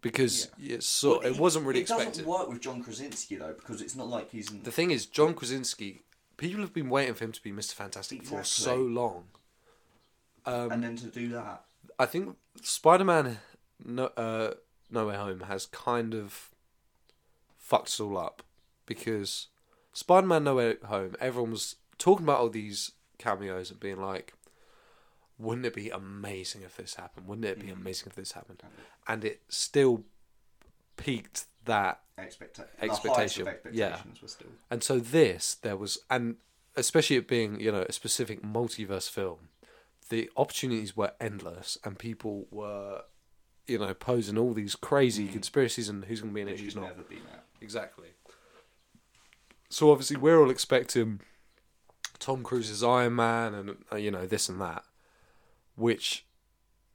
[SPEAKER 1] because it's sort it wasn't really
[SPEAKER 2] it
[SPEAKER 1] expected.
[SPEAKER 2] doesn't work with John Krasinski though, because it's not like he's in
[SPEAKER 1] The thing is, John Krasinski, people have been waiting for him to be Mister Fantastic for so
[SPEAKER 2] Exactly.
[SPEAKER 1] long. um,
[SPEAKER 2] and then to do that.
[SPEAKER 1] I think Spider Man no, uh, no Way Home has kind of fucked us all up because Spider Man No Way Home, everyone was talking about all these cameos and being like, wouldn't it be amazing if this happened? Wouldn't it be amazing if this happened? And it still peaked that
[SPEAKER 2] expecta-
[SPEAKER 1] Expectation,
[SPEAKER 2] The highest of expectations were still.
[SPEAKER 1] And so this, there was, and especially it being, you know, a specific multiverse film, the opportunities were endless, and people were, you know, posing all these crazy conspiracies and who's going to be in it,
[SPEAKER 2] She's
[SPEAKER 1] who's not.
[SPEAKER 2] never been out.
[SPEAKER 1] Exactly. So obviously we're all expecting Tom Cruise's Iron Man and uh, you know this and that, which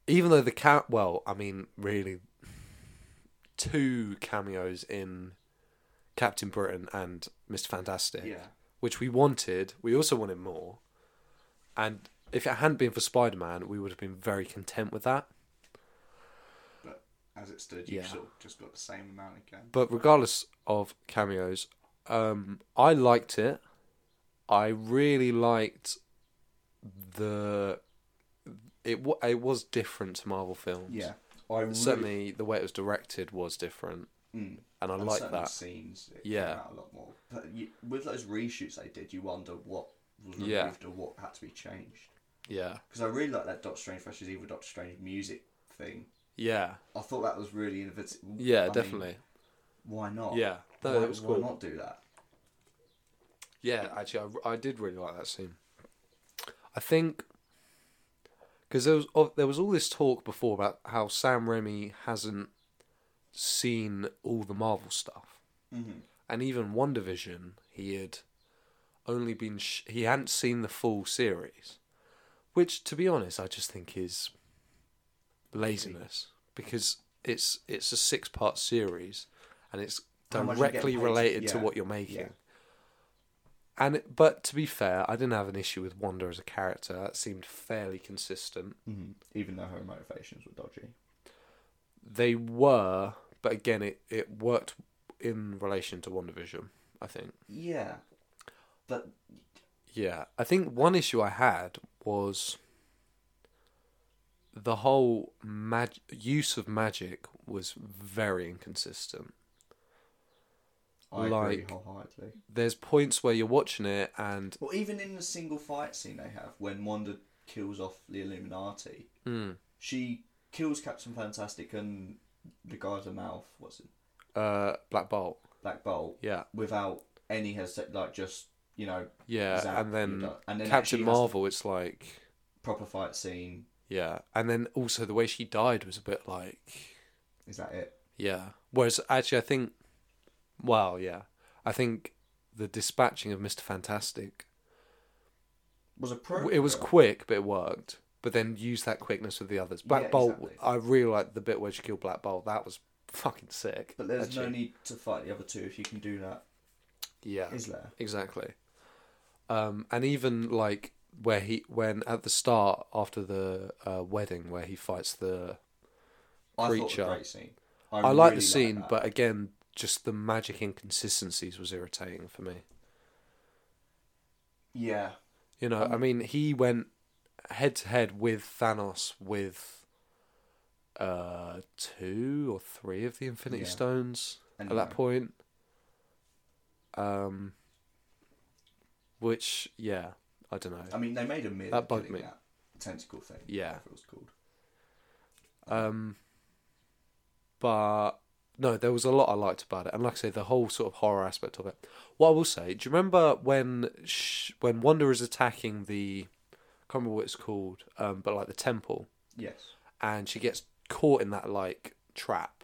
[SPEAKER 1] even though the cat, well, I mean, really, two cameos in Captain Britain and Mister Fantastic,
[SPEAKER 2] Yeah.
[SPEAKER 1] which we wanted. We also wanted more, and if it hadn't been for Spider Man, we would have been very content with that.
[SPEAKER 2] But as it stood, you
[SPEAKER 1] Yeah.
[SPEAKER 2] sort of just got the same amount again.
[SPEAKER 1] but regardless of cameos, um, I liked it. I really liked the it. wa- It was different to Marvel films.
[SPEAKER 2] yeah, I really,
[SPEAKER 1] certainly the way it was directed was different,
[SPEAKER 2] Mm.
[SPEAKER 1] and I
[SPEAKER 2] and
[SPEAKER 1] like
[SPEAKER 2] certain
[SPEAKER 1] that.
[SPEAKER 2] scenes. It
[SPEAKER 1] Yeah.
[SPEAKER 2] came out a lot more. But you, with those reshoots they did, you wonder what was removed
[SPEAKER 1] Yeah.
[SPEAKER 2] or what had to be changed.
[SPEAKER 1] Yeah,
[SPEAKER 2] Because I really like that Doctor Strange versus Evil Doctor Strange music thing.
[SPEAKER 1] yeah,
[SPEAKER 2] I thought that was really innovative.
[SPEAKER 1] yeah,
[SPEAKER 2] I mean,
[SPEAKER 1] definitely.
[SPEAKER 2] why not?
[SPEAKER 1] Yeah. No,
[SPEAKER 2] why,
[SPEAKER 1] it was
[SPEAKER 2] why
[SPEAKER 1] cool.
[SPEAKER 2] not do that?
[SPEAKER 1] Yeah, actually, I, I did really like that scene. I think because there was of- there was all this talk before about how Sam Raimi hasn't seen all the Marvel stuff,
[SPEAKER 2] Mm-hmm.
[SPEAKER 1] and even One Division he had only been sh- he hadn't seen the full series, which to be honest, I just think is laziness because it's it's a six part series, and it's
[SPEAKER 2] How much you get
[SPEAKER 1] directly
[SPEAKER 2] paid-
[SPEAKER 1] related to
[SPEAKER 2] yeah,
[SPEAKER 1] what you're making.
[SPEAKER 2] yeah.
[SPEAKER 1] And it- but to be fair, I didn't have an issue with Wanda as a character. That seemed fairly consistent.
[SPEAKER 2] Mm-hmm. Even though her motivations were dodgy.
[SPEAKER 1] They were, but again, it it worked in relation to WandaVision, I think.
[SPEAKER 2] Yeah, but
[SPEAKER 1] Yeah, I think one issue I had was the whole mag- use of magic was very inconsistent.
[SPEAKER 2] I agree
[SPEAKER 1] Like-
[SPEAKER 2] wholeheartedly.
[SPEAKER 1] There's points where you're watching it and
[SPEAKER 2] Well, even in the single fight scene they have when Wanda kills off the Illuminati,
[SPEAKER 1] Mm.
[SPEAKER 2] she kills Captain Fantastic and the guy with the mouth, what's it,
[SPEAKER 1] uh, Black Bolt,
[SPEAKER 2] Black Bolt,
[SPEAKER 1] yeah,
[SPEAKER 2] without any hesitation, like just you know,
[SPEAKER 1] yeah,
[SPEAKER 2] zap,
[SPEAKER 1] Uh, and
[SPEAKER 2] you're
[SPEAKER 1] then
[SPEAKER 2] done. and then
[SPEAKER 1] Captain
[SPEAKER 2] actually has
[SPEAKER 1] Marvel. It's like
[SPEAKER 2] a proper fight scene.
[SPEAKER 1] Yeah, and then also the way she died was a bit like
[SPEAKER 2] Is that it?
[SPEAKER 1] yeah. Whereas actually, I think, well, yeah, I think the dispatching of Mister Fantastic
[SPEAKER 2] Was a pro?
[SPEAKER 1] it was quick, but it worked. But then use that quickness with the others. Black
[SPEAKER 2] Yeah,
[SPEAKER 1] Bolt,
[SPEAKER 2] exactly.
[SPEAKER 1] I really liked the bit where she killed Black Bolt. That was fucking sick.
[SPEAKER 2] But there's no
[SPEAKER 1] actually.
[SPEAKER 2] need to fight the other two if you can do that,
[SPEAKER 1] yeah,
[SPEAKER 2] is there?
[SPEAKER 1] Exactly. Um, and even like where he when at the start after the uh, wedding where he fights the
[SPEAKER 2] I thought it was
[SPEAKER 1] Creature.
[SPEAKER 2] a great scene. I,
[SPEAKER 1] I,
[SPEAKER 2] really
[SPEAKER 1] like the scene,
[SPEAKER 2] that.
[SPEAKER 1] but again, just the magic inconsistencies was irritating for me.
[SPEAKER 2] yeah,
[SPEAKER 1] You know,
[SPEAKER 2] Mm.
[SPEAKER 1] I mean, he went head to head with Thanos with uh two or three of the Infinity
[SPEAKER 2] Yeah.
[SPEAKER 1] Stones
[SPEAKER 2] And
[SPEAKER 1] at
[SPEAKER 2] he
[SPEAKER 1] that
[SPEAKER 2] won.
[SPEAKER 1] point. Um, which yeah, I don't know.
[SPEAKER 2] I mean they made a myth
[SPEAKER 1] That bugged
[SPEAKER 2] killing
[SPEAKER 1] me.
[SPEAKER 2] that tentacle thing.
[SPEAKER 1] Yeah.
[SPEAKER 2] whatever it was called.
[SPEAKER 1] Um, but no, there was a lot I liked about it, and like I say, the whole sort of horror aspect of it. What I will say, do you remember when sh- when Wanda is attacking the, I can't remember what it's called, um, but like the temple,
[SPEAKER 2] Yes.
[SPEAKER 1] and she gets caught in that like trap.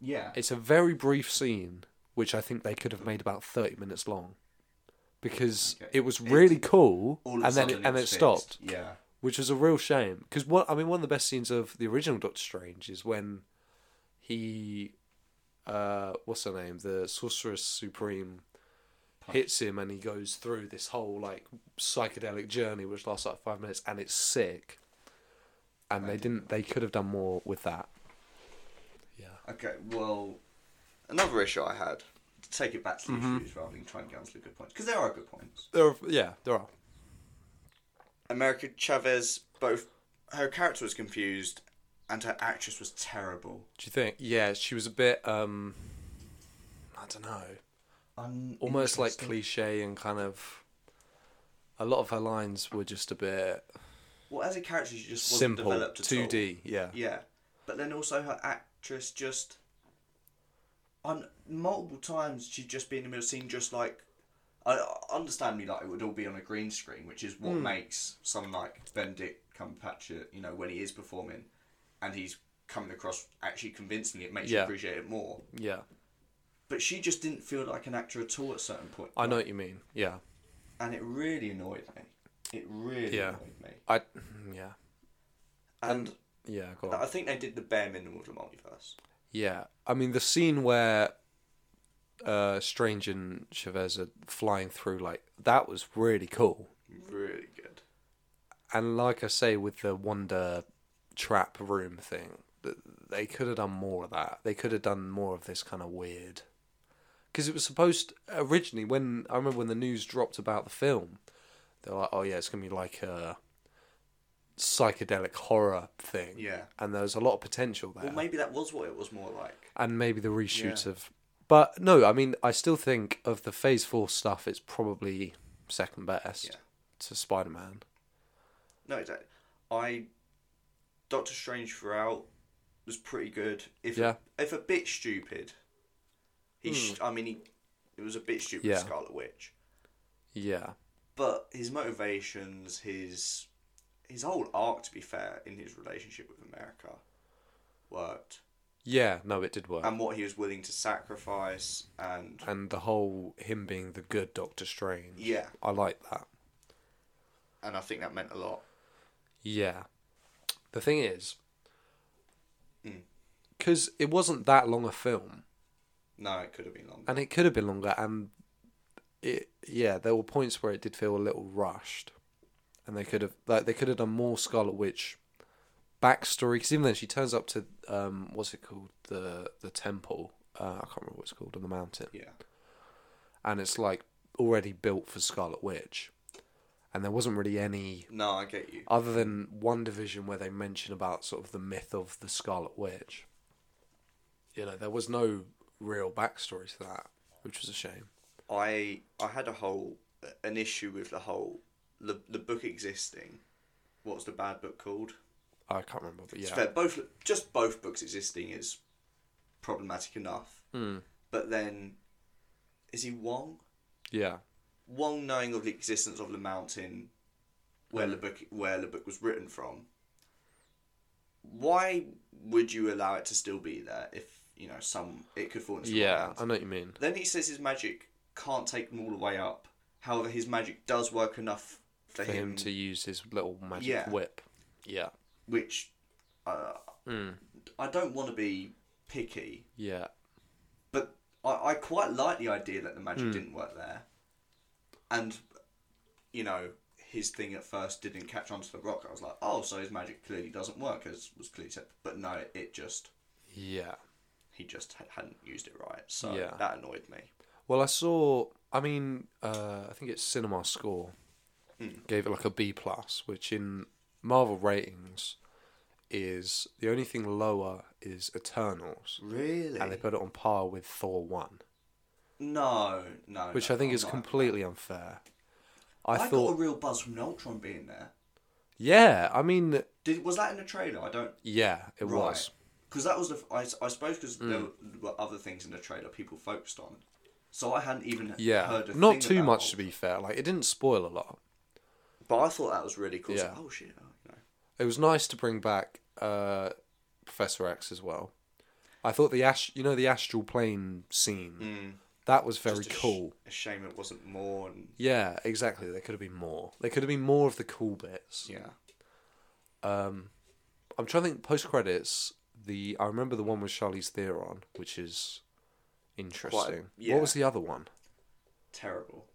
[SPEAKER 2] Yeah.
[SPEAKER 1] It's a very brief scene, which I think they could have made about thirty minutes long, because
[SPEAKER 2] Okay.
[SPEAKER 1] it was
[SPEAKER 2] It-
[SPEAKER 1] really cool,
[SPEAKER 2] All of a
[SPEAKER 1] and then
[SPEAKER 2] sudden
[SPEAKER 1] it, and it
[SPEAKER 2] was
[SPEAKER 1] stopped
[SPEAKER 2] fixed. Yeah.
[SPEAKER 1] which was a real shame because what I mean, one of the best scenes of the original Doctor Strange is when he, uh, what's her name, the Sorceress Supreme, hits him and he goes through this whole like psychedelic journey which lasts like five minutes and it's sick. And they didn't. They could have done more with that.
[SPEAKER 2] Okay. Well, another issue I had to take it back to the
[SPEAKER 1] Mm-hmm.
[SPEAKER 2] issues rather than trying to get onto the good points because there are good points.
[SPEAKER 1] There, are, yeah, there are.
[SPEAKER 2] America Chavez, both her character was confused and her actress was terrible.
[SPEAKER 1] Do you think? Yeah, she was a bit. um I don't know. almost like cliche and kind of a lot of her lines were just a bit
[SPEAKER 2] Well, as a character, she just wasn't
[SPEAKER 1] simple
[SPEAKER 2] developed at all.
[SPEAKER 1] 2d yeah
[SPEAKER 2] Yeah, but then also her actress just on multiple times she'd just be in the middle of the scene, just like I I understand me like it would all be on a green screen, which is what
[SPEAKER 1] Hmm.
[SPEAKER 2] makes someone like Benedict Cumberbatch, you know, when he is performing, and he's coming across actually convincingly, it makes you
[SPEAKER 1] Yeah.
[SPEAKER 2] appreciate it more.
[SPEAKER 1] Yeah,
[SPEAKER 2] But she just didn't feel like an actor at all at certain point,
[SPEAKER 1] I know what you mean. Yeah,
[SPEAKER 2] and it really annoyed me. It really
[SPEAKER 1] Yeah.
[SPEAKER 2] annoyed me,
[SPEAKER 1] I. Yeah,
[SPEAKER 2] and
[SPEAKER 1] yeah. Go on.
[SPEAKER 2] I think they did the bare minimum of the multiverse.
[SPEAKER 1] Yeah, I mean the scene where uh, Strange and Chavez are flying through like that was really cool.
[SPEAKER 2] Really good.
[SPEAKER 1] And like I say, with the Wonder Trap Room thing, th- they could have done more of that. They could have done more of this kind of weird. Because it was supposed originally when I remember when the news dropped about the film, they're like, "Oh yeah, it's gonna be like a psychedelic horror thing."
[SPEAKER 2] Yeah.
[SPEAKER 1] and there was a lot of potential there
[SPEAKER 2] Well, maybe that was what it was more like.
[SPEAKER 1] and maybe the reshoots
[SPEAKER 2] Yeah.
[SPEAKER 1] of but no i mean i still think of the phase 4 stuff it's probably second best
[SPEAKER 2] Yeah.
[SPEAKER 1] to spider-man
[SPEAKER 2] No, exactly. I Doctor Strange throughout was pretty good. If
[SPEAKER 1] Yeah. Hmm.
[SPEAKER 2] if a bit stupid, he. Sh- I mean, he, it was a bit stupid.
[SPEAKER 1] Yeah.
[SPEAKER 2] with Scarlet Witch,
[SPEAKER 1] yeah
[SPEAKER 2] but his motivations, his his whole arc, to be fair, in his relationship with America, worked,
[SPEAKER 1] yeah no it did work
[SPEAKER 2] and what he was willing to sacrifice, and
[SPEAKER 1] and the whole him being the good doctor strange
[SPEAKER 2] yeah,
[SPEAKER 1] i like that
[SPEAKER 2] and I think that meant a lot.
[SPEAKER 1] yeah the thing is because it wasn't that long a film
[SPEAKER 2] No, it could have been longer.
[SPEAKER 1] and it could have been longer and it yeah there were points where it did feel a little rushed and they could have like they could have done more scarlet witch backstory because even then she turns up to um what's it called the the temple uh, i can't remember what it's called on the mountain
[SPEAKER 2] Yeah,
[SPEAKER 1] and it's like already built for scarlet witch and there wasn't really any
[SPEAKER 2] no, I get you.
[SPEAKER 1] other than one division where they mention about sort of the myth of the scarlet witch you know there was no real backstory to that which was a shame
[SPEAKER 2] I I had a whole an issue with the whole the the book existing. What's the bad book called?
[SPEAKER 1] I can't remember, but yeah,
[SPEAKER 2] It's fair, both just both books existing is problematic enough.
[SPEAKER 1] Hmm.
[SPEAKER 2] But then, is he Wong?
[SPEAKER 1] yeah,
[SPEAKER 2] Wong knowing of the existence of the mountain,
[SPEAKER 1] Hmm.
[SPEAKER 2] where the book where the book was written from. Why would you allow it to still be there if you know some it could fall into someone's
[SPEAKER 1] yeah.
[SPEAKER 2] hands?
[SPEAKER 1] I know what you mean.
[SPEAKER 2] Then he says his magic can't take them all the way up. However, his magic does work enough for,
[SPEAKER 1] For
[SPEAKER 2] him,
[SPEAKER 1] him to use his little magic
[SPEAKER 2] Um, Yeah.
[SPEAKER 1] whip, yeah,
[SPEAKER 2] which uh,
[SPEAKER 1] Hmm.
[SPEAKER 2] I don't want to be picky,
[SPEAKER 1] yeah,
[SPEAKER 2] but I, I quite like the idea that the magic
[SPEAKER 1] Hmm.
[SPEAKER 2] didn't work there, and you know his thing at first didn't catch on to the rock. I was like, oh, so his magic clearly doesn't work as was clearly said, but no, it just
[SPEAKER 1] yeah.
[SPEAKER 2] he just ha- hadn't used it right, so
[SPEAKER 1] Yeah.
[SPEAKER 2] that annoyed me.
[SPEAKER 1] Well, I saw. I mean, uh, I think it's Cinema Score
[SPEAKER 2] Hmm.
[SPEAKER 1] gave it like a B plus, which in Marvel ratings is the only thing lower is Eternals,
[SPEAKER 2] Really?
[SPEAKER 1] and they put it on par with Thor one,
[SPEAKER 2] No, no.
[SPEAKER 1] which
[SPEAKER 2] no,
[SPEAKER 1] I think
[SPEAKER 2] I'm
[SPEAKER 1] is
[SPEAKER 2] not.
[SPEAKER 1] completely unfair. I,
[SPEAKER 2] I,
[SPEAKER 1] thought,
[SPEAKER 2] got a real buzz from Ultron being there.
[SPEAKER 1] yeah. I mean,
[SPEAKER 2] Did was that in the trailer? I don't.
[SPEAKER 1] yeah, it
[SPEAKER 2] Right.
[SPEAKER 1] was.
[SPEAKER 2] Because that was the I, s- I suppose because there
[SPEAKER 1] Mm.
[SPEAKER 2] were other things in the trailer people focused on, so I hadn't even
[SPEAKER 1] Yeah,
[SPEAKER 2] heard a thing
[SPEAKER 1] not too
[SPEAKER 2] about
[SPEAKER 1] much to
[SPEAKER 2] Ultron.
[SPEAKER 1] be fair. Like it didn't spoil a lot.
[SPEAKER 2] But I thought that was really cool. Yeah.
[SPEAKER 1] Yeah.
[SPEAKER 2] oh shit! Oh, you know.
[SPEAKER 1] It was nice to bring back uh, Professor X as well. I thought the ash, you know, the astral plane scene, that was very
[SPEAKER 2] Hmm. Just a sh-
[SPEAKER 1] cool.
[SPEAKER 2] a shame it wasn't more. And,
[SPEAKER 1] yeah, exactly. There could have been more. There could have been more of the cool bits.
[SPEAKER 2] yeah.
[SPEAKER 1] I'm trying to think. Post credits, the I remember the one with Charlize Theron, which is interesting.
[SPEAKER 2] yeah.
[SPEAKER 1] What was the other one?
[SPEAKER 2] Terrible.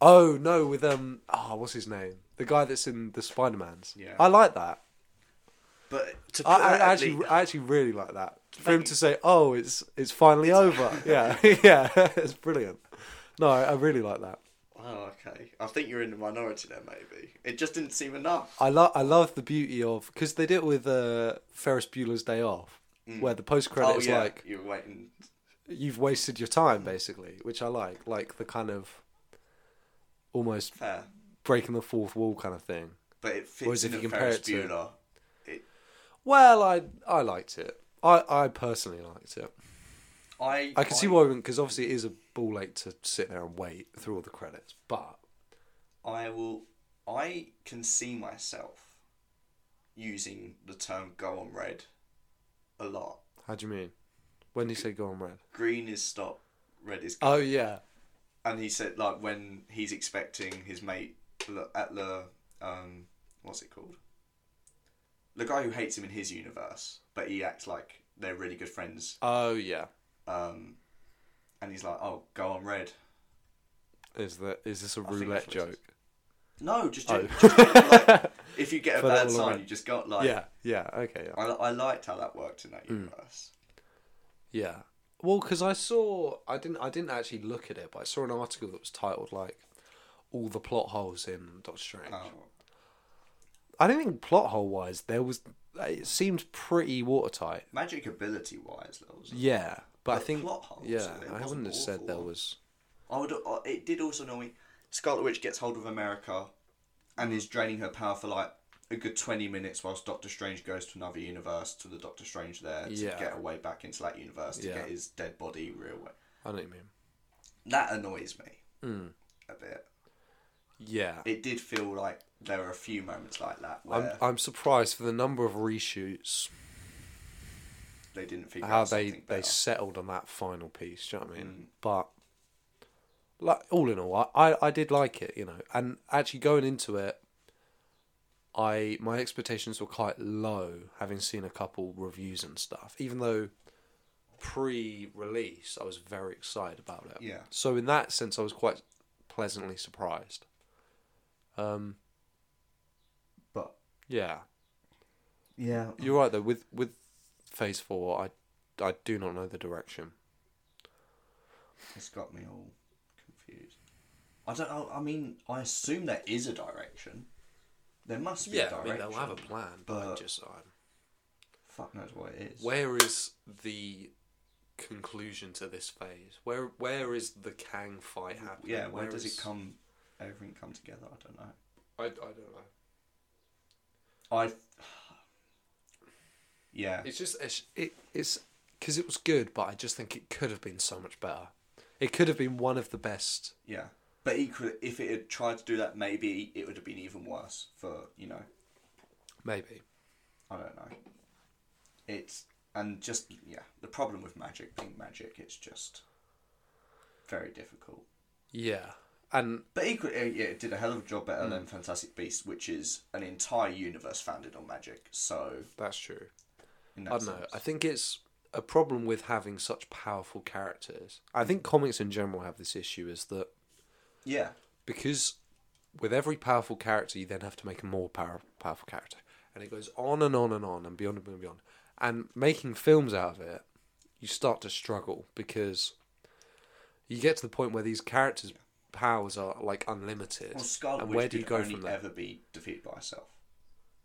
[SPEAKER 1] Oh no, with um, oh, what's his name? The guy that's in the Spider Man's.
[SPEAKER 2] Yeah.
[SPEAKER 1] I like that.
[SPEAKER 2] But to put
[SPEAKER 1] I, I
[SPEAKER 2] that at
[SPEAKER 1] actually,
[SPEAKER 2] least-
[SPEAKER 1] I actually really like that. For him to say, "Oh, it's it's finally over." Yeah, yeah, it's brilliant. No, I, I really like that.
[SPEAKER 2] oh okay. I think you're in the minority there. Maybe it just didn't seem enough.
[SPEAKER 1] I love I love the beauty of because they did it with uh, Ferris Bueller's Day Off, where the post
[SPEAKER 2] Oh
[SPEAKER 1] credits
[SPEAKER 2] yeah,
[SPEAKER 1] like
[SPEAKER 2] you were waiting.
[SPEAKER 1] you've wasted your time basically, which I like, like the kind of almost
[SPEAKER 2] Fair.
[SPEAKER 1] breaking the fourth wall kind of thing.
[SPEAKER 2] But it fits
[SPEAKER 1] Whereas
[SPEAKER 2] in
[SPEAKER 1] if
[SPEAKER 2] a
[SPEAKER 1] you compare
[SPEAKER 2] Ferris
[SPEAKER 1] it to-
[SPEAKER 2] Bueller. It,
[SPEAKER 1] Well, I I liked it. I I personally liked it.
[SPEAKER 2] I
[SPEAKER 1] I can see why we wouldn't, because obviously it is a ball ache to sit there and wait through all the credits. But
[SPEAKER 2] I will. I can see myself using the term "go on red" a lot.
[SPEAKER 1] how do you mean? When do you say go on red?
[SPEAKER 2] Green is stop, red is.
[SPEAKER 1] Oh yeah,
[SPEAKER 2] And he said like when he's expecting his mate l- at the um, what's it called? The guy who hates him in his universe, but he acts like they're really good friends.
[SPEAKER 1] oh yeah.
[SPEAKER 2] Um, and he's like, "Oh, go on red."
[SPEAKER 1] Is that is this a
[SPEAKER 2] think
[SPEAKER 1] roulette
[SPEAKER 2] that's what it
[SPEAKER 1] joke?
[SPEAKER 2] is. No, just,
[SPEAKER 1] Oh.
[SPEAKER 2] just like, if you get a
[SPEAKER 1] For that
[SPEAKER 2] bad
[SPEAKER 1] all
[SPEAKER 2] sign,
[SPEAKER 1] around.
[SPEAKER 2] you just got like
[SPEAKER 1] yeah, Hmm. yeah, okay, yeah,
[SPEAKER 2] I, I liked how that worked in that universe.
[SPEAKER 1] yeah. Well, because I saw, I didn't, I didn't actually look at it, but I saw an article that was titled like "All the Plot Holes in Doctor Strange."
[SPEAKER 2] Oh,
[SPEAKER 1] I don't think plot hole wise there was. It seemed pretty watertight.
[SPEAKER 2] magic ability wise, that was.
[SPEAKER 1] Yeah, but I
[SPEAKER 2] Like
[SPEAKER 1] think
[SPEAKER 2] plot holes,
[SPEAKER 1] yeah,
[SPEAKER 2] it
[SPEAKER 1] I
[SPEAKER 2] wasn't
[SPEAKER 1] wouldn't have said
[SPEAKER 2] awful.
[SPEAKER 1] there was.
[SPEAKER 2] I would. I- It did also annoy me. Scarlet Witch gets hold of America, and is draining her power for like a good twenty minutes, whilst Doctor Strange goes to another universe to the Doctor Strange there to
[SPEAKER 1] Yeah.
[SPEAKER 2] get away back into that universe to
[SPEAKER 1] Yeah.
[SPEAKER 2] get his dead body real. Way.
[SPEAKER 1] I know what you mean.
[SPEAKER 2] That annoys me
[SPEAKER 1] Hmm.
[SPEAKER 2] a bit.
[SPEAKER 1] Yeah,
[SPEAKER 2] It did feel like there were a few moments like that
[SPEAKER 1] I'm
[SPEAKER 2] where
[SPEAKER 1] I'm surprised for the number of reshoots
[SPEAKER 2] they didn't figure
[SPEAKER 1] how
[SPEAKER 2] out
[SPEAKER 1] they
[SPEAKER 2] something
[SPEAKER 1] they
[SPEAKER 2] better.
[SPEAKER 1] settled on that final piece. Do you know what I mean? But like all in all, I, I I did like it, you know, and actually going into it, I my expectations were quite low, having seen a couple reviews and stuff. Even though pre-release, I was very excited about it.
[SPEAKER 2] Yeah.
[SPEAKER 1] So in that sense, I was quite pleasantly surprised. Um.
[SPEAKER 2] But
[SPEAKER 1] Yeah.
[SPEAKER 2] yeah,
[SPEAKER 1] You're right though. With with Phase Four, I I do not know the direction.
[SPEAKER 2] It's got me all confused. I don't know. I mean, I assume there is a direction. There must be a
[SPEAKER 1] Yeah, I
[SPEAKER 2] direction.
[SPEAKER 1] mean they'll have a plan, but I
[SPEAKER 2] but-
[SPEAKER 1] just I'm,
[SPEAKER 2] Fuck knows what it is.
[SPEAKER 1] where is the conclusion to this phase? Where where is the Kang fight happening?
[SPEAKER 2] yeah, where, does
[SPEAKER 1] is-
[SPEAKER 2] it come? Everything come together. I don't know.
[SPEAKER 1] I, I don't know.
[SPEAKER 2] I. Yeah,
[SPEAKER 1] It's just it's it, it's because it was good, but I just think it could have been so much better. It could have been one of the best.
[SPEAKER 2] yeah. But equally, if it had tried to do that, maybe it would have been even worse. For you know,
[SPEAKER 1] Maybe.
[SPEAKER 2] I don't know. It's and just yeah, the problem with magic being magic, it's just very difficult.
[SPEAKER 1] Yeah, and
[SPEAKER 2] But equally, uh, yeah, it did a hell of a job
[SPEAKER 1] Hmm.
[SPEAKER 2] better than Fantastic Beasts, which is an entire universe founded on magic. So,
[SPEAKER 1] that's true.
[SPEAKER 2] in
[SPEAKER 1] I
[SPEAKER 2] that
[SPEAKER 1] don't know.
[SPEAKER 2] sense-
[SPEAKER 1] I think it's a problem with having such powerful characters. I think comics in general have this issue: is that
[SPEAKER 2] yeah,
[SPEAKER 1] because with every powerful character, you then have to make a more power, powerful character, and it goes on and on and on and beyond and beyond and beyond. And making films out of it, you start to struggle because you get to the point where these characters' powers are like unlimited.
[SPEAKER 2] well, Scarlet
[SPEAKER 1] and
[SPEAKER 2] Witch
[SPEAKER 1] where do you
[SPEAKER 2] could
[SPEAKER 1] go
[SPEAKER 2] only
[SPEAKER 1] from there?
[SPEAKER 2] ever be defeated by herself.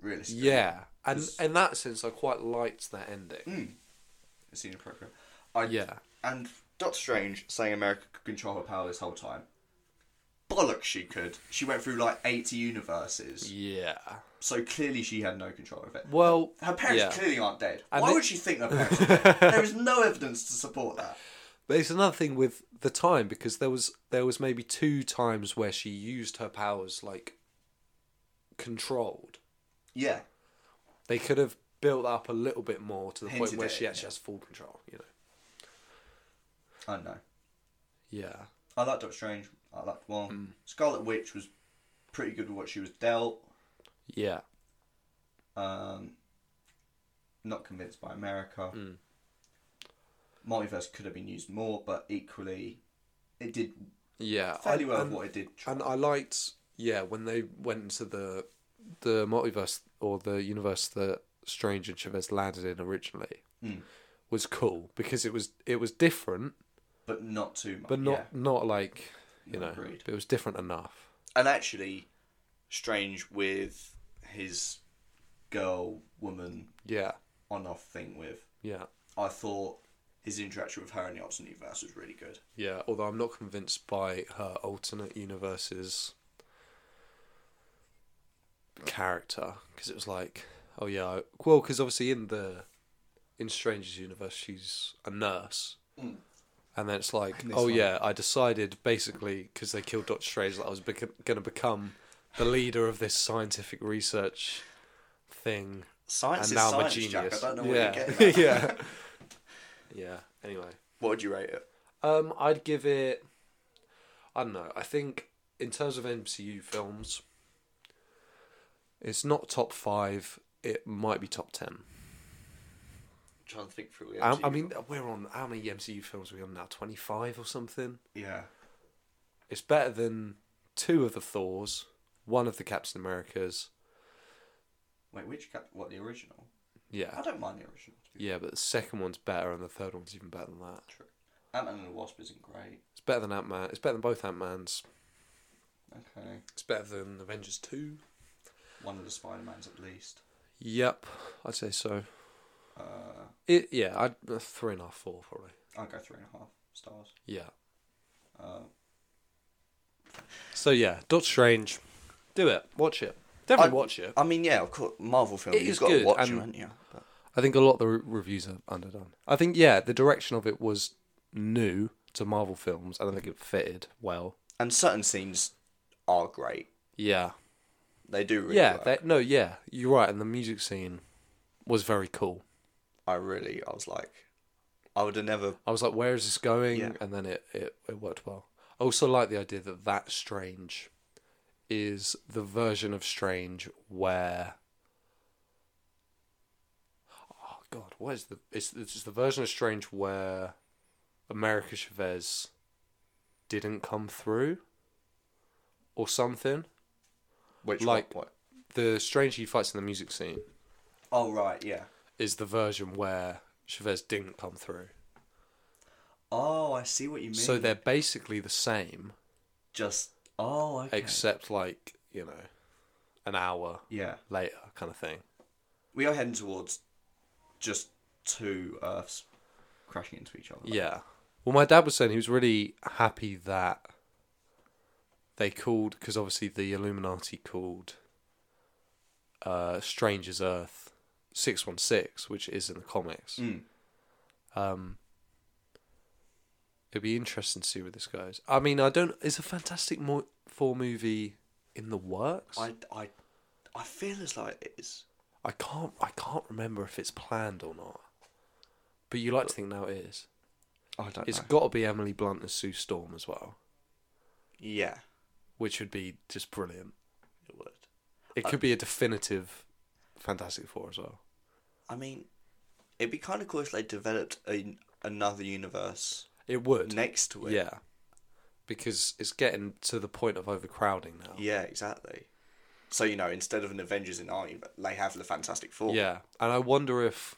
[SPEAKER 2] Realistically,
[SPEAKER 1] Yeah, and in that sense, I quite liked that ending.
[SPEAKER 2] it's inappropriate. I,
[SPEAKER 1] Yeah.
[SPEAKER 2] and Doctor Strange saying America could control her power this whole time. Bollocks, she could. She went through like eighty universes,
[SPEAKER 1] Yeah.
[SPEAKER 2] so clearly she had no control of it.
[SPEAKER 1] Well,
[SPEAKER 2] Her parents
[SPEAKER 1] yeah.
[SPEAKER 2] clearly aren't dead.
[SPEAKER 1] And
[SPEAKER 2] Why
[SPEAKER 1] thi-
[SPEAKER 2] would she think her parents? Are dead? there is no evidence to support that.
[SPEAKER 1] But it's another thing with the time because there was there was maybe two times where she used her powers like controlled.
[SPEAKER 2] Yeah,
[SPEAKER 1] They could have built up a little bit more to the point
[SPEAKER 2] Hinted
[SPEAKER 1] where
[SPEAKER 2] at
[SPEAKER 1] she
[SPEAKER 2] it,
[SPEAKER 1] actually has full control. You know.
[SPEAKER 2] I know.
[SPEAKER 1] Yeah.
[SPEAKER 2] I liked Doctor Strange. I liked one. Scarlet Witch was pretty good with what she was dealt.
[SPEAKER 1] Yeah.
[SPEAKER 2] Um, not convinced by America. Multiverse could have been used more, but equally, it did
[SPEAKER 1] Yeah.
[SPEAKER 2] fairly well with
[SPEAKER 1] and,
[SPEAKER 2] what it did. Try.
[SPEAKER 1] and I liked yeah when they went into the the multiverse or the universe that Strange and Chavez landed in originally
[SPEAKER 2] Hmm.
[SPEAKER 1] was cool because it was it was different
[SPEAKER 2] but not too much.
[SPEAKER 1] but not
[SPEAKER 2] yeah.
[SPEAKER 1] not like you
[SPEAKER 2] No,
[SPEAKER 1] know
[SPEAKER 2] agreed.
[SPEAKER 1] it was different enough.
[SPEAKER 2] And actually, Strange with his girl woman
[SPEAKER 1] Yeah.
[SPEAKER 2] on off thing with.
[SPEAKER 1] Yeah.
[SPEAKER 2] I thought his interaction with her in the alternate universe was really good.
[SPEAKER 1] Yeah, although I'm not convinced by her alternate universes character because it was like, oh yeah, I, well, because obviously in the in Stranger's universe she's a nurse, And then it's like,
[SPEAKER 2] Mm. And it's
[SPEAKER 1] oh
[SPEAKER 2] like-
[SPEAKER 1] yeah, I decided basically because they killed Dr. Strange that I was bec- going to become the leader of this scientific research thing, and
[SPEAKER 2] Science is
[SPEAKER 1] now I'm a
[SPEAKER 2] science,
[SPEAKER 1] genius.
[SPEAKER 2] Jack. I don't know where
[SPEAKER 1] yeah,
[SPEAKER 2] you're getting that.
[SPEAKER 1] yeah, yeah. Anyway,
[SPEAKER 2] What would you rate it?
[SPEAKER 1] um, I'd give it. I don't know. I think in terms of MCU films, it's not top five. It might be top ten.
[SPEAKER 2] I'm trying to think through. the
[SPEAKER 1] I, I
[SPEAKER 2] MCU.
[SPEAKER 1] mean, we're on how many MCU films are we on now? Twenty five or something.
[SPEAKER 2] yeah,
[SPEAKER 1] It's better than two of the Thors, one of the Captain Americas.
[SPEAKER 2] wait, which cap? What the original? I
[SPEAKER 1] Yeah,
[SPEAKER 2] don't mind the original. To be
[SPEAKER 1] yeah, but the second one's better, and the third one's even better than that.
[SPEAKER 2] true. Ant Man and the Wasp isn't great.
[SPEAKER 1] It's better than Ant Man. It's better than both Ant Mans.
[SPEAKER 2] Okay,
[SPEAKER 1] It's better than Avengers two.
[SPEAKER 2] one of the Spider Mans at least.
[SPEAKER 1] Yep, I'd say so.
[SPEAKER 2] Uh,
[SPEAKER 1] It yeah, I'd uh, three and a half, four probably.
[SPEAKER 2] I'll go three and a half stars.
[SPEAKER 1] Yeah.
[SPEAKER 2] Uh,
[SPEAKER 1] So yeah, Doctor Strange, do it. Watch it. Definitely watch it.
[SPEAKER 2] I mean, yeah, of course, Marvel film.
[SPEAKER 1] It
[SPEAKER 2] you've
[SPEAKER 1] is
[SPEAKER 2] got
[SPEAKER 1] good,
[SPEAKER 2] to watch
[SPEAKER 1] and-
[SPEAKER 2] them, haven't you? But
[SPEAKER 1] I think a lot of the re- reviews are underdone. I think yeah, the direction of it was new to Marvel films. I don't think it fitted well.
[SPEAKER 2] and certain scenes are great.
[SPEAKER 1] Yeah.
[SPEAKER 2] They do really.
[SPEAKER 1] yeah,
[SPEAKER 2] work.
[SPEAKER 1] that, no, yeah, you're right. And the music scene was very cool.
[SPEAKER 2] I really, I was like, I would have never.
[SPEAKER 1] I was like, where is this going?
[SPEAKER 2] Yeah.
[SPEAKER 1] And then it, it, it worked well. I also like the idea that that Strange is the version of Strange where. Oh, God, what is the. It's, it's the version of Strange where America Chavez didn't come through or something.
[SPEAKER 2] Which
[SPEAKER 1] Like-
[SPEAKER 2] one? What?
[SPEAKER 1] The Strange he fights in the music scene.
[SPEAKER 2] Oh right, yeah.
[SPEAKER 1] is the version where Chavez didn't come through.
[SPEAKER 2] Oh, I see what you mean.
[SPEAKER 1] So they're basically the same,
[SPEAKER 2] just. Oh, okay.
[SPEAKER 1] except like, you know, an hour
[SPEAKER 2] yeah,
[SPEAKER 1] later kind of thing.
[SPEAKER 2] we are heading towards just two Earths crashing into each other.
[SPEAKER 1] Yeah. Well, my dad was saying he was really happy that they called, because obviously the Illuminati called uh, Stranger's Earth 616, which is in the comics.
[SPEAKER 2] Mm.
[SPEAKER 1] Um, it'd be interesting to see where this goes. I mean, I don't. Is a Fantastic Mo- Four movie in the works?
[SPEAKER 2] I, I, I feel as like it is.
[SPEAKER 1] I can't. I can't remember if it's planned or not. But you like to think now it is.
[SPEAKER 2] I don't
[SPEAKER 1] It's got to be Emily Blunt and Sue Storm as well,
[SPEAKER 2] Yeah,
[SPEAKER 1] which would be just brilliant.
[SPEAKER 2] it would.
[SPEAKER 1] It could be a definitive Fantastic Four as well.
[SPEAKER 2] I mean, it'd be kind of cool if they developed a, another universe
[SPEAKER 1] It would.
[SPEAKER 2] next to it.
[SPEAKER 1] Yeah. Because it's getting to the point of overcrowding now.
[SPEAKER 2] Yeah, exactly. So you know, instead of an Avengers in our universe, they have the Fantastic Four.
[SPEAKER 1] Yeah, and I wonder if,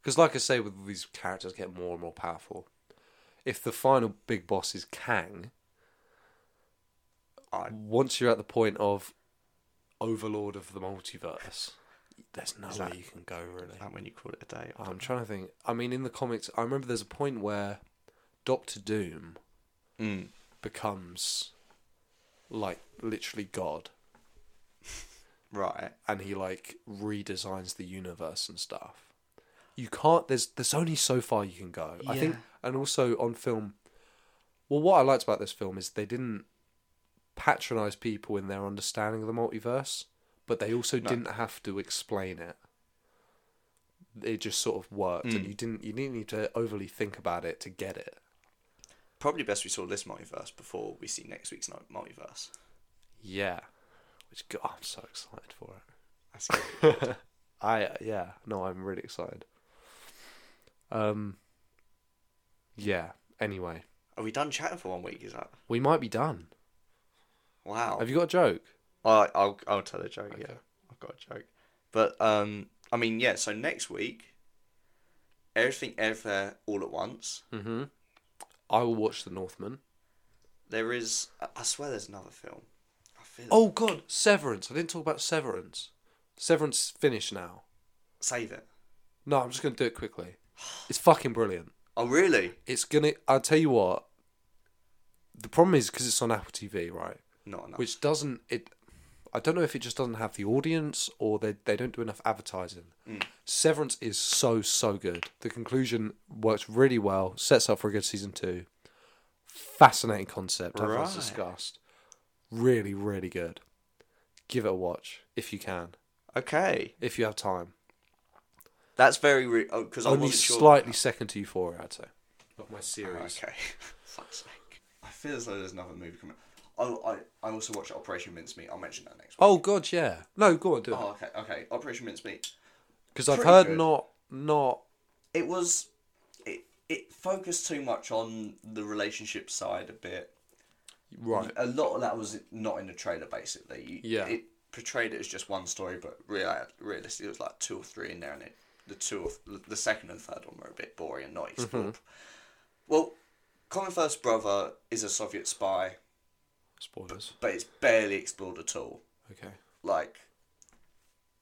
[SPEAKER 1] because like I say, with these characters get more and more powerful. If the final big boss is Kang,
[SPEAKER 2] I-
[SPEAKER 1] once you're at the point of Overlord of the Multiverse, there's no
[SPEAKER 2] that-
[SPEAKER 1] way you can go really.
[SPEAKER 2] And when you call it a day, I
[SPEAKER 1] I'm trying to think. I mean, in the comics, I remember there's a point where Doctor Doom
[SPEAKER 2] Mm.
[SPEAKER 1] becomes like literally God.
[SPEAKER 2] Right.
[SPEAKER 1] and he like redesigns the universe and stuff. You can't. There's there's only so far you can go. I think,
[SPEAKER 2] Yeah.
[SPEAKER 1] and also on film. Well, what I liked about this film is they didn't patronize people in their understanding of the multiverse, but they also didn't have to explain it. It just sort of worked, and you didn't you didn't need to overly think about it to get it.
[SPEAKER 2] Probably best we saw this multiverse before we see next week's no- multiverse.
[SPEAKER 1] Yeah, which God, I'm so excited for it.
[SPEAKER 2] That's good.
[SPEAKER 1] I yeah, no, I'm really excited. Um yeah, anyway,
[SPEAKER 2] Are we done chatting for one week? Is that
[SPEAKER 1] we might be done.
[SPEAKER 2] wow?
[SPEAKER 1] Have you got a joke?
[SPEAKER 2] I, I'll I'll tell a joke. Yeah, I've got a joke. But um, I mean, yeah. So next week, everything everywhere all at once.
[SPEAKER 1] Mhm. I will watch The Northman.
[SPEAKER 2] There is. I- I swear, there's another film. I feel.
[SPEAKER 1] Oh god, Severance. I didn't talk about Severance. Severance is finished now.
[SPEAKER 2] save it.
[SPEAKER 1] No, I'm just going to do it quickly. It's fucking brilliant.
[SPEAKER 2] Oh really?
[SPEAKER 1] It's going to I'll tell you what. The problem is cuz it's on Apple TV, right?
[SPEAKER 2] Not enough.
[SPEAKER 1] Which doesn't it I don't know if it just doesn't have the audience or they they don't do enough advertising.
[SPEAKER 2] Hmm.
[SPEAKER 1] Severance is so so good. The conclusion works really well. Sets up for a good season two. Fascinating concept. I've
[SPEAKER 2] Right.
[SPEAKER 1] discussed. Really really good. Give it a watch if you can.
[SPEAKER 2] Okay,
[SPEAKER 1] If you have time.
[SPEAKER 2] that's very because I
[SPEAKER 1] Only
[SPEAKER 2] wasn't sure. Ah,
[SPEAKER 1] slightly second to Euphoria, I'd say. Not my series.
[SPEAKER 2] Okay, fuck's sake. I feel as though there's another movie coming. I I, I also watched Operation Mincemeat. I'll mention that next. Week.
[SPEAKER 1] Oh god, yeah. No, go on, do it.
[SPEAKER 2] Oh, okay, okay. Operation Mincemeat.
[SPEAKER 1] Because I've
[SPEAKER 2] pretty
[SPEAKER 1] heard
[SPEAKER 2] good.
[SPEAKER 1] not not
[SPEAKER 2] It was it it focused too much on the relationship side a bit.
[SPEAKER 1] right.
[SPEAKER 2] A lot of that was not in the trailer, basically. You-
[SPEAKER 1] Yeah.
[SPEAKER 2] It portrayed it as just one story, but real, realistically, it was like two or three in there, and it, the two of the second and third one were a bit boring and not explored. Well, Colin Firth's brother is a Soviet spy,
[SPEAKER 1] Spoilers.
[SPEAKER 2] but it's barely explored at all.
[SPEAKER 1] Okay.
[SPEAKER 2] Like,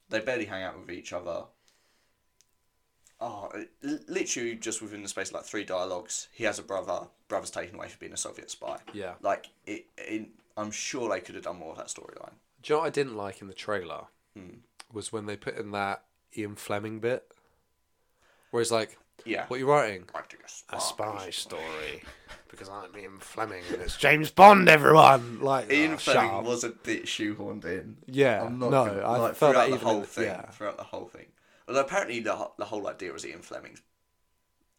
[SPEAKER 2] they barely hang out with each other. Oh, it- l- literally, just within the space of like three dialogues, he has a brother. Brother's taken away for being a Soviet spy.
[SPEAKER 1] Yeah.
[SPEAKER 2] Like, it, it, I'm sure they could have done more of that storyline.
[SPEAKER 1] Do you know what I didn't like in the trailer
[SPEAKER 2] Hmm.
[SPEAKER 1] was when they put in that Ian Fleming bit, where he's like,
[SPEAKER 2] Yeah.
[SPEAKER 1] "What are you writing?"
[SPEAKER 2] Like, to just-
[SPEAKER 1] A spy story, because I'm Ian Fleming and it's James Bond. Everyone like
[SPEAKER 2] Ian
[SPEAKER 1] "Ah, shut
[SPEAKER 2] Fleming
[SPEAKER 1] up."
[SPEAKER 2] was a bit shoehorned in.
[SPEAKER 1] Yeah,
[SPEAKER 2] I'm not
[SPEAKER 1] no,
[SPEAKER 2] gonna-
[SPEAKER 1] I
[SPEAKER 2] like,
[SPEAKER 1] felt
[SPEAKER 2] throughout
[SPEAKER 1] that
[SPEAKER 2] the
[SPEAKER 1] even in
[SPEAKER 2] whole
[SPEAKER 1] the-
[SPEAKER 2] thing.
[SPEAKER 1] yeah.
[SPEAKER 2] Throughout the whole thing. Although apparently the ho- the whole idea was Ian Fleming's,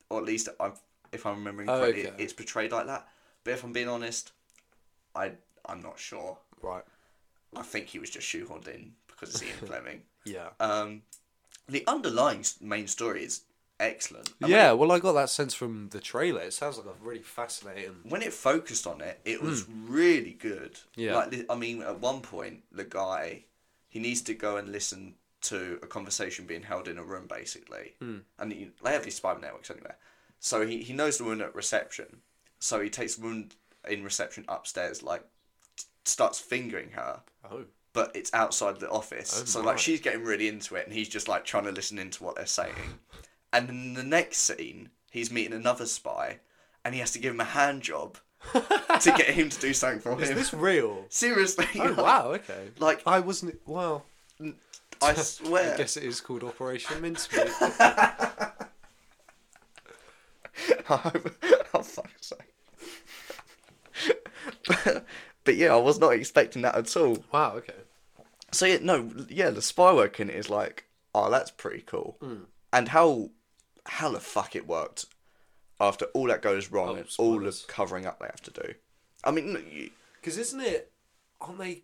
[SPEAKER 2] or at least i if I'm remembering
[SPEAKER 1] Oh,
[SPEAKER 2] correctly,
[SPEAKER 1] okay.
[SPEAKER 2] it's portrayed like that. But if I'm being honest, I I'm not sure.
[SPEAKER 1] right.
[SPEAKER 2] I think he was just shoehorned in because it's Ian Fleming.
[SPEAKER 1] Yeah,
[SPEAKER 2] Um, the underlying s- main story is excellent. And
[SPEAKER 1] yeah. Well, I got that sense from the trailer. It sounds like a really fascinating.
[SPEAKER 2] when it focused on it, it was really good.
[SPEAKER 1] Yeah.
[SPEAKER 2] Like the- I mean, at one point, the guy he needs to go and listen to a conversation being held in a room, basically, and you, they have these spy networks anyway. So he he knows the woman at reception. So he takes the woman in reception upstairs, like t- starts fingering her.
[SPEAKER 1] Oh,
[SPEAKER 2] But it's outside the office,
[SPEAKER 1] Oh
[SPEAKER 2] so
[SPEAKER 1] my.
[SPEAKER 2] like she's getting really into it, and he's just like trying to listen into what they're saying. and in the next scene, he's meeting another spy, and he has to give him a hand job to get him to do something for
[SPEAKER 1] is
[SPEAKER 2] him.
[SPEAKER 1] this real?
[SPEAKER 2] Seriously,
[SPEAKER 1] Oh
[SPEAKER 2] like,
[SPEAKER 1] wow, okay.
[SPEAKER 2] Like-
[SPEAKER 1] I wasn't. Well,
[SPEAKER 2] I
[SPEAKER 1] I
[SPEAKER 2] swear.
[SPEAKER 1] guess it is called Operation Mincemeat.
[SPEAKER 2] oh fuck's sake. but, but yeah, I was not expecting that at all.
[SPEAKER 1] wow, okay.
[SPEAKER 2] So yeah, no, yeah, the spy work in it is like, oh, that's pretty cool.
[SPEAKER 1] Hmm.
[SPEAKER 2] And how, how the fuck it worked, after all that goes wrong and all the
[SPEAKER 1] Oh, spoilers.
[SPEAKER 2] covering up they have to do. I mean, no, you-
[SPEAKER 1] Because isn't it? Aren't they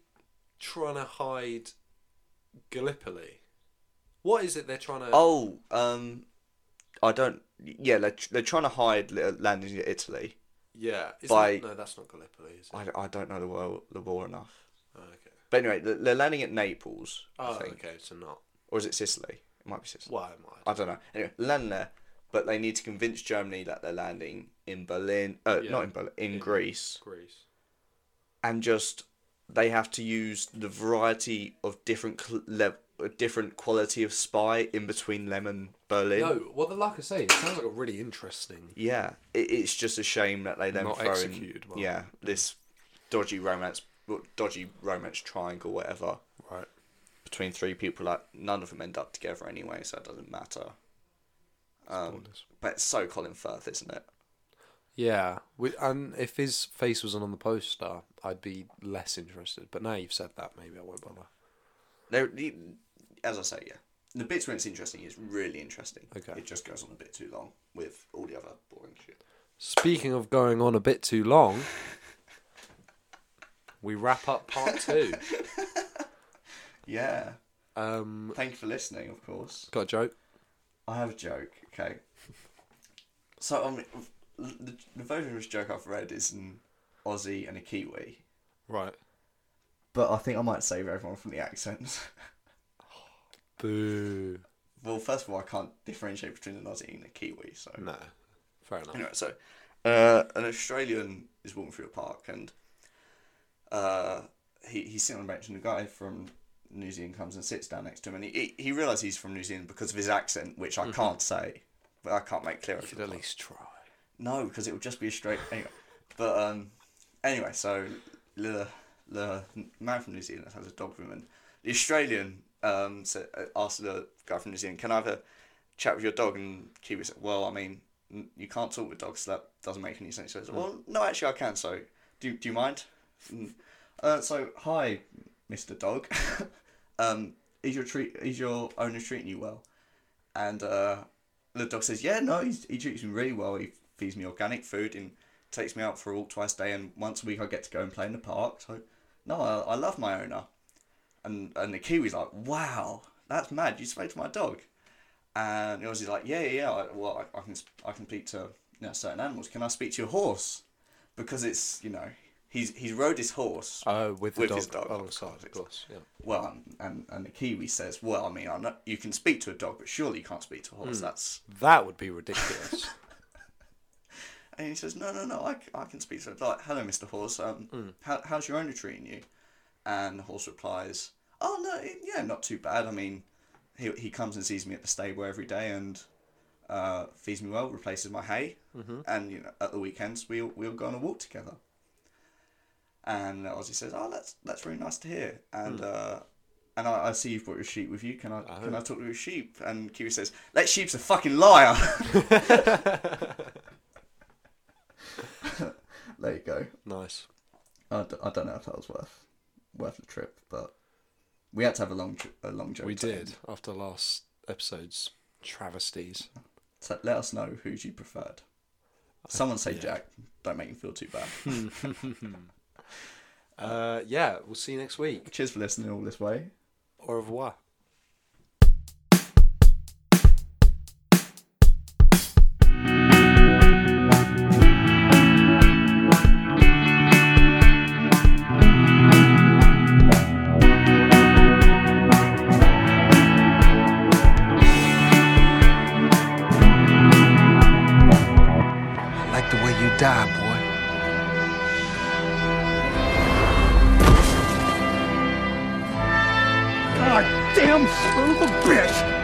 [SPEAKER 1] trying to hide Gallipoli? What is it they're trying to?
[SPEAKER 2] oh, um, I don't. Yeah, they're tr- they're trying to hide li- landing in Italy.
[SPEAKER 1] yeah, is
[SPEAKER 2] by-
[SPEAKER 1] no, that's not Gallipoli, is it?
[SPEAKER 2] I, I don't know the war the war enough.
[SPEAKER 1] Oh, okay.
[SPEAKER 2] But anyway, they're they're landing at Naples,
[SPEAKER 1] Oh,
[SPEAKER 2] I think,
[SPEAKER 1] okay. So not.
[SPEAKER 2] or is it Sicily? It might be Sicily.
[SPEAKER 1] Why am I?
[SPEAKER 2] I don't know. Anyway, land there, but they need to convince Germany that they're landing in Berlin. Uh,
[SPEAKER 1] Yeah.
[SPEAKER 2] not in Berlin, in Greece.
[SPEAKER 1] Greece.
[SPEAKER 2] and just they have to use the variety of different cl- le- different quality of spy in between them and Berlin.
[SPEAKER 1] No, well, the like I say, it sounds like a really interesting.
[SPEAKER 2] Yeah, it, it's just a shame that they then
[SPEAKER 1] Not
[SPEAKER 2] throw in-
[SPEAKER 1] executed well.
[SPEAKER 2] yeah this dodgy romance, well, dodgy romance triangle, whatever,
[SPEAKER 1] Right.
[SPEAKER 2] between three people. Like none of them end up together anyway, so it doesn't matter. Um,
[SPEAKER 1] Spoilers.
[SPEAKER 2] but it's so Colin Firth, isn't it?
[SPEAKER 1] Yeah, we, and if his face wasn't on the poster, I'd be less interested. But now you've said that, maybe I won't bother.
[SPEAKER 2] There, the, as I say, yeah, the bits when it's interesting is really interesting.
[SPEAKER 1] Okay.
[SPEAKER 2] it just goes on a bit too long with all the other boring shit.
[SPEAKER 1] Speaking of going on a bit too long, we wrap up part two.
[SPEAKER 2] Yeah.
[SPEAKER 1] Um,
[SPEAKER 2] Thank you for listening, of course.
[SPEAKER 1] got a joke?
[SPEAKER 2] I have a joke, okay? So, um, the, the version of this joke I've read is an Aussie and a Kiwi.
[SPEAKER 1] Right.
[SPEAKER 2] But I think I might save everyone from the accents.
[SPEAKER 1] Boo.
[SPEAKER 2] well, first of all, I can't differentiate between an Aussie and a Kiwi, so.
[SPEAKER 1] No. Fair enough.
[SPEAKER 2] Anyway, so uh, an Australian is walking through a park and uh, he, he's sitting on a bench and a guy from New Zealand comes and sits down next to him and he, he, he realises he's from New Zealand because of his accent, which I can't say, but I can't make clear.
[SPEAKER 1] Could at least try.
[SPEAKER 2] No, because it would just be a straight. Anyway. But um, anyway, so the the man from New Zealand has a dog room, and the Australian um, so, uh, asked the guy from New Zealand, "Can I have a chat with your dog?" And Kiwi said, "Well, I mean, n- you can't talk with dogs, so that doesn't make any sense." So I said, "Well, no, actually, I can. So, do do you mind?" And, uh, so, hi, Mister Dog. um, is your treat is your owner treating you well? And uh, the dog says, "Yeah, no, he's, he treats me really well. He feeds me organic food and takes me out for a walk twice a day, and once a week I get to go and play in the park. So, no, I, I love my owner." And and the kiwi's like, "Wow, that's mad! You spoke to my dog." And the Aussie's like, "Yeah, yeah, yeah. I, well, I, I can sp- I can speak to you know, certain animals. Can I speak to your horse? Because it's you know." He's, he's rode his horse
[SPEAKER 1] Oh, with the
[SPEAKER 2] With
[SPEAKER 1] dog,
[SPEAKER 2] his dog, of
[SPEAKER 1] alongside,
[SPEAKER 2] course.
[SPEAKER 1] of course. Yeah.
[SPEAKER 2] well, and, and, and the Kiwi says, well, I mean, I know, you can speak to a dog, but surely you can't speak to a horse. That's
[SPEAKER 1] That would be ridiculous.
[SPEAKER 2] and he says, no, no, no, I, c- I can speak to a dog. Hello, Mister Horse. Um, how, how's your owner treating you? And the horse replies, oh no, it- yeah, not too bad. I mean, he he comes and sees me at the stable every day and uh, feeds me well, replaces my hay, and you know, at the weekends we all- we all go on a walk together. And Ozzy says, "Oh, that's that's really nice to hear." And uh, and I, I see you've brought your sheep with you. Can I can I talk to your sheep? And Kiwi says, "That sheep's a fucking liar." there you go.
[SPEAKER 1] nice.
[SPEAKER 2] I, d- I don't know if that was worth worth the trip, but we had to have a long tr- a long joke.
[SPEAKER 1] We
[SPEAKER 2] to
[SPEAKER 1] did
[SPEAKER 2] end.
[SPEAKER 1] after last episode's travesties.
[SPEAKER 2] So let us know who's you preferred. Someone say Jack. Don't make him feel too bad.
[SPEAKER 1] Uh, yeah, we'll see you next week.
[SPEAKER 2] Cheers for listening all this way.
[SPEAKER 1] Au revoir.
[SPEAKER 3] I like the way you die, boy. God damn son of a bitch!